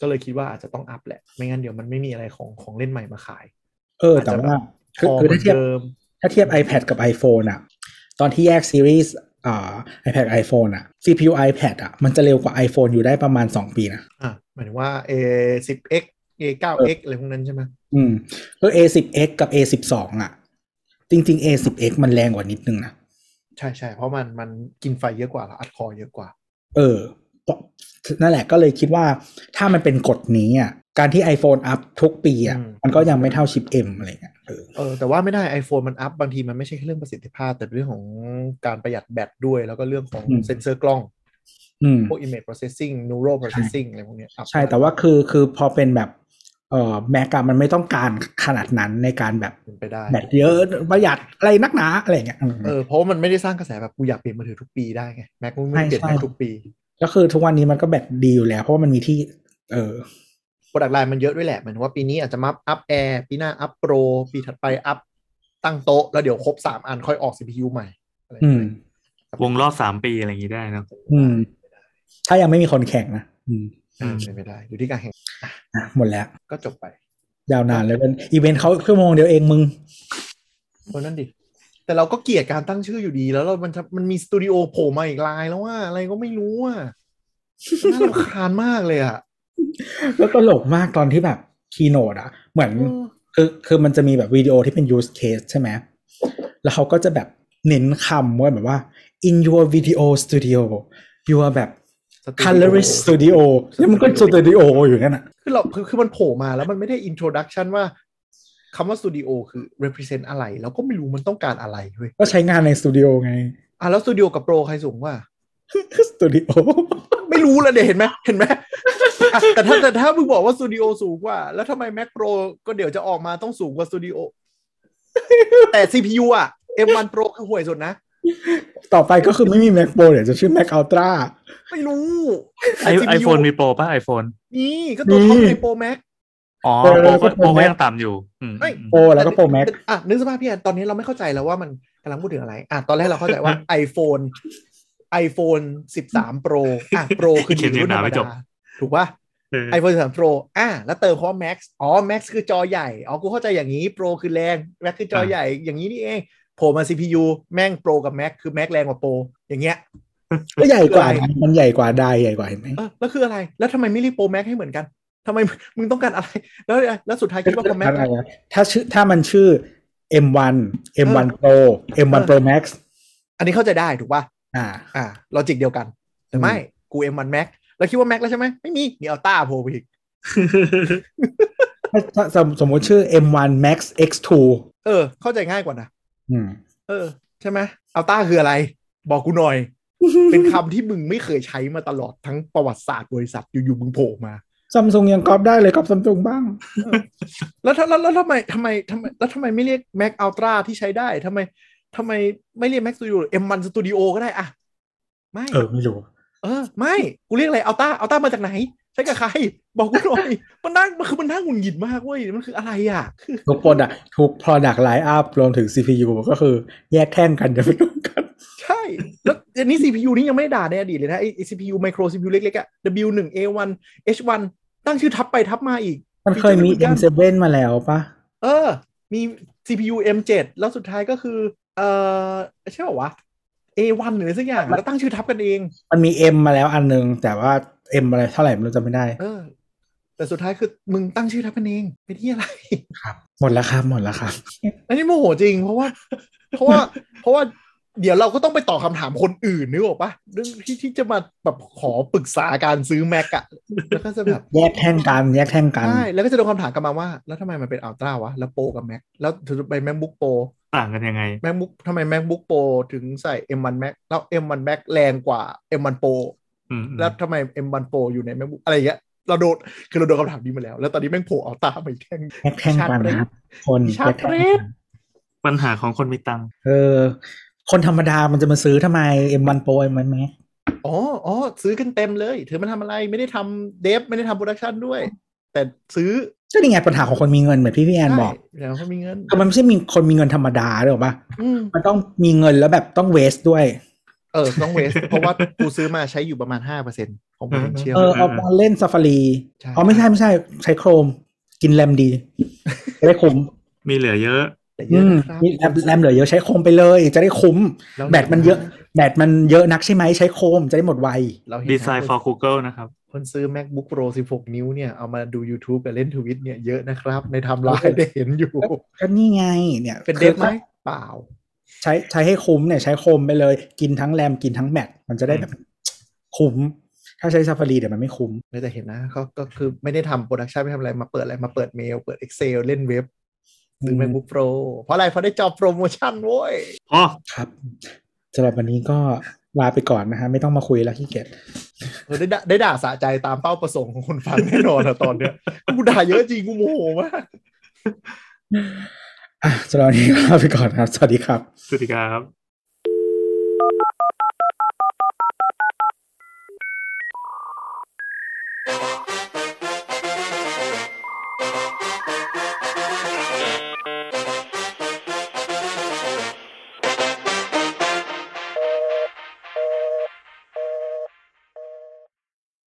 ก็เลยคิดว่าอาจจะต้องอัปแหละ ไม่งั้นเดี๋ยวมันไม่มีอะไรของของเล่นใหม่มาขาย
เออ แต่ว่า
พ
คือ
อ
คือ
เหมื
ถ้าเทีย
อน
บ
เดิม
ถ้าเทียบ iPad กับ iPhone อะตอนที่แยกซีรีส์อ่า iPad กับ iPhone อะ CPU iPad อะมันจะเร็วกว่า iPhone อยู่ได้ประมาณ 2 ปีนะ
อ่ะหมายถึงว่า A 10 x A 9 x อะไรพวกนั้นใช่ไหม
อืมก็ A10x กับ A12 อะจริง ๆ A10x มันแรงกว่านิดนึงนะ
ใช่ใช่เพราะมันมันกินไฟเยอะกว่าแล้วอัดคอเยอะกว่า
เออ นั่นแหละก็เลยคิดว่าถ้ามันเป็นกฎนี้อะการที่ iPhone อัพทุกปีอะ
อืม
มันก็ยังไม่เท่าชิป M อะไรเงี้ยเออ
เออแต่ว่าไม่ได้ iPhone มันอัพบางทีมันไม่ใช่แค่เรื่องประสิทธิภาพ แต่เป็นเรื่องของการประหยัดแบตด้วย แล้วก็เรื่องของเซ็นเซอร์กล้อง
อืม
พวก image processing neural processing อะไรพวกเนี้ยอัพ
ใช่แต่ว่าคือคือพอเป็นแบบเอ่อแม็กอะมันไม่ต้องการขนาดนั้นในการแบบ
เป็นไปได้
แบตเยอะประหยัดอะไรนักหนาอะไรอย่างเงี้ย
เอ
เออ
อเพราะมันไม่ได้สร้างกระแสแบบกูอยากเปลี่ยนมือถือทุกปีได้ไง แม็กมึงไม่
ใช่
เปลี่ยนแม็ก
ใช่
ทุกปี
ก็คือทุกวันนี้มันก็แบตดีอยู่แล้ว เพราะว่ามันมีที่ เออ
โปรดักต์ไลน์มันเยอะด้วยแหละหมายถึงว่าปีนี้อาจจะมาอัพแอร์ปีหน้าอัพโปรปีถัดไปอัพตั้งโต๊ะ แล้วเดี๋ยวครบ 3 อันค่อยออก CPU ใหม่อะไร
อืม
วงรอบสามปีอะไรอย่างนี้ได้เนอะ
อืม ถ้ายังไม่มีคนแข่งนะอืม
อืมเป็นไม่ได้อยู่ที่การแข่ง
อ่ะหมดแล้ว
ก็จบไป
ยาวนานแล้วเป็นอีเวนต์เขาชั่วโมงเดียวเองมึง
เพราะนั่นดิ แต่เราก็เกลียดการตั้งชื่ออยู่ดีแล้วเรามันจะมันมีสตูดิโอโผล่มาอีกไลน์แล้วว่าอะไรก็ไม่รู้อ่ะน่ารำคาญมากเลยอ่ะ
แล้วตลกมากตอนที่แบบคีโนดอะเหมือน
เออ
คือคือมันจะมีแบบวิดีโอที่เป็น use case ใช่ไหม แล้วเขาก็จะแบบเน้นคำว่าแบบว่า in your video studio you are แบบ
สตูดิโอ
colorist studio แล้วมันก็สตูดิโออยู่นั่นอะ
คือเราคือคือมันโผล่มาแล้วมันไม่ได้อินโทรดักชันว่าคำว่าสตูดิโอคือ represent อะไร แล้วก็ไม่รู้มันต้องการอะไรเว้ย
ก็ใช้งานในสตูดิโอไง
อ่ะแล้วสตูดิโอกับโปรใครสูงกว่า
สตูดิโอ
ไม่รู้ละเดเห็นไหมเห็นไหมอ่ะแต่ถ้าแต่ถ้ามึงบอกว่าสตูดิโอสูงกว่า แล้วทำไม Mac Pro ก็เดี๋ยวจะออกมาต้องสูงกว่าสตูดิโอ แต่ CPU อ่ะ M1 Pro คือห่วยสุดนะ
ต่อไปก็คือไม่มี Mac Pro เดี๋ยวจะชื่อ Mac Ultra
ไม่รู้
ไอ
แต่ CPU
ไอโฟนมีโปรป่ะไอโฟน
นี่ก็ตัวท็อปในโปร Mac
อ๋อ
โปร
โปรก็
โปร
โปรก็ยังต่ำอยู่อืม
เอ้ย
โปรแล้วก็โปร Max
อ่ะนึกสภาพพี่แอนตอนนี้เราไม่เข้าใจแล้วว่ามันกำลังพูดถึงอะไร อ่ะตอนแรกเราเข้าใจว่า iPhone iPhone 13 Pro อ่ะ Pro คือ
เขียน
ดีรุ่น
เรียงนาม
ธรร
ไม่จบ
ดาถูกป่ะ
เออ
iPhone 13 Pro อ่ะแล้วเติมคำว่า Max อ๋อ Max คือจอใหญ่ อ๋อ กูเข้าใจอย่างนี้ Pro คือแรง Max คือจอ
อ่ะ
ใหญ่ อย่างนี้นี่เองโผล่มา CPU แม่ง Pro กับ Max คือ Max แรงกว่า Pro อย่างเงี้ย
ก็ใหญ่กว่านะมันใหญ่กว่าได้ใหญ่กว่าเห็นไหม
เออแล้วคืออะไร แล้วทำไมไม่รีบโปรแม็กให้เหมือนกันทำไม มึงต้องการอะไร แล้วแล้วสุดท้ายคิดว่าโปรแม็ก
อะไรนะถ้าชื่อถ้ามันชื่อ M1 M1 Pro M1
เออ
Pro Max
อันนี้เข้าใจได้ถูกป่ะ
อ่า
อ่าลอจิกเดียวกัน แต่ไม่ กู M1 Max แล้วคิดว่า Max แล้วใช่ไหม ไม่มี มีอัลต้าโผล่ไปอีก
ถ้าถ้าสมสมมติชื่อ M1 Max X2
เออ เข้าใจง่ายกว่านะ
อืม
เออ ใช่ไหมอัลต้าคืออะไร บอกกูหน่อย เป็นคำที่มึงไม่เคยใช้มาตลอดทั้งประวัติศาสตร์บริษัทอยู่ๆมึงโผล่มา
ซัมซุงยังก๊อปได้เลยก๊อปซัมซุงบ้าง
แล้วถ้าแล้วแล้วทำไมทำไมทำไมแล้วทำไมไม่เรียก Mac Ultra ที่ใช้ได้ทำไมทำไมไม่เรียก Mac Studio หรือ M1 Studio ก็ได้อะไม่
เออ ไม่รู้
เออไม่กูเรียกอะไรเอาต้าเอาต้ามาจากไหน ใช้กับใคร บอกกูหน่อย มันนั่งมันคือมันนั่งหงุดหงิดมากเว้ยมันคืออะไรอ่ะคือ
ทุกโปรดักทุก Product Line Up รวมถึง CPU ก็คือแยกแท่งกันจะไม่ตรงกัน
ใช่ แล้วอันนี้ CPU นี่ยังไม่ได้ด่าในอดีตเลยนะไอ้ไอ้ CPU ไมโคร CPU เล็กๆอ่ะ W1 A1 H1 ตั้งชื่อทับไปทับมาอีก
มันเคยมี M7 มาแล้วปะ
เออ มี CPU M7 แล้วสุดท้ายก็คือ เออใช่ป่าววะ A1 หรืออะไรสักอย่าง แล้วตั้งชื่อทับกันเอง
มันมี M มาแล้วอันนึง แต่ว่า M อะไรเท่าไหร่ไม่รู้จำไม่ได้
เออ แต่สุดท้ายคือมึงตั้งชื่อทับกันเองเป็นที่อะไร
ครับ หมดแล้วครับ หมดแล้วครับ
อันนี้โมโหจริงเพราะว่า เพราะว่า เพราะว่าเดี๋ยวเราก็ต้องไปตอบคำถามคนอื่นนึกออกปะเรื่องที่ที่จะมาแบบขอปรึกษาการซื้อแม็กอะแล้วก็จะแบบ
แยกแท่งกัน แยกแท่งกัน
ใช่แล้วก็จะโดนคำถามกลับมาว่า แล้วทำไมมันเป็นอัลตร้าวะ แล้วโปรกับแม็กแล้วถึงไปแม c b o o k Pro
ต่างกันยังไง
MacBook ทำไม MacBook Pro ถึงใส่ M1 Max แล้ว M1 Max แรงกว่า M1 Pro
อืมอืม
แล้วทำไม M1 Pro อยู่ใน MacBook อะไรอย่างเงี้ยเราโดนคือเราโดนคำถามนี้มาแล้ว แล้วตอนนี้แม่งโผล่อัลตร้ามาอีกแท่ง
แยกแท่งกันนะครับคน
ชา
แย
ร์
ก
จ
แท่ง
เร
กั
ท
น
ปัญหาของคนมีตังค์
เออ คนธรรมดามันจะมาซื้อทำไม M1 Pro M1 Max
อ๋อ อ๋อ ซื้อกันเต็มเลย ถือมันทำอะไร ไม่ได้ทำเดฟ ไม่ได้ทำโปรดักชันด้วย แต่ซื้อ
ก็นี่ไงปัญหาของคนมีเงินเหมือนพี่พี่แอนบอก
ใช่แล้วเขามีเงิน
คือมันไม่ใช่มีคนมีเงินธรรมดาหรอกปะ
อืม
มันต้องมีเงินแล้วแบบต้องเวสด้วย
เออ ต้องเวส เพราะว่ากูซื้อมาใช้อยู่ประมาณ 5%ของ potential
เออเอามาเล่นซ a ฟารี
ใช่
อ๋อไม่ใช่ไม่ใช่ใช้โครม กินแรม ดีจะได้คุ้ม
มีเหลือเยอะ
แต่เย
อืม
อะนะครับ
มีแรมแรมเหลือเยอะใช้โครมไปเลย จะได้คุ้ม แบตมันเยอะ แบตมันเยอะนักใช่ไหมใช้โครมจะได้หมดไว
เราเห็นนะ
Design
ค
for
น
Google นะครับ
คนซื้อ macbook pro 16 นิ้วเนี่ย เอามาดู YouTube กับเล่นทวิตเนี่ยเยอะนะครับ ในไทำไลน์ได้เห็นอยู่
ก็นี่ไงเนี่ย
เป็นเดฟไหมเปล่า
ใช้ใช้ให้คุ้มเนี่ยใช้โครมไปเลย กินทั้งแรมกินทั้งแบตมันจะได้แบบคุ้ม ถ้าใช้ซ a ฟารีเดี๋ยวมันไม่คุ้ม
ไม่แต่เห็นนะเขาก็คือไม่ได้ทำโปรดักชันไม่ทำอะไรมาเปิดอะไรมาเปิดเมล เปิด Excel เล่นเว็บซื้อ
ม
MacBook Pro เพราะอะไรเพราะได้จอบโปรโมชั่นโว้ย
อ๋อ
ครับสำหรับวันนี้ก็ลาไปก่อนนะฮะไม่ต้องมาคุยแล้วขี้เกียจ
เออได้ด่าได้ด่าสะใจตามเป้าประสงค์ของคนฟังแน่นอนอะตอนเนี้ยกูด่าเยอะจริงกูโมโหมาก
อ่ะสำหรับวันนี้ก็ลาไปก่อนครับ สวัสดีครับ
สวัสดีครับ